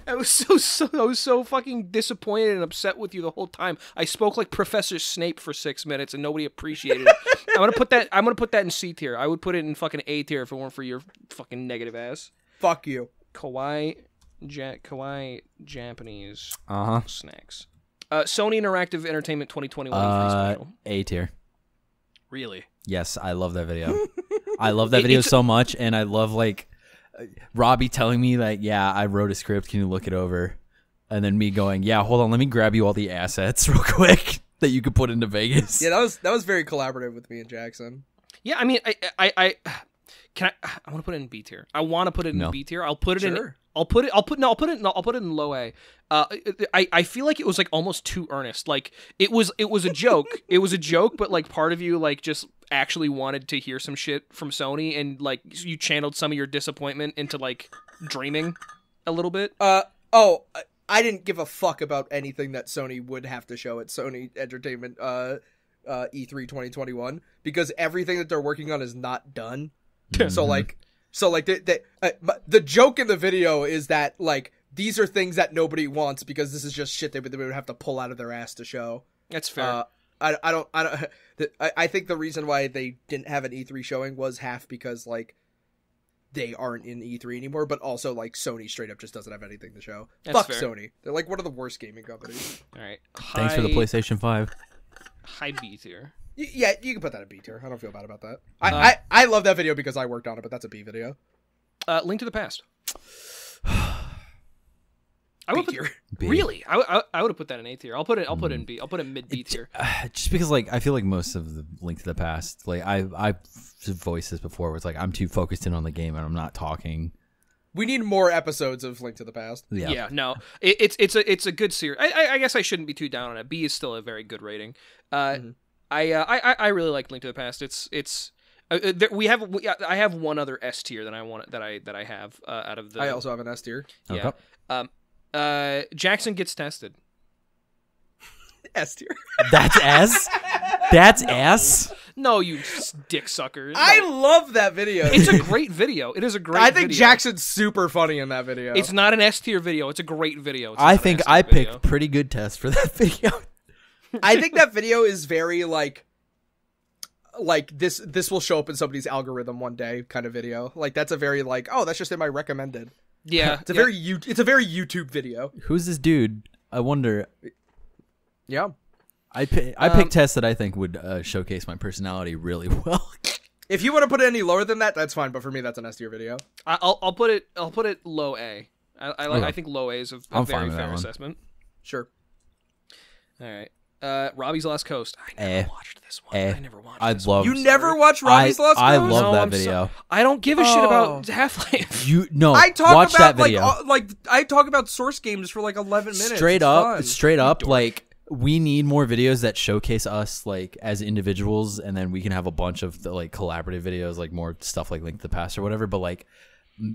Speaker 2: I was so, so I was so fucking disappointed and upset with you the whole time. I spoke like Professor Snape for six minutes and nobody appreciated
Speaker 5: [laughs]
Speaker 2: it. I'm gonna put that. I'm gonna put that in C tier. I would put it in fucking A tier if it weren't for your fucking negative ass.
Speaker 4: Fuck you.
Speaker 2: Kawaii, ja- kawaii Japanese
Speaker 5: Uh-huh.
Speaker 2: snacks. Uh, Sony Interactive Entertainment 2021 E3
Speaker 5: Uh
Speaker 2: special.
Speaker 5: A tier.
Speaker 2: Really?
Speaker 5: Yes, I love
Speaker 2: [laughs]
Speaker 5: that video. I love that
Speaker 2: It-
Speaker 5: video
Speaker 2: it's-
Speaker 5: so much, and I love like uh, Robbie telling me like, "Yeah, I wrote a script. Can you look it over?" And then me going, "Yeah, hold on, let me grab you all the assets [laughs] real quick that you could put into Vegas."
Speaker 4: Yeah, that was that was very collaborative with me and Jackson.
Speaker 2: Yeah, I [sighs] mean, I, I, I, Can I? [sighs] I want to put it in B tier. I want to put it in
Speaker 5: No.
Speaker 2: B tier. I'll put it in.
Speaker 4: Sure.
Speaker 2: I'll put it. I'll put no. I'll put it. In, I'll put it in low A. Uh, I I feel like it was like almost too earnest. Like it was. It was a
Speaker 5: [laughs]
Speaker 2: joke. it was a joke, but like part of you like just actually wanted to hear some shit from Sony, and like you channeled some of your disappointment into like dreaming a little bit.
Speaker 4: Uh oh, I- I didn't give a fuck about anything that Sony would have to show at Sony Entertainment uh uh E3 2021 because everything that they're working on is not done. So like so like the the, uh, but the joke in the video is that like these are things that nobody wants because this is just shit they would, they would have to pull out of their ass to show.
Speaker 2: That's fair.
Speaker 4: Uh, I, I don't I don't [laughs] the- I, I think the reason why they didn't have an E3 showing was half because like they aren't in E3 anymore, but also like Sony straight up just doesn't have anything to show.
Speaker 2: That's
Speaker 4: Fuck
Speaker 2: fair.
Speaker 4: Sony. They're like one of the worst gaming companies.
Speaker 2: All right.
Speaker 5: Thanks for the
Speaker 2: High- [laughs]
Speaker 5: PlayStation Five.
Speaker 2: High B tier.
Speaker 4: Y- yeah, you can put that in B tier. I don't feel bad about that. I, I I love that video because I worked on it, but that's a B video.
Speaker 2: Uh, Link to the Past. [sighs] I would
Speaker 4: B
Speaker 2: put,
Speaker 4: tier.
Speaker 5: B.
Speaker 2: really. I, would have put that in A tier. I'll put it. I'll put it
Speaker 5: Mm.
Speaker 2: in B. I'll put it mid B tier.
Speaker 5: [sighs] Just because, like, I feel like most of the Link to the Past, like, I I voiced this before, where it's like I'm too focused in on the game and I'm not talking.
Speaker 4: We need more episodes of Link to the Past.
Speaker 5: Yeah,
Speaker 2: Yeah. no, it, it's it's a it's a good series. I, I, I guess I shouldn't be too down on it. B is still a very good rating. Uh,
Speaker 4: Mhm.
Speaker 2: I, uh, I I I really like Link to the Past. It's it's. Uh, uh, there, we have we, I have one other S tier that I want that I that I have uh, out of the
Speaker 4: I also have an S tier.
Speaker 2: yeah.
Speaker 5: Okay.
Speaker 2: Um, uh, Jackson gets tested.
Speaker 4: S tier.
Speaker 5: that's
Speaker 2: [laughs]
Speaker 5: S. That's S.
Speaker 2: No, you s- dick sucker.
Speaker 4: I
Speaker 2: No.
Speaker 4: love that video.
Speaker 2: it's a great video. It is a great.
Speaker 4: I think
Speaker 2: video.
Speaker 4: Jackson's super funny in that video.
Speaker 2: It's not an S tier video. It's a great video. It's
Speaker 5: I
Speaker 2: not an
Speaker 5: think
Speaker 2: S-tier
Speaker 5: I picked
Speaker 2: video.
Speaker 5: pretty good test for that [laughs] video.
Speaker 4: I think that video is very like like this this will show up in somebody's algorithm one day kind of video. Like that's a very like oh that's just in my recommended.
Speaker 2: Yeah,
Speaker 4: [laughs] It's a
Speaker 2: yeah.
Speaker 4: very you it's a very YouTube video.
Speaker 5: Who's this dude? I wonder.
Speaker 4: Yeah.
Speaker 5: I pi- I
Speaker 4: Um,
Speaker 5: picked tests that I think would uh, showcase my personality really [laughs] well.
Speaker 4: If you want to put it any lower than that, that's fine, but for me that's an S tier video.
Speaker 2: I- I'll I'll put it I'll put it low A. I, I like
Speaker 5: Okay.
Speaker 2: I think low A is a, a
Speaker 5: I'm fine
Speaker 2: very
Speaker 5: with that
Speaker 2: fair
Speaker 5: one.
Speaker 2: assessment.
Speaker 4: Sure.
Speaker 2: All right. Uh, Robbie's Last Coast. I never
Speaker 5: Eh.
Speaker 2: watched this one.
Speaker 5: Eh.
Speaker 2: I never watched.
Speaker 5: I
Speaker 2: this
Speaker 5: love
Speaker 4: you never watch Robbie's
Speaker 5: I,
Speaker 4: Lost
Speaker 5: I
Speaker 4: Cause?
Speaker 5: love
Speaker 2: No,
Speaker 5: that
Speaker 2: I'm so-
Speaker 5: video.
Speaker 2: One. I don't give a shit about
Speaker 4: Oh.
Speaker 2: Half Life.
Speaker 5: You no.
Speaker 4: I talk
Speaker 5: watch
Speaker 4: about
Speaker 5: that video.
Speaker 4: like all, like I talk about source games for like 11 minutes.
Speaker 5: straight
Speaker 4: It's
Speaker 5: up,
Speaker 4: fun.
Speaker 5: straight up, like we need more videos that showcase us like as individuals, and then we can have a bunch of the, like collaborative videos, like more stuff like Link to the Past or whatever. But like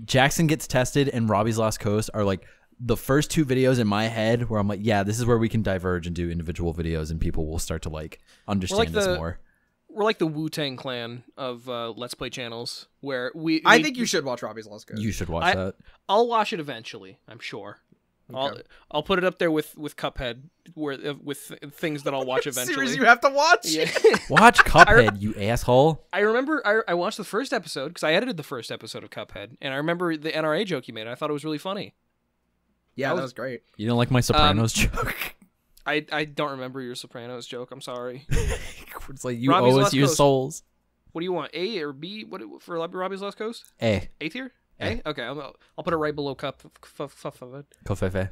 Speaker 5: Jackson gets tested and Robbie's Lost Coast are like the first two videos in my head where I'm like, yeah, this is where we can diverge and do individual videos, and people will start to like understand this
Speaker 2: the-
Speaker 5: more.
Speaker 2: [laughs] We're like the Wu Tang Clan of uh, Let's Play channels, where we.
Speaker 4: I
Speaker 2: we-
Speaker 4: think you should watch Robbie's Lost Cause.
Speaker 5: You should watch
Speaker 2: I-
Speaker 5: that.
Speaker 2: I'll watch it eventually. I'm sure. I'll
Speaker 4: Okay.
Speaker 2: I'll put it up there with with Cuphead, where uh, with things that I'll watch eventually.
Speaker 4: Series you have to watch.
Speaker 2: yeah.
Speaker 4: [laughs]
Speaker 5: Watch Cuphead, you asshole.
Speaker 2: I remember I, I watched the first episode because I edited the first episode of Cuphead, and I remember the NRA joke you made. and I thought it was really funny.
Speaker 4: Yeah,
Speaker 2: That
Speaker 4: that
Speaker 2: was-
Speaker 4: was great.
Speaker 5: You don't like my Sopranos [laughs] joke?
Speaker 2: I, I don't remember your Sopranos joke. I'm sorry.
Speaker 5: it's like you
Speaker 2: Robbie's
Speaker 5: owe us
Speaker 2: Lost
Speaker 5: your
Speaker 2: Coast.
Speaker 5: souls.
Speaker 2: What do you want, A or B? What for Robbie's Lost Coast?
Speaker 5: Eh,
Speaker 2: A tier. A. Okay, I'm, I'll put it right below Cup f- f- f- f-
Speaker 5: Kofefe,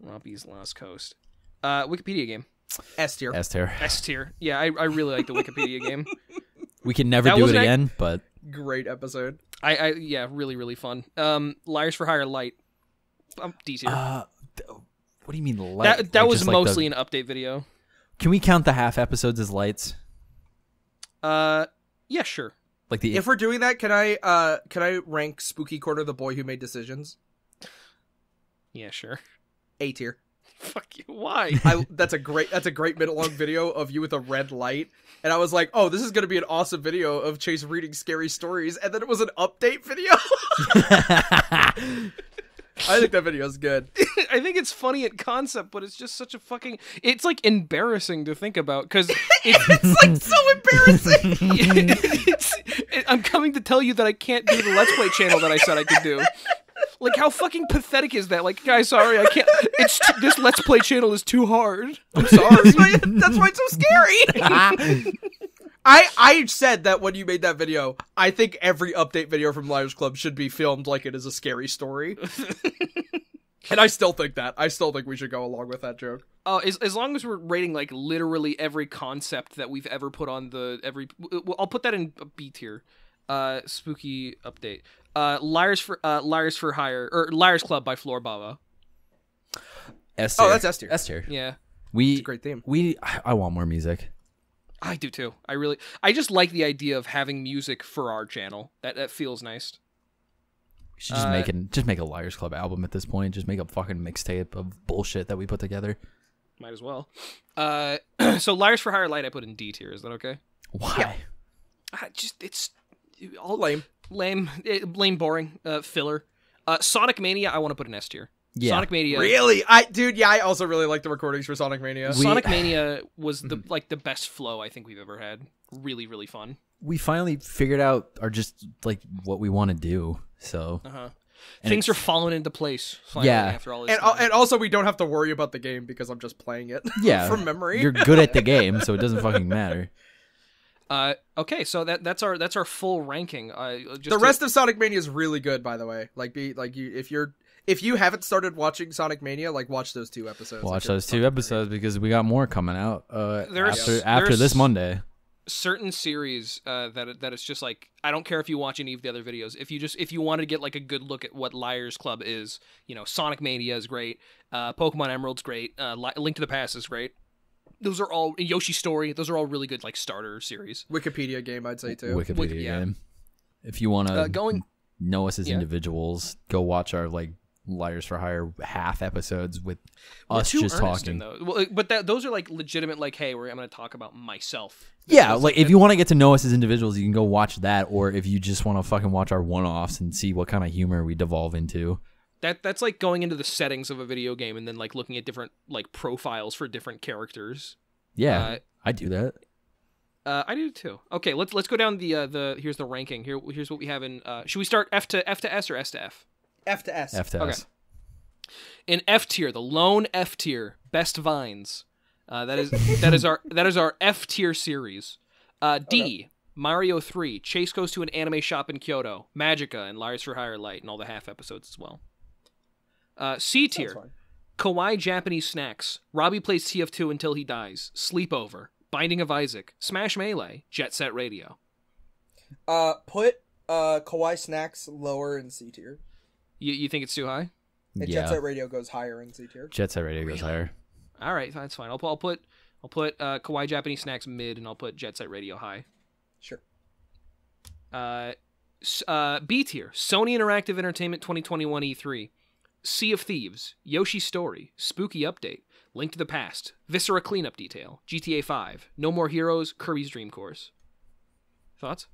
Speaker 2: Robbie's Lost Coast. Uh, Wikipedia game.
Speaker 4: S tier.
Speaker 5: Esther.
Speaker 2: S tier. Yeah, I, I really like the Wikipedia
Speaker 5: [laughs]
Speaker 2: game.
Speaker 5: We can never
Speaker 2: That
Speaker 5: do it
Speaker 2: was an-
Speaker 5: again, but
Speaker 4: Great episode.
Speaker 2: I, I yeah, really really fun. Um, Liars for Hire Light. Um, D tier.
Speaker 5: uh, th- what do you mean light?
Speaker 2: that that
Speaker 5: Like,
Speaker 2: was
Speaker 5: just like the-
Speaker 2: mostly an update video.
Speaker 5: can we count the half episodes as lights?
Speaker 2: Uh, yeah, sure.
Speaker 5: Like the [laughs]
Speaker 4: If we're doing that, can I uh can I rank Spooky Corner the boy who made decisions?
Speaker 2: Yeah, sure.
Speaker 4: A tier.
Speaker 2: Fuck you. Why?
Speaker 4: I that's a great that's a great minute long video of you with a red light. And I was like, oh, this is gonna be an awesome video of Chase reading scary stories, and then it was an update video. [laughs] I think that video's good.
Speaker 2: [laughs]
Speaker 4: [laughs]
Speaker 2: I think it's funny in concept, but it's just such a fucking. It's like embarrassing to think about because [laughs] it's,
Speaker 4: It's like so embarrassing.
Speaker 2: it's. I'm coming to tell you that I can't do the Let's Play channel that I said I could do. Like how fucking pathetic is that? Like, guys, sorry, I can't. It's t- this Let's Play channel is too hard.
Speaker 4: I'm sorry. That's why, that's why it's so scary. [laughs] I I said that when you made that video, I think every update video from Liars Club should be filmed like it is a scary [laughs] story. and I still think that. I still think we should go along with that joke.
Speaker 2: Uh, as, as long as we're rating like literally every concept that we've ever put on the every, well, I'll put that in a B tier. uh, spooky update. Uh, liars for uh, liars for hire or liars club by Floor Baba.
Speaker 5: S
Speaker 4: Oh,
Speaker 5: tier.
Speaker 4: that's S tier.
Speaker 5: S tier.
Speaker 2: Yeah,
Speaker 5: We
Speaker 4: It's a great theme.
Speaker 5: We I I want more music.
Speaker 2: I do too. I really, I just like the idea of having music for our channel. That that feels nice.
Speaker 5: We should just
Speaker 2: Uh,
Speaker 5: make an, just make a Liars Club album at this point. Just make a fucking mixtape of bullshit that we put together.
Speaker 2: Might as well. Uh, [clears throat] so liars for hire light, I put in D tier. Is that okay?
Speaker 5: Why?
Speaker 2: I Ah, just it's all
Speaker 4: Lame.
Speaker 2: lame, eh, lame, boring, uh, filler. Uh, Sonic Mania, I want to put an S tier.
Speaker 5: Yeah.
Speaker 2: Sonic Mania.
Speaker 4: Really, I dude, yeah, I also really like the recordings for Sonic Mania.
Speaker 5: We- Mm-hmm.
Speaker 2: Sonic Mania was the like the best flow I think we've ever had. Really, really fun.
Speaker 5: We finally figured out our just like what we want to do. So
Speaker 2: Uh huh.
Speaker 5: And
Speaker 2: Things are
Speaker 5: it's-
Speaker 2: falling into place. Finally,
Speaker 5: Yeah.
Speaker 2: After all this.
Speaker 4: and al-
Speaker 2: time.
Speaker 4: and also we don't have to worry about the game because I'm just playing it
Speaker 5: yeah,
Speaker 4: [laughs] from memory.
Speaker 5: you're good at the game, so it doesn't fucking matter.
Speaker 2: Uh, okay, so that that's our that's our full ranking. Uh, just
Speaker 4: the
Speaker 2: to-
Speaker 4: rest of Sonic Mania is really good, by the way. Like, be like you if you're if you haven't started watching Sonic Mania, like watch those two episodes.
Speaker 5: Watch
Speaker 4: Like,
Speaker 5: those
Speaker 4: it's
Speaker 5: two
Speaker 4: fucking
Speaker 5: episodes because we got more coming out uh,
Speaker 2: There's-
Speaker 5: after
Speaker 2: there's-
Speaker 5: after this Monday.
Speaker 2: certain series uh, that that it's just like I don't care if you watch any of the other videos. If you just if you want to get like a good look at what Liars Club is, you know, Sonic Mania is great. Uh, Pokemon Emerald's great. Uh, Li- Link to the Past is great. Those are all Yoshi Story. Those are all really good like starter series.
Speaker 4: great. Wikipedia game, I'd say too.
Speaker 5: Wikipedia
Speaker 2: Wiki- yeah.
Speaker 5: game. If you want to
Speaker 2: Uh, going-
Speaker 5: know us as
Speaker 2: Yeah.
Speaker 5: individuals, go watch our like Liars for Hire half episodes with
Speaker 2: We're
Speaker 5: us
Speaker 2: too
Speaker 5: just
Speaker 2: earnest
Speaker 5: talking.
Speaker 2: in those. Well, but that, those are like legitimate. Like, hey, we're, I'm going to talk about myself.
Speaker 5: Yeah, like if you want to get to know us as individuals, you can go watch that, or if you just want to fucking watch our one-offs and see what kind of humor we devolve into.
Speaker 2: That that's like going into the settings of a video game and then like looking at different like profiles for different characters.
Speaker 5: Yeah,
Speaker 2: Uh,
Speaker 5: I do that.
Speaker 2: Uh, I do too. Okay, let's let's go down the uh, the here's the ranking. Here here's what we have in. Uh, should we start F to F to S or S to F?
Speaker 4: F to S.
Speaker 5: F to
Speaker 2: okay.
Speaker 5: us.
Speaker 2: In F tier, the lone F tier, best vines. Uh, that is that is our that is our F tier series. Uh, D Mario Three. Chase goes to an anime shop in Kyoto. Magica and Liars for Higher Light and all the half episodes as well. Uh, C tier. Kawaii Japanese snacks. Robbie plays TF2 until he dies. Sleepover. Binding of Isaac. Smash Melee. Jet Set Radio.
Speaker 4: Uh, put uh Kawaii Snacks lower in C tier.
Speaker 2: You, you think it's too high?
Speaker 4: And
Speaker 5: yeah,
Speaker 4: Jet Set Radio goes higher in C tier.
Speaker 5: Jet Set Radio goes higher.
Speaker 2: All right, that's fine. I'll, pu- I'll put I'll put uh, Kawaii Japanese Snacks mid, and I'll put Jet Set Radio high.
Speaker 4: Sure.
Speaker 2: Uh, s- uh, B tier: Sony Interactive Entertainment 2021 E3, Sea of Thieves, Yoshi's Story, Spooky Update, Link to the Past, Viscera Cleanup Detail, GTA 5, No More Heroes, Kirby's Dream Course. Thoughts?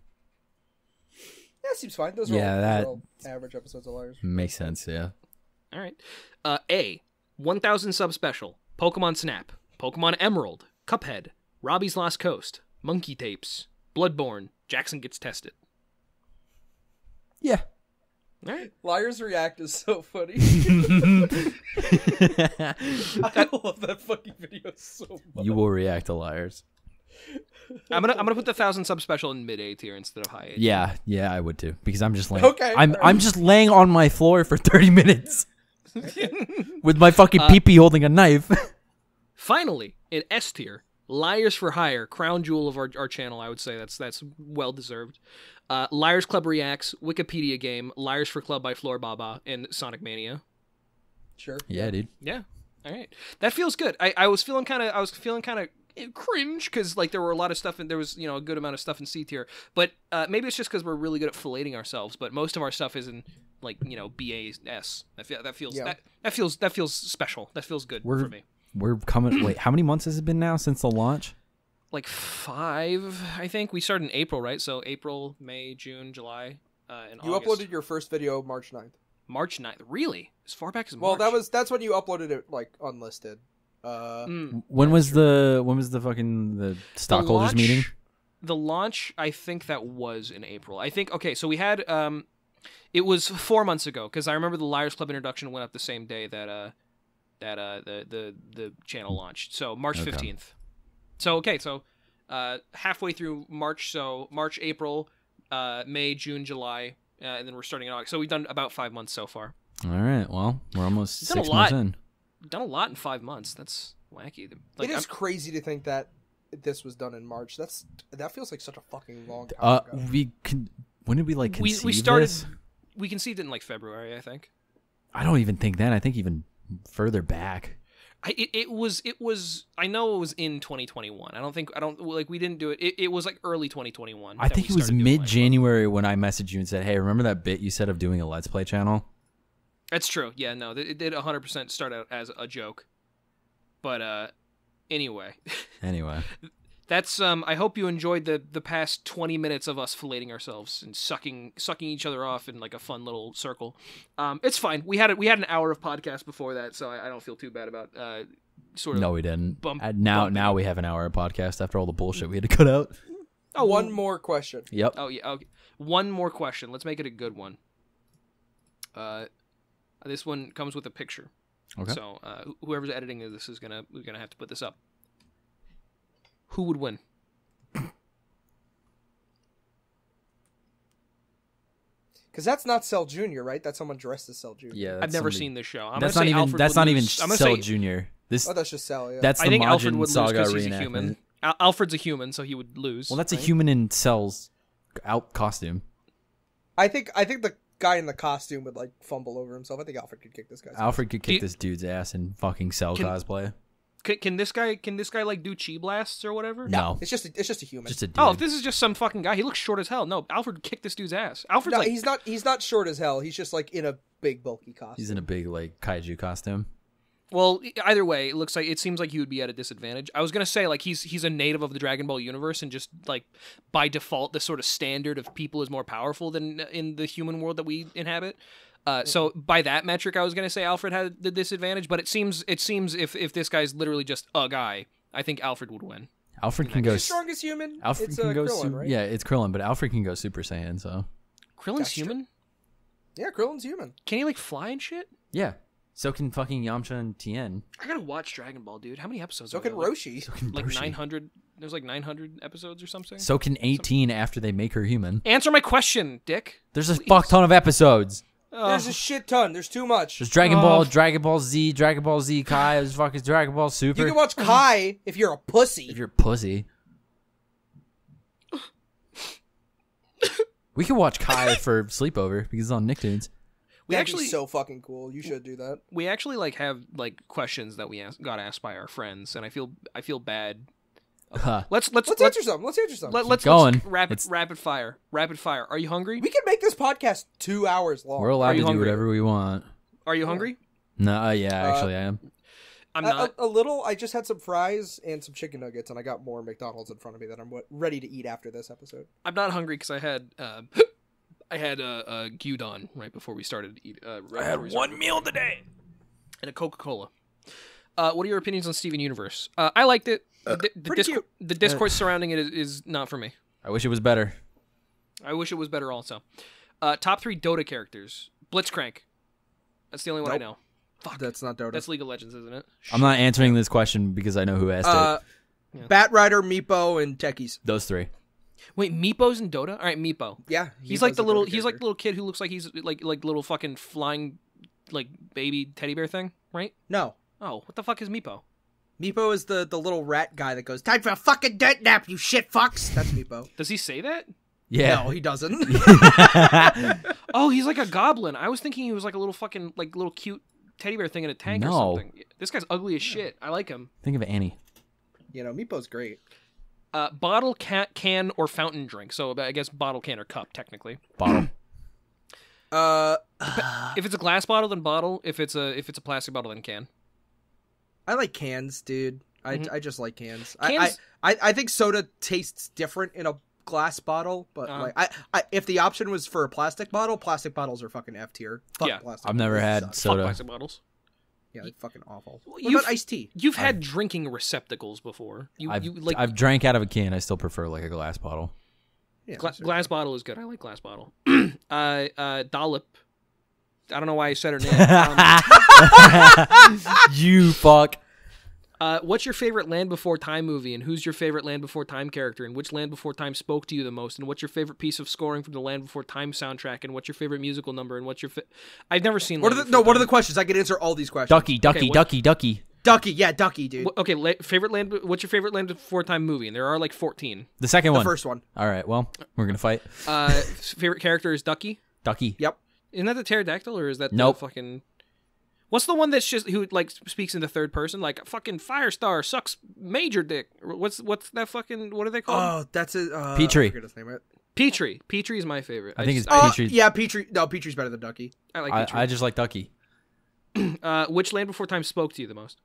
Speaker 4: That seems fine. Those are
Speaker 5: Yeah,
Speaker 4: all,
Speaker 5: that-
Speaker 4: those are all average episodes of Liars.
Speaker 5: Makes sense. Yeah.
Speaker 2: All right. Uh, A, 1000 sub special, Pokemon Snap, Pokemon Emerald, Cuphead, Robbie's Lost Coast, Monkey Tapes, Bloodborne, Jackson Gets Tested.
Speaker 5: [laughs] Yeah.
Speaker 2: All right.
Speaker 4: Liars React is so funny.
Speaker 5: [laughs] you
Speaker 4: I love that fucking video so much.
Speaker 5: will react to liars.
Speaker 2: I'm gonna I'm gonna put the thousand sub special in mid A tier instead of high A.
Speaker 5: Yeah, yeah, I would too because I'm just laying.
Speaker 4: Okay,
Speaker 5: I'm
Speaker 4: alright.
Speaker 5: I'm just laying on my floor for 30 minutes with my fucking
Speaker 2: Uh,
Speaker 5: peepee pee holding a knife.
Speaker 2: [laughs]
Speaker 5: [laughs]
Speaker 2: Finally, in S tier, Liars for Hire, crown jewel of our, our channel, I would say that's that's well deserved. Uh, Liars Club reacts, Wikipedia game, Liars for Club by Floor Baba, and Sonic Mania.
Speaker 4: Sure.
Speaker 5: yeah, dude.
Speaker 2: Yeah. All right. That feels good. I, I was feeling kind of I was feeling kind of cringe because like there were a lot of stuff and there was you know a good amount of stuff in C tier, but uh, maybe it's just because we're really good at filleting ourselves. But most of our stuff is in like you know B A S. That feel, that feels
Speaker 4: Yeah.
Speaker 2: that, that feels that feels special. That feels good
Speaker 5: We're-
Speaker 2: for me.
Speaker 5: We're coming. Wait, how many months has it been now since the launch?
Speaker 2: Like five, I think we started in April, right? So April, May, June, July, uh, and
Speaker 4: You
Speaker 2: August.
Speaker 4: uploaded your first video March 9th.
Speaker 2: March 9th. Really? As far back as
Speaker 4: Well,
Speaker 2: March?
Speaker 4: that was that's when you uploaded it like unlisted. Uh,
Speaker 2: Mm.
Speaker 5: When was the when was the fucking the stockholders
Speaker 2: launch-
Speaker 5: meeting?
Speaker 2: the launch i think that was in april i think okay so we had um it was four months ago because i remember the liars club introduction went up the same day that uh that uh the the, the channel launched so march
Speaker 5: Okay.
Speaker 2: 15th so okay so uh halfway through march so march april uh may june july uh, and then we're starting in august so we've done about five months so far
Speaker 5: All right. Well, we're almost
Speaker 2: We've done a
Speaker 5: six months
Speaker 2: lot.
Speaker 5: in.
Speaker 2: done a lot in five months that's wacky like
Speaker 4: it is
Speaker 2: I'm-
Speaker 4: crazy to think that this was done in March. That's that feels like such a fucking long time
Speaker 5: Uh,
Speaker 4: ago.
Speaker 5: we can. when did we like
Speaker 2: We
Speaker 5: conceive
Speaker 2: we started.
Speaker 5: this?
Speaker 2: We conceived it in like February, I think.
Speaker 5: I don't even think then. I think even further back.
Speaker 2: I, it, it was it was I know it was in 2021. I don't think I don't like we didn't do it. It, it was like early 2021.
Speaker 5: I
Speaker 2: that
Speaker 5: think
Speaker 2: we
Speaker 5: it was
Speaker 2: started doing live.
Speaker 5: mid January when I messaged you and said, "Hey, remember that bit you said of doing a Let's Play channel?"
Speaker 2: That's true. Yeah, no, th- it did 100% start out as a joke. But uh anyway, [laughs]
Speaker 5: Anyway,
Speaker 2: that's um I hope you enjoyed the the past 20 minutes of us filleting ourselves and sucking sucking each other off in like a fun little circle. Um it's fine. We had it we had an hour of podcast before that, so I, I don't feel too bad about uh sort of
Speaker 5: no, we didn't.
Speaker 2: Bump-
Speaker 5: Uh, now,
Speaker 2: bump.
Speaker 5: now we have an hour of podcast after all the bullshit we had to cut out.
Speaker 4: Oh, one more question.
Speaker 5: Yep.
Speaker 2: Oh yeah. Okay. One more question. Let's make it a good one. Uh, this one comes with a picture.
Speaker 5: Okay.
Speaker 2: So uh, wh- whoever's editing this is gonna we're gonna have to put this up. Who would win?
Speaker 4: Because that's not Cell Jr., right? That's someone dressed as Cell Jr.
Speaker 5: Yeah,
Speaker 2: I've never seen this show. I'm
Speaker 5: that's
Speaker 2: gonna
Speaker 5: not
Speaker 2: say
Speaker 5: even.
Speaker 2: Alfred
Speaker 5: that's
Speaker 2: would
Speaker 5: not even
Speaker 2: lose. I'm gonna
Speaker 5: Cell
Speaker 2: say,
Speaker 5: Junior. This.
Speaker 4: Oh, that's just Cell, yeah.
Speaker 5: that's
Speaker 2: I
Speaker 5: the
Speaker 2: think
Speaker 5: Majin
Speaker 2: Alfred would lose
Speaker 5: Saga
Speaker 2: because he's a
Speaker 5: reenactment.
Speaker 2: human. Al- Alfred's a human, so he would lose.
Speaker 5: Well, that's a
Speaker 2: right?
Speaker 5: human in Cell's out costume.
Speaker 4: I think I think the guy in the costume would like fumble over himself. I think Alfred could kick this guy's. ass.
Speaker 5: Alfred could kick
Speaker 2: you-
Speaker 5: this dude's ass in fucking Cell
Speaker 2: Can-
Speaker 5: cosplay.
Speaker 2: Can, can this guy? Can this guy like do chi blasts or whatever?
Speaker 5: No,
Speaker 4: It's just a, it's just a human.
Speaker 5: just a dude.
Speaker 2: Oh, if this is just some fucking guy, he looks short as hell. No, Alfred kicked this dude's ass. Alfred's
Speaker 4: no,
Speaker 2: like
Speaker 4: he's not he's not short as hell. He's just like in a big bulky costume.
Speaker 5: He's in a big like kaiju costume.
Speaker 2: Well, e- either way, it looks like it seems like he would be at a disadvantage. I was gonna say like he's he's a native of the Dragon Ball universe, and just like by default, the sort of standard of people is more powerful than uh, in the human world that we inhabit. Uh, so by that metric, I was gonna say Alfred had the disadvantage, but it seems it seems if if this guy's literally just a guy, I think Alfred would win.
Speaker 5: Alfred can
Speaker 4: He's
Speaker 5: go.
Speaker 4: the
Speaker 5: s-
Speaker 4: strongest human.
Speaker 5: Alfred
Speaker 4: it's
Speaker 5: can
Speaker 4: uh,
Speaker 5: go.
Speaker 4: Krillin,
Speaker 5: su-
Speaker 4: right?
Speaker 5: Yeah, it's Krillin, but Alfred can go Super Saiyan. So
Speaker 2: Krillin's
Speaker 4: That's true.
Speaker 2: human.
Speaker 4: yeah, Krillin's human.
Speaker 2: Can he like fly and shit?
Speaker 5: yeah, so can fucking Yamcha and Tien.
Speaker 2: I gotta watch Dragon Ball, dude. How many episodes?
Speaker 4: So
Speaker 2: are there?
Speaker 4: can Roshi.
Speaker 5: So can
Speaker 2: Like, like
Speaker 5: Roshi.
Speaker 2: nine hundred. There's like nine hundred episodes or something.
Speaker 5: So can eighteen after they make her human.
Speaker 2: Answer my question, Dick.
Speaker 5: There's a fuck ton of episodes.
Speaker 2: uh,
Speaker 4: There's a shit ton. There's too much.
Speaker 5: There's Dragon Ball,
Speaker 2: Oh.
Speaker 5: Dragon Ball Z, Dragon Ball Z Kai. There's fucking Dragon Ball Super.
Speaker 4: You can watch
Speaker 2: Uh-huh.
Speaker 4: Kai if you're a pussy.
Speaker 5: if you're a pussy. we can watch Kai for sleepover because it's on Nicktoons.
Speaker 2: we
Speaker 4: That'd be
Speaker 2: actually
Speaker 4: so fucking cool. You should do that.
Speaker 2: we actually like have like questions that we ask, got asked by our friends, and I feel I feel bad.
Speaker 5: Huh.
Speaker 2: Let's let's
Speaker 4: Let's
Speaker 2: let's let's,
Speaker 4: answer some. Let's answer some.
Speaker 2: let, let's,
Speaker 5: going.
Speaker 2: let's rapid
Speaker 5: It's-
Speaker 2: rapid fire rapid fire. Are you hungry?
Speaker 4: we can make this podcast two hours long.
Speaker 5: We're allowed
Speaker 2: Are
Speaker 5: to
Speaker 2: you
Speaker 5: do
Speaker 2: hungry?
Speaker 5: whatever we want.
Speaker 2: Are you hungry?
Speaker 5: No, uh, yeah,
Speaker 4: Uh,
Speaker 5: actually, I am.
Speaker 2: I'm
Speaker 4: A- a-
Speaker 2: not.
Speaker 4: A, little. I just had some fries and some chicken nuggets, and I got more McDonald's in front of me that I'm w- ready to eat after this episode.
Speaker 2: I'm not hungry because I had uh, [gasps] I had uh, uh, gyudon right before we started. Eat, uh, right I had one meal today and a Coca Cola. Uh, what are your opinions on Steven Universe? Uh, I liked it. The, di- the,
Speaker 4: pretty
Speaker 2: discour-
Speaker 4: cute.
Speaker 2: the discourse
Speaker 5: Uh.
Speaker 2: surrounding it is, is not for me.
Speaker 5: I wish it was better.
Speaker 2: I wish it was better also. Uh, top three Dota characters. Blitzcrank. That's the only one I know. Fuck. That's,
Speaker 4: not Dota.
Speaker 2: League of Legends, isn't it?
Speaker 5: I'm not answering this question because I know who asked
Speaker 4: uh,
Speaker 5: it.
Speaker 2: Yeah.
Speaker 4: Bat Rider, Meepo, and Techies.
Speaker 5: Those three.
Speaker 2: Wait, Meepo's in Dota? Alright, Meepo.
Speaker 4: Yeah,
Speaker 2: He's
Speaker 4: Meepo's
Speaker 2: like the
Speaker 4: a Dota
Speaker 2: little he's like
Speaker 4: character.
Speaker 2: the little kid who looks like he's like like little fucking flying like baby teddy bear thing, right?
Speaker 4: no.
Speaker 2: Oh, what the fuck is Meepo?
Speaker 4: Meepo is the the little rat guy that goes time for a fucking dirt nap, you shit fucks. That's Meepo.
Speaker 2: Does he say that?
Speaker 4: No,
Speaker 5: Yeah. [laughs]
Speaker 2: [laughs]
Speaker 4: he doesn't.
Speaker 2: Oh, he's like a goblin. I was thinking he was like a little fucking like little cute teddy bear thing in a tank
Speaker 5: No.
Speaker 2: or something. This guy's ugly as shit. I like him.
Speaker 5: Think of Annie.
Speaker 4: you know, Meepo's great.
Speaker 2: Uh, bottle ca- can or fountain drink. So I guess bottle can or cup technically.
Speaker 5: Bottle.
Speaker 4: Uh,
Speaker 2: If it's a glass bottle, then bottle. If it's a if it's a plastic bottle, then can.
Speaker 4: I like cans, dude. I,
Speaker 2: Mhm.
Speaker 4: I just like Mm-hmm. cans.
Speaker 2: Cans-
Speaker 4: I, I, I I think soda tastes different in a glass bottle, but
Speaker 2: Uh-huh.
Speaker 4: like I, I if the option was for a plastic bottle, plastic bottles are fucking F tier. Fuck
Speaker 2: Yeah.
Speaker 4: plastic.
Speaker 5: I've never had
Speaker 4: bottles. Suck.
Speaker 2: Fuck
Speaker 5: soda.
Speaker 2: plastic bottles.
Speaker 4: Yeah, they're fucking awful. What
Speaker 2: You've-
Speaker 4: about iced tea?
Speaker 2: You've had drinking receptacles before. You
Speaker 5: I've,
Speaker 2: you like
Speaker 5: I've drank out of a can. I still prefer like a glass bottle.
Speaker 4: Yeah,
Speaker 2: gla-
Speaker 4: those are-
Speaker 2: glass bottle is good. I like glass bottle. [clears throat] uh, uh, dollop. I don't know why I said her name.
Speaker 4: [laughs]
Speaker 2: um,
Speaker 5: [laughs]
Speaker 2: [laughs]
Speaker 5: you fuck.
Speaker 2: uh, what's your favorite Land Before Time movie, and who's your favorite Land Before Time character, and which Land Before Time spoke to you the most, and what's your favorite piece of scoring from the Land Before Time soundtrack, and what's your favorite musical number, and what's your? Fa- I've never seen.
Speaker 4: What are
Speaker 2: Land
Speaker 4: the no?
Speaker 2: Before
Speaker 4: What are
Speaker 2: Time.
Speaker 4: the questions? I can answer all these questions.
Speaker 5: Ducky, ducky,
Speaker 2: what-
Speaker 5: ducky, ducky.
Speaker 4: Ducky, yeah, Ducky, dude.
Speaker 2: Wh- Okay, la- favorite land. What's your favorite land before time movie? And there are like fourteen.
Speaker 5: The second
Speaker 4: the
Speaker 5: one.
Speaker 4: first one.
Speaker 5: All right. Well, we're gonna fight
Speaker 4: [laughs]
Speaker 2: Uh, favorite character is Ducky.
Speaker 5: Ducky.
Speaker 4: Yep.
Speaker 2: Isn't that the pterodactyl or is that
Speaker 5: Nope.
Speaker 2: the fucking? What's the one that's just who like speaks in the third person like fucking Firestar sucks major dick. What's what's that fucking what are they called?
Speaker 4: Oh, that's a uh,
Speaker 5: Petrie.
Speaker 4: I forget his name. Right?
Speaker 2: Petrie. Petrie is my favorite.
Speaker 5: I think
Speaker 2: just-
Speaker 5: it's
Speaker 4: Oh,
Speaker 5: Petrie.
Speaker 4: yeah, Petrie. No, Petrie's better than Ducky.
Speaker 2: I, I like
Speaker 5: I,
Speaker 2: Petrie.
Speaker 5: I just like Ducky.
Speaker 2: uh, which Land Before Time spoke to you the most?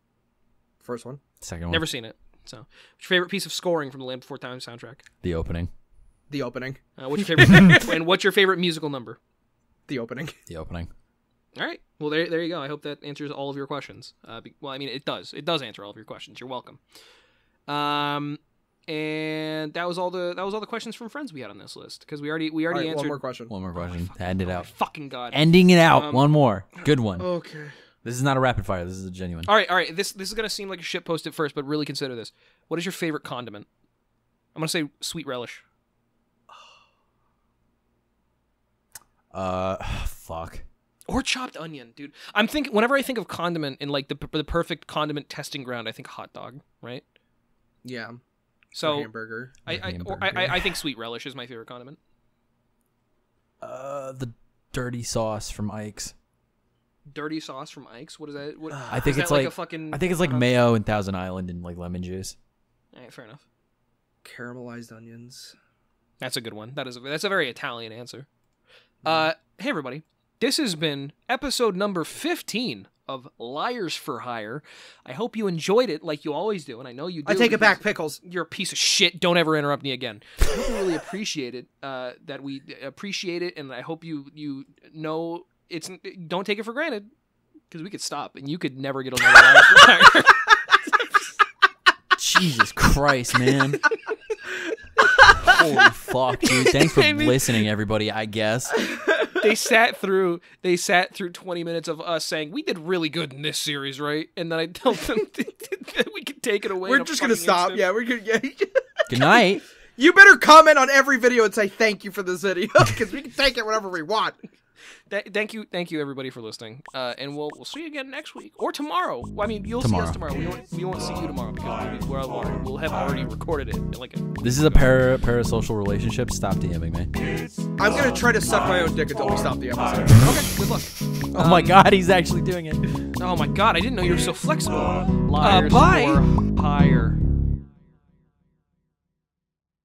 Speaker 4: First one.
Speaker 5: Second one.
Speaker 2: Never seen it. So, which favorite piece of scoring from the Land Before Time soundtrack?
Speaker 5: the opening.
Speaker 4: The opening.
Speaker 2: Uh, what's your favorite and what's your favorite musical number?
Speaker 4: The opening.
Speaker 5: The opening.
Speaker 2: All right. Well, there, there you go. I hope that answers all of your questions. Uh, be, well, I mean, it does. It does answer all of your questions. You're welcome. Um, and that was all the that was all the questions from friends we had on this list because we already we
Speaker 4: All
Speaker 2: already
Speaker 4: right, one
Speaker 2: answered.
Speaker 4: more question.
Speaker 5: One more question to end it
Speaker 2: Oh my
Speaker 5: out.
Speaker 2: Fucking god.
Speaker 5: Ending it out.
Speaker 2: Um, oh.
Speaker 5: one more. Good one.
Speaker 4: Okay.
Speaker 5: This is not a rapid fire. This is a genuine.
Speaker 2: all right, all right. This this is gonna seem like a shit post at first, but really consider this. What is your favorite condiment? I'm gonna say sweet relish.
Speaker 5: Uh, [sighs] fuck.
Speaker 2: Or chopped onion, dude. I'm thinking whenever I think of condiment and like the the perfect condiment testing ground, I think hot dog, right?
Speaker 4: Yeah. or
Speaker 2: So
Speaker 4: hamburger.
Speaker 2: I I, or I I I think sweet relish is my favorite condiment.
Speaker 5: Uh, the dirty sauce from Ike's.
Speaker 2: dirty sauce from Ike's. What is that? What,
Speaker 5: I think
Speaker 2: is that
Speaker 5: it's
Speaker 2: like,
Speaker 5: like-
Speaker 2: a fucking.
Speaker 5: I think it's like
Speaker 2: uh-huh.
Speaker 5: mayo and Thousand Island and like lemon juice.
Speaker 2: All right, fair enough.
Speaker 4: Caramelized onions.
Speaker 2: That's a good one. That is a, that's a very Italian answer. Uh, hey everybody, this has been episode number fifteen of Liars for Hire. I hope you enjoyed it like you always do, and I know you. do.
Speaker 4: I take it
Speaker 2: because-
Speaker 4: back, pickles.
Speaker 2: you're a piece of shit. Don't ever interrupt me again. I hope you really appreciate it. Uh, that we appreciate it, and I hope you you know it's don't take it for granted because we could stop and you could never get another liar for hire.
Speaker 5: Jesus Christ, man. Holy fuck, dude. Thanks for
Speaker 2: I mean-
Speaker 5: listening, everybody, I guess.
Speaker 2: they sat through they sat through 20 minutes of us saying we did really good in this series right and then i told them [laughs] that we could take it away
Speaker 4: We're
Speaker 2: in a
Speaker 4: just gonna
Speaker 2: fucking
Speaker 4: stop.
Speaker 2: instant.
Speaker 4: Yeah, we're gonna. Yeah. [laughs]
Speaker 5: Good night.
Speaker 4: you better comment on every video and say thank you for this video [laughs] because we can take it whenever we want.
Speaker 2: Th- thank you thank you everybody for listening uh, and we'll we'll see you again next week or tomorrow well, i mean you'll see us tomorrow we won't, we won't see you tomorrow because we'll, be, well, we'll- we'll have already recorded it in like a,
Speaker 5: This is a para parasocial relationship. Stop DMing me.
Speaker 4: I'm gonna try to suck my own dick until we stop the episode.
Speaker 2: okay good luck
Speaker 5: Oh my god, he's actually doing it.
Speaker 2: oh my god i didn't know you were so flexible
Speaker 1: Uh,
Speaker 2: Liars
Speaker 4: bye.
Speaker 2: for hire